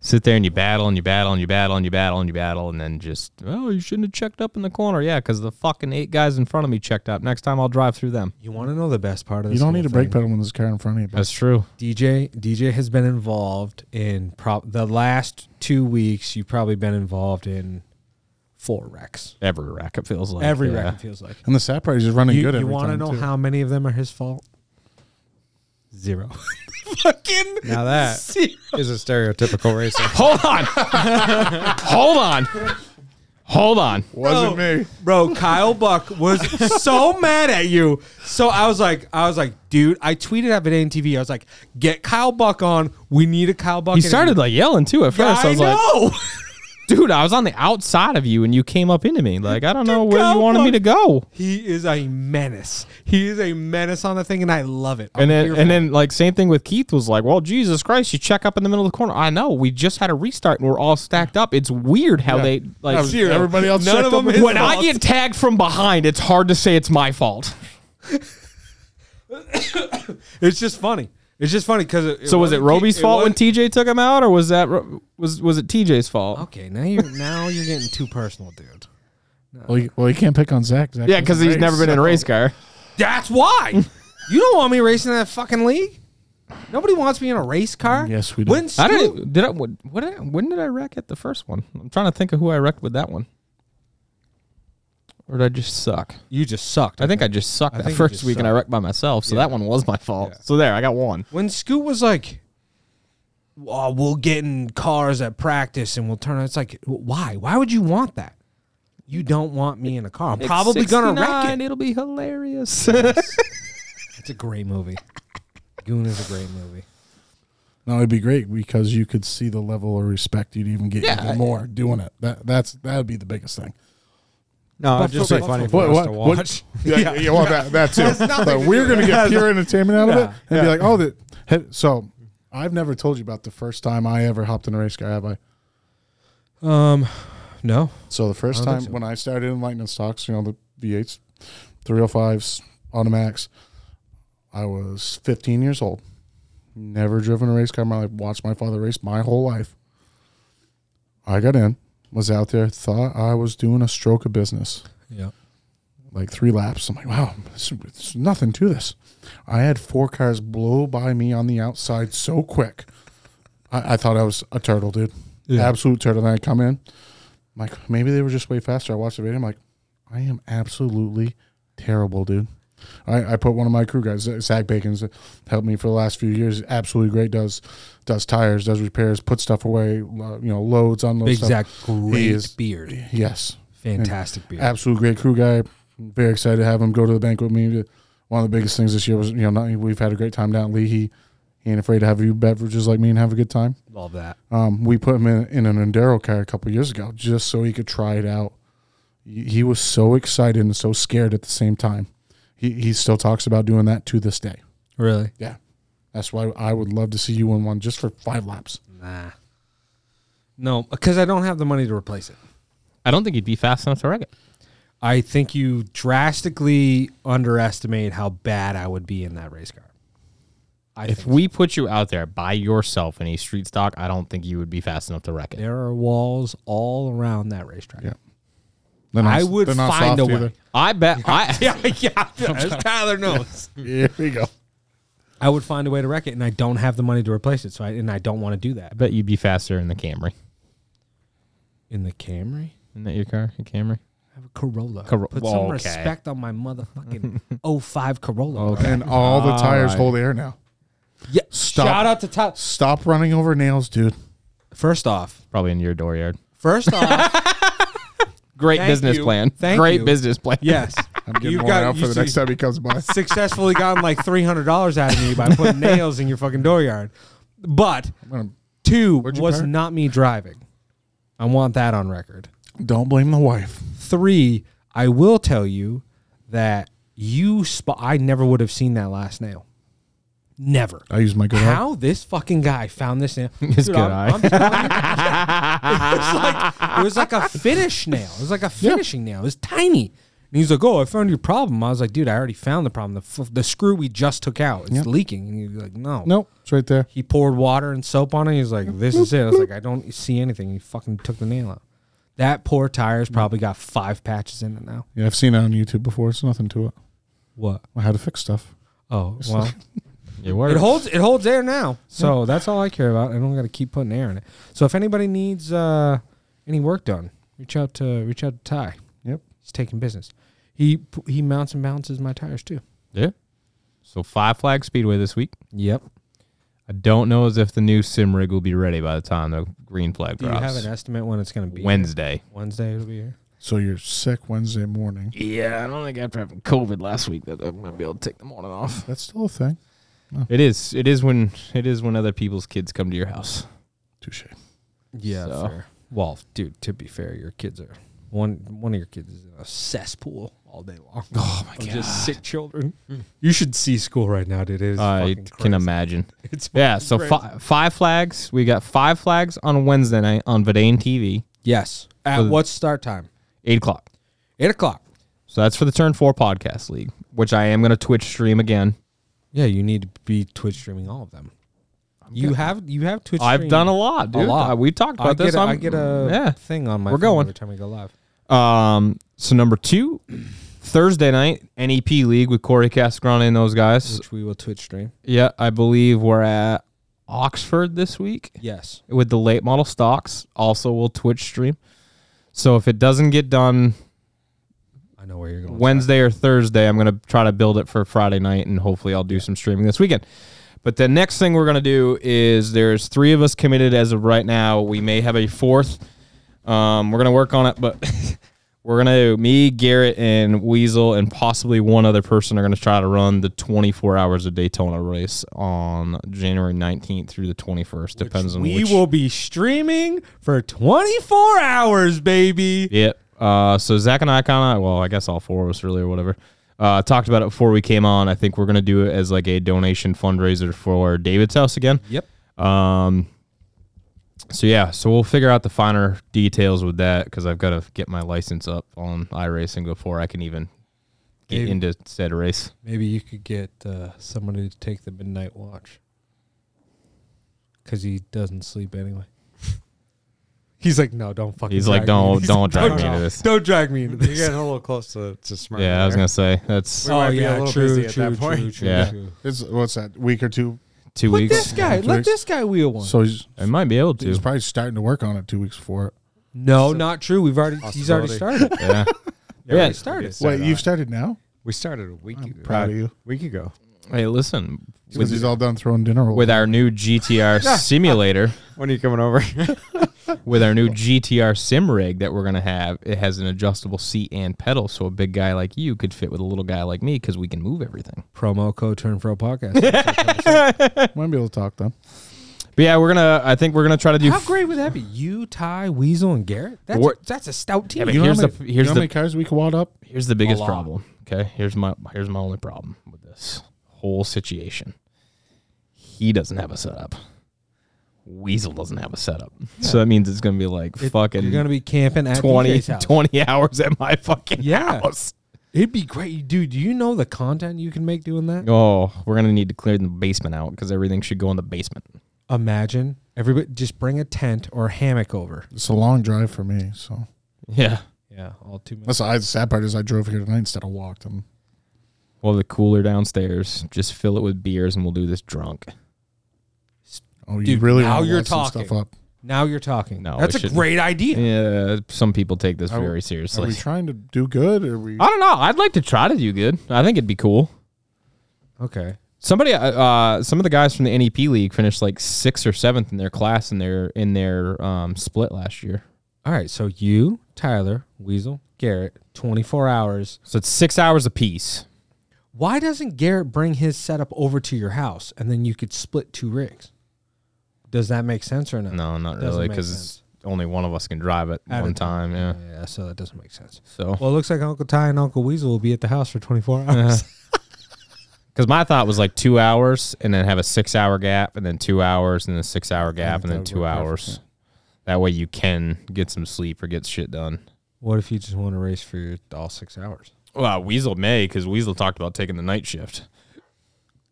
[SPEAKER 3] Sit there and you battle and you battle and you battle and you battle and you battle and then just oh you shouldn't have checked up in the corner yeah because the fucking eight guys in front of me checked up next time I'll drive through them
[SPEAKER 4] you want to know the best part of
[SPEAKER 5] You
[SPEAKER 4] this?
[SPEAKER 5] don't
[SPEAKER 4] whole
[SPEAKER 5] need a brake
[SPEAKER 4] thing?
[SPEAKER 5] pedal when there's a car in front of you. But
[SPEAKER 3] that's true
[SPEAKER 4] DJ DJ has been involved in prob the last two weeks. You've probably been involved in four wrecks.
[SPEAKER 3] every wreck it feels like
[SPEAKER 4] Every
[SPEAKER 3] yeah.
[SPEAKER 4] wreck it feels like.
[SPEAKER 5] and the sap price is running
[SPEAKER 4] You,
[SPEAKER 5] good.
[SPEAKER 4] you
[SPEAKER 5] every
[SPEAKER 4] want to
[SPEAKER 5] time,
[SPEAKER 4] know
[SPEAKER 5] too.
[SPEAKER 4] how many of them are his fault? Zero. Fucking
[SPEAKER 6] Now that
[SPEAKER 4] zero.
[SPEAKER 6] is a stereotypical racer.
[SPEAKER 3] hold on hold on hold on
[SPEAKER 4] Oh.
[SPEAKER 5] Wasn't me.
[SPEAKER 4] bro kyle buck was so mad at you so i was like i was like dude i tweeted at Vidane TV. i was like get kyle buck on we need a kyle buck
[SPEAKER 3] he started like yelling too at
[SPEAKER 4] yeah,
[SPEAKER 3] first I was
[SPEAKER 4] I
[SPEAKER 3] like
[SPEAKER 4] know.
[SPEAKER 3] dude I was on the outside of you and you came up into me like I don't know "Oh, where
[SPEAKER 4] Kyle
[SPEAKER 3] you wanted me
[SPEAKER 4] Busch.
[SPEAKER 3] to go
[SPEAKER 4] he is a menace he is a menace on the thing and i love it I'm
[SPEAKER 3] And then,
[SPEAKER 4] here
[SPEAKER 3] and
[SPEAKER 4] for it.
[SPEAKER 3] then, like same thing with Keith was like, "Well, Jesus Christ, you check up in the middle of the corner." I know we just had a restart and we're all stacked up. It's weird how they like.
[SPEAKER 5] Zero. Everybody else.
[SPEAKER 4] None
[SPEAKER 5] checked
[SPEAKER 4] of
[SPEAKER 5] up
[SPEAKER 4] them
[SPEAKER 5] in-
[SPEAKER 4] hit-
[SPEAKER 3] when I get tagged from behind, it's hard to say it's my fault.
[SPEAKER 4] it's just funny it's just funny because it,
[SPEAKER 3] So was it
[SPEAKER 4] wasn't-
[SPEAKER 3] Roby's fault when
[SPEAKER 4] wasn't-
[SPEAKER 3] TJ took him out, or was that Ro- was was it TJ's fault?
[SPEAKER 4] okay now you're now you're getting too personal dude
[SPEAKER 5] Well, you, well, you can't pick on Zach. Zach
[SPEAKER 3] Yeah, because
[SPEAKER 5] doesn't
[SPEAKER 3] he's never been in a
[SPEAKER 5] so-
[SPEAKER 3] race car.
[SPEAKER 4] that's why you don't want me racing in that fucking league Nobody wants me in a race car.
[SPEAKER 5] Yes, we do.
[SPEAKER 4] When
[SPEAKER 3] I
[SPEAKER 4] Scoot-
[SPEAKER 3] didn't. Did I? What? what did I- when did I wreck at the first one? I'm trying to think of who I wrecked with that one. Or did I just suck?
[SPEAKER 4] You just sucked.
[SPEAKER 3] I think I just sucked that
[SPEAKER 4] think you
[SPEAKER 3] first
[SPEAKER 4] just
[SPEAKER 3] week and I
[SPEAKER 4] sucked.
[SPEAKER 3] wrecked by myself, so that one was my fault. So there, I got one.
[SPEAKER 4] When Scoot was like, oh, we'll get in cars at practice and we'll turn, it's like, why? Why would you want that? You don't want me in a car. I'm probably going to wreck it.
[SPEAKER 3] It'll be hilarious.
[SPEAKER 4] It's a great movie. Goon is a great movie.
[SPEAKER 5] No, it'd be great because you could see the level of respect you'd even get
[SPEAKER 3] Yeah,
[SPEAKER 5] even more doing it. That that's that would be the biggest thing.
[SPEAKER 6] No, it'd just be
[SPEAKER 5] Like,
[SPEAKER 6] funny for us to watch.
[SPEAKER 5] Yeah, yeah, yeah, well, that, that too. But we're going to get pure entertainment out of it and be like, oh, that. hey, So I've never told you about the first time I ever hopped in a race car, have I?
[SPEAKER 4] No.
[SPEAKER 5] So the first
[SPEAKER 4] don't
[SPEAKER 5] time
[SPEAKER 4] think so.
[SPEAKER 5] when I started in lightning stocks, you know, the V8s, 305s, automatics, oh I was 15 years old. Never driven a race car in my life. Watched my father race my whole life. I got in, was out there, thought I was doing a stroke of business
[SPEAKER 4] Yeah.
[SPEAKER 5] like three laps. I'm like, wow, this- there's nothing to this. I had four cars blow by me on the outside so quick. I, I thought I was a turtle, dude. Absolute turtle. Then I come in. I'm like, maybe they were just way faster. I watched the video. I'm like, I am absolutely terrible, dude. I, I put one of my crew guys, uh, Zach Bacon's helped me for the last few years. Absolutely great. Does does tires, does repairs, put stuff away, lo- you know, loads, unloads.
[SPEAKER 4] Big
[SPEAKER 5] stuff.
[SPEAKER 4] Zach, great
[SPEAKER 5] is-
[SPEAKER 4] beard.
[SPEAKER 5] Yes
[SPEAKER 4] Fantastic beard.
[SPEAKER 5] absolute great crew guy. Very excited to have him go to the bank with me. One of the biggest things this year was, you know, not, we've had a great time down in Leahy. He ain't afraid to have a few beverages like me and have a good time.
[SPEAKER 4] Love that.
[SPEAKER 5] Um, we put him in, in an Enduro car a couple years ago just so he could try it out. He he was so excited and so scared at the same time. He, he still talks about doing that to this day.
[SPEAKER 4] Really?
[SPEAKER 5] Yeah. That's why I would love to see you in one just for five laps.
[SPEAKER 4] Nah. No, because I don't have the money to replace it.
[SPEAKER 3] I don't think he'd be fast enough to wreck it.
[SPEAKER 4] I think you drastically underestimate how bad I would be in that race car. I
[SPEAKER 3] If
[SPEAKER 4] think
[SPEAKER 3] we put you out there by yourself in a street stock, I don't think you would be fast enough to wreck it.
[SPEAKER 4] there are walls all around that racetrack.
[SPEAKER 5] Yeah. They're not-
[SPEAKER 4] I would
[SPEAKER 5] they're not
[SPEAKER 4] find
[SPEAKER 5] soft
[SPEAKER 4] a way.
[SPEAKER 5] either.
[SPEAKER 3] I bet. I, yeah, yeah, as Tyler knows.
[SPEAKER 5] Here we go.
[SPEAKER 4] I would find a way to wreck it, and I don't have the money to replace it. So, I, and I don't want to do that.
[SPEAKER 3] I bet you'd be faster in the Camry.
[SPEAKER 4] In the Camry,
[SPEAKER 3] Isn't that your car, your Camry?
[SPEAKER 4] I have a Corolla.
[SPEAKER 3] Cor-
[SPEAKER 4] Put
[SPEAKER 3] well,
[SPEAKER 4] some
[SPEAKER 3] okay.
[SPEAKER 4] respect on my motherfucking 05 Corolla. bro.
[SPEAKER 5] And all the
[SPEAKER 6] All
[SPEAKER 5] tires
[SPEAKER 6] right.
[SPEAKER 5] hold air now.
[SPEAKER 4] Yeah,
[SPEAKER 5] Stop.
[SPEAKER 4] Shout out to Top.
[SPEAKER 5] Stop running over nails, dude.
[SPEAKER 4] First off,
[SPEAKER 3] Probably in your dooryard.
[SPEAKER 4] first off,
[SPEAKER 3] Great
[SPEAKER 4] Thank
[SPEAKER 3] business
[SPEAKER 4] you.
[SPEAKER 3] plan.
[SPEAKER 4] Thank
[SPEAKER 3] Great
[SPEAKER 4] you.
[SPEAKER 3] business plan.
[SPEAKER 4] yes,
[SPEAKER 5] I'm getting
[SPEAKER 4] You've
[SPEAKER 5] worn
[SPEAKER 4] got-
[SPEAKER 5] out
[SPEAKER 4] you
[SPEAKER 5] for the
[SPEAKER 4] see-
[SPEAKER 5] next time he comes by.
[SPEAKER 4] successfully gotten like three hundred dollars out of me by putting nails in your fucking dooryard. But two
[SPEAKER 5] Where'd you
[SPEAKER 4] was
[SPEAKER 5] park?
[SPEAKER 4] not me driving. I want that on record.
[SPEAKER 5] Don't blame the wife.
[SPEAKER 4] Three, I will tell you that you spot. I never would have seen that last nail. Never.
[SPEAKER 5] I use my good eye.
[SPEAKER 4] How this fucking guy found this nail?
[SPEAKER 3] His good eye.
[SPEAKER 4] it was like a finish nail. It was like a finishing nail. It was tiny. And he's like, "Oh, I found your problem." I was like, "Dude, I already found the problem. The, f- the screw we just took out it's leaking." And he's like, "No,
[SPEAKER 5] Nope, it's right there.
[SPEAKER 4] He poured water and soap on it. He's like, "This is it." I was like, "I don't see anything." He fucking took the nail out. That poor tire's probably got five patches in it now.
[SPEAKER 5] Yeah, I've seen it on YouTube before. It's nothing to it.
[SPEAKER 4] What?
[SPEAKER 5] I had to fix stuff.
[SPEAKER 4] Oh, well,
[SPEAKER 3] It works.
[SPEAKER 4] it holds it holds air now. So that's all I care about. I don't got to keep putting air in it. So if anybody needs uh, any work done, reach out to reach out to Ty.
[SPEAKER 5] Yep.
[SPEAKER 4] He's taking business. He he mounts and balances my tires too.
[SPEAKER 3] Yeah. So Five Flag Speedway this week.
[SPEAKER 4] Yep.
[SPEAKER 3] I don't know as if the new sim rig will be ready by the time the green flag
[SPEAKER 4] Do
[SPEAKER 3] drops.
[SPEAKER 4] you have an estimate when it's going to be? here?
[SPEAKER 3] Wednesday.
[SPEAKER 4] Wednesday it'll be here.
[SPEAKER 5] So you're sick Wednesday morning.
[SPEAKER 3] Yeah, I don't think after having COVID last week that I'm gonna be able to take the morning off.
[SPEAKER 5] That's still a thing.
[SPEAKER 3] It is. It is when it is when other people's kids come to your house.
[SPEAKER 5] Touche.
[SPEAKER 4] Yeah.
[SPEAKER 3] So-
[SPEAKER 4] Fair. Well, dude, to be fair, your kids are one one of your kids is in a cesspool all day long. Oh my god. Just sick children. You should see school right now, dude. It is
[SPEAKER 3] I
[SPEAKER 4] fucking
[SPEAKER 3] can
[SPEAKER 4] crazy.
[SPEAKER 3] imagine.
[SPEAKER 4] It's
[SPEAKER 3] Yeah. So fi- five flags. We got five flags on Wednesday night on Verdane TV,
[SPEAKER 4] Yes. At
[SPEAKER 3] For-
[SPEAKER 4] what start time?
[SPEAKER 3] eight o'clock.
[SPEAKER 4] Eight o'clock.
[SPEAKER 3] So that's for the Turn Four Podcast League, which I am gonna Twitch stream again.
[SPEAKER 4] Yeah, you need to be Twitch streaming all of them. you have you have Twitch.
[SPEAKER 3] I've done a lot, dude.
[SPEAKER 4] lot.
[SPEAKER 3] I- we talked about
[SPEAKER 4] I get
[SPEAKER 3] this.
[SPEAKER 4] a,
[SPEAKER 3] I'm-
[SPEAKER 4] I get a
[SPEAKER 3] yeah.
[SPEAKER 4] thing on my.
[SPEAKER 3] We're
[SPEAKER 4] phone
[SPEAKER 3] going.
[SPEAKER 4] every time we go live.
[SPEAKER 3] Um, so number two, Thursday night, NEP League with Corey Casagrande and those guys.
[SPEAKER 4] Which we will Twitch stream.
[SPEAKER 3] Yeah, I believe we're at Oxford this week
[SPEAKER 4] Yes.
[SPEAKER 3] with the late model stocks. Also, will Twitch stream. So if it doesn't get done
[SPEAKER 4] I know where you're going.
[SPEAKER 3] Wednesday or Thursday, I'm gonna try to build it for Friday night, and hopefully, I'll do some streaming this weekend. But the next thing we're gonna do is there's three of us committed as of right now. We may have a fourth. Um, we're gonna work on it, but we're gonna me, Garrett, and Weasel, and possibly one other person are gonna try to run the 24 hours of Daytona race on January 19th through the 21st. Depends on
[SPEAKER 4] We
[SPEAKER 3] which.
[SPEAKER 4] will be streaming for 24 hours, baby.
[SPEAKER 3] Yep. Uh, so Zach and I kind of, well, I guess all four of us really or whatever, uh, talked about it before we came on. I think we're gonna do it as like a donation fundraiser for David's house again.
[SPEAKER 4] Yep.
[SPEAKER 3] Um. So yeah, so we'll figure out the finer details with that because I've got to get my license up on iRacing before I can even get
[SPEAKER 4] Maybe.
[SPEAKER 3] into said race.
[SPEAKER 4] Maybe you could get uh, somebody to take the midnight watch. Because he doesn't sleep anyway. He's like, no, don't fucking.
[SPEAKER 3] He's like,
[SPEAKER 4] drag me
[SPEAKER 3] "Don't- Oh,
[SPEAKER 4] into
[SPEAKER 3] don't drag
[SPEAKER 4] this.
[SPEAKER 3] me into this."
[SPEAKER 4] Don't drag me into
[SPEAKER 6] You're
[SPEAKER 4] this.
[SPEAKER 6] getting a little close to, to smart.
[SPEAKER 3] Yeah, I was gonna say that's
[SPEAKER 6] might be a little busy at that point.
[SPEAKER 3] Yeah.
[SPEAKER 5] It's what's that week or two?
[SPEAKER 3] two
[SPEAKER 4] Let
[SPEAKER 3] weeks.
[SPEAKER 4] this guy,
[SPEAKER 5] Two
[SPEAKER 4] let
[SPEAKER 5] weeks.
[SPEAKER 4] this guy wheel one.
[SPEAKER 5] So he's,
[SPEAKER 3] I might be able
[SPEAKER 5] he's
[SPEAKER 3] to.
[SPEAKER 5] probably starting to work on it two weeks before it.
[SPEAKER 4] no, oh, not true. We've already, he's already
[SPEAKER 6] Possibility.
[SPEAKER 4] started.
[SPEAKER 3] yeah.
[SPEAKER 6] we
[SPEAKER 3] Yeah.
[SPEAKER 6] already started.
[SPEAKER 5] Wait, you've started now?
[SPEAKER 6] we started a week ago.
[SPEAKER 5] proud of you.
[SPEAKER 6] Week ago.
[SPEAKER 3] Hey, listen.
[SPEAKER 5] Because he's
[SPEAKER 3] With,
[SPEAKER 5] all done throwing dinner away.
[SPEAKER 3] with our new GTR simulator.
[SPEAKER 6] When are you coming over?
[SPEAKER 3] with our new GTR sim rig that we're gonna have, it has an adjustable seat and pedal, so a big guy like you could fit with a little guy like me because we can move everything.
[SPEAKER 4] Promo code Turn Pro Podcast.
[SPEAKER 5] Might be able to talk then.
[SPEAKER 3] But yeah, we're gonna. I think we're gonna try to do.
[SPEAKER 4] How
[SPEAKER 3] f-
[SPEAKER 4] great would that be? You, Ty, Weasel, and Garrett? That's, a,
[SPEAKER 3] What-
[SPEAKER 4] that's a stout team.
[SPEAKER 3] but
[SPEAKER 5] You know
[SPEAKER 3] Here's
[SPEAKER 5] how
[SPEAKER 3] the- here's
[SPEAKER 5] many, you know
[SPEAKER 3] the-
[SPEAKER 5] how many cars we could wad up?
[SPEAKER 3] Here's the biggest problem. Okay, here's my here's my only problem with this whole situation. He doesn't have a setup. Weasel doesn't have a setup, so that means it's gonna be like
[SPEAKER 4] It-
[SPEAKER 3] fucking
[SPEAKER 4] You're gonna be camping at
[SPEAKER 3] 20,
[SPEAKER 4] 20, house.
[SPEAKER 3] 20 hours at my fucking
[SPEAKER 4] Yeah.
[SPEAKER 3] house.
[SPEAKER 4] It'd be great, dude. Do you know the content you can make doing that?
[SPEAKER 3] Oh, we're gonna need to clear the basement out because everything should go in the basement.
[SPEAKER 4] Imagine everybody just bring a tent or a hammock over.
[SPEAKER 5] It's a long drive for me, so
[SPEAKER 3] Yeah.
[SPEAKER 4] Yeah, all two minutes.
[SPEAKER 5] that's the sad part is I drove here tonight instead of walked. And
[SPEAKER 3] We'll have the cooler downstairs. Just fill it with beers, and we'll do this drunk.
[SPEAKER 5] oh, you
[SPEAKER 4] Dude,
[SPEAKER 5] really
[SPEAKER 4] now
[SPEAKER 5] wanna
[SPEAKER 4] you're
[SPEAKER 5] light some
[SPEAKER 4] talking.
[SPEAKER 5] up.
[SPEAKER 4] Now you're talking.
[SPEAKER 3] No,
[SPEAKER 4] that's
[SPEAKER 3] we
[SPEAKER 4] a
[SPEAKER 3] shouldn't.
[SPEAKER 4] great idea.
[SPEAKER 3] Yeah, some people take this
[SPEAKER 5] Are we-
[SPEAKER 3] very
[SPEAKER 5] Are
[SPEAKER 3] seriously.
[SPEAKER 5] we trying to do good? Or are we?
[SPEAKER 3] I don't know. I'd like to try to do good. I think it'd be cool.
[SPEAKER 4] Okay,
[SPEAKER 3] Somebody, uh, uh, some of the guys from the NEP league finished like sixth or seventh in their class in their in their um, split last year.
[SPEAKER 4] all right. So you, Tyler, Weasel, Garrett, 24 hours.
[SPEAKER 3] So it's six hours apiece.
[SPEAKER 4] Why doesn't Garrett bring his setup over to your house and then you could split two rigs? Does that make sense or not?
[SPEAKER 3] No, not
[SPEAKER 4] Doesn't
[SPEAKER 3] really,
[SPEAKER 4] make
[SPEAKER 3] because
[SPEAKER 4] sense.
[SPEAKER 3] only one of us can drive it
[SPEAKER 4] At a
[SPEAKER 3] one time. Yeah.
[SPEAKER 4] Yeah, so that doesn't make sense.
[SPEAKER 3] So,
[SPEAKER 4] Well, it looks like Uncle Ty and Uncle Weasel will be at the house for 24
[SPEAKER 3] Uh-huh.
[SPEAKER 4] hours.
[SPEAKER 3] because my thought was like two hours, and then have a six-hour gap, and then two hours, and then six-hour gap, and
[SPEAKER 5] that
[SPEAKER 3] then
[SPEAKER 5] would
[SPEAKER 3] two
[SPEAKER 5] work perfect,
[SPEAKER 3] hours. That way you can get some sleep or get shit done.
[SPEAKER 4] What if you just want to race for your, all six hours?
[SPEAKER 3] Well, Weasel may, because Weasel talked about taking the night shift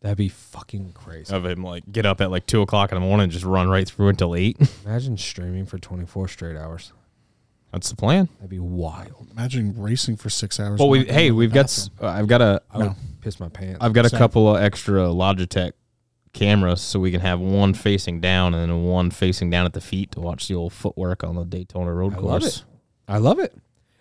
[SPEAKER 4] That'd be fucking crazy.
[SPEAKER 3] of him, like get up at like two o'clock in the morning and just run right through until eight.
[SPEAKER 4] Imagine streaming for 24 straight hours.
[SPEAKER 3] That's the plan.
[SPEAKER 4] That'd be wild.
[SPEAKER 5] Imagine racing for six hours.
[SPEAKER 3] Well, we
[SPEAKER 5] Not
[SPEAKER 3] hey,
[SPEAKER 5] going to
[SPEAKER 3] we've
[SPEAKER 5] the
[SPEAKER 3] got
[SPEAKER 5] bathroom.
[SPEAKER 3] s- uh, I've got a
[SPEAKER 4] I would piss my pants.
[SPEAKER 3] I've got a
[SPEAKER 5] Same.
[SPEAKER 3] couple of extra Logitech cameras, so we can have one facing down and then one facing down at the feet to watch the old footwork on the Daytona Road
[SPEAKER 4] I love
[SPEAKER 3] Course.
[SPEAKER 4] it. I love it.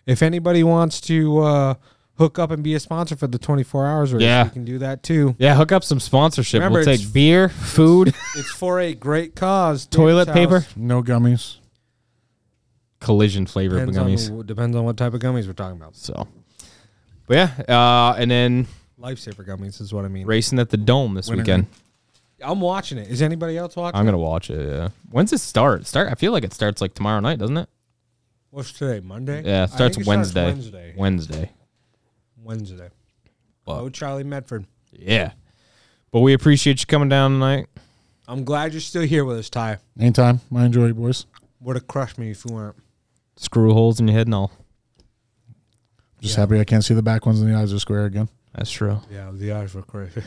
[SPEAKER 4] If anybody wants to uh, hook up and be a sponsor for the 24 hours race,
[SPEAKER 3] Yeah.
[SPEAKER 4] we can do that too.
[SPEAKER 3] Yeah, hook up some sponsorship.
[SPEAKER 4] Remember,
[SPEAKER 3] we'll
[SPEAKER 4] it's-
[SPEAKER 3] take beer, food,
[SPEAKER 4] It's for a great cause. Dave's
[SPEAKER 3] Toilet
[SPEAKER 4] house.
[SPEAKER 3] paper?
[SPEAKER 5] no gummies.
[SPEAKER 3] collision flavor
[SPEAKER 4] Depends on,
[SPEAKER 3] gummies.
[SPEAKER 4] the- depends on what type of gummies we're talking about.
[SPEAKER 3] So, but yeah, uh, and then
[SPEAKER 4] Lifesaver gummies is what I mean.
[SPEAKER 3] racing at the Dome this
[SPEAKER 5] Winter.
[SPEAKER 3] weekend.
[SPEAKER 4] I'm watching it. Is anybody else watching?
[SPEAKER 3] I'm gonna watch it. Yeah. When's it start? Start. I feel like it starts like tomorrow night, doesn't it?
[SPEAKER 4] What's today? Monday?
[SPEAKER 3] Yeah,
[SPEAKER 4] I
[SPEAKER 3] it starts
[SPEAKER 4] think it
[SPEAKER 3] Wednesday.
[SPEAKER 4] Wednesday.
[SPEAKER 3] Wednesday.
[SPEAKER 4] Wednesday.
[SPEAKER 3] But-
[SPEAKER 4] Oh, Charlie Medford.
[SPEAKER 3] Yeah. But we appreciate you coming down tonight.
[SPEAKER 4] I'm glad you're still here with us, Ty.
[SPEAKER 5] Anytime. I enjoy you, boys.
[SPEAKER 4] Would have crushed me if you weren't.
[SPEAKER 3] Screw holes in your head and all.
[SPEAKER 5] Just happy I can't see the back ones in the eyes of square again.
[SPEAKER 3] That's true.
[SPEAKER 4] Yeah, the eyes were crazy.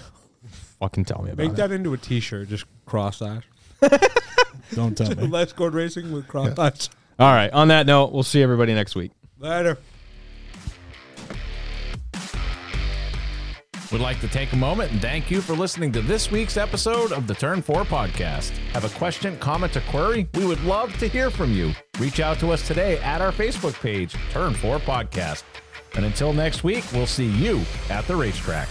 [SPEAKER 3] Fucking tell me about
[SPEAKER 4] Make
[SPEAKER 3] it.
[SPEAKER 4] that into a T-shirt, just cross eyes.
[SPEAKER 5] Don't tell me.
[SPEAKER 4] Let's go racing with cross eyes.
[SPEAKER 3] All right. On that note, we'll see everybody next week.
[SPEAKER 4] Later.
[SPEAKER 1] We'd like to take a moment and thank you for listening to this week's episode of the Turn 4 Podcast. Have a question, comment, or query? We would love to hear from you. Reach out to us today at our Facebook page, Turn 4 Podcast. And until next week, we'll see you at the racetrack.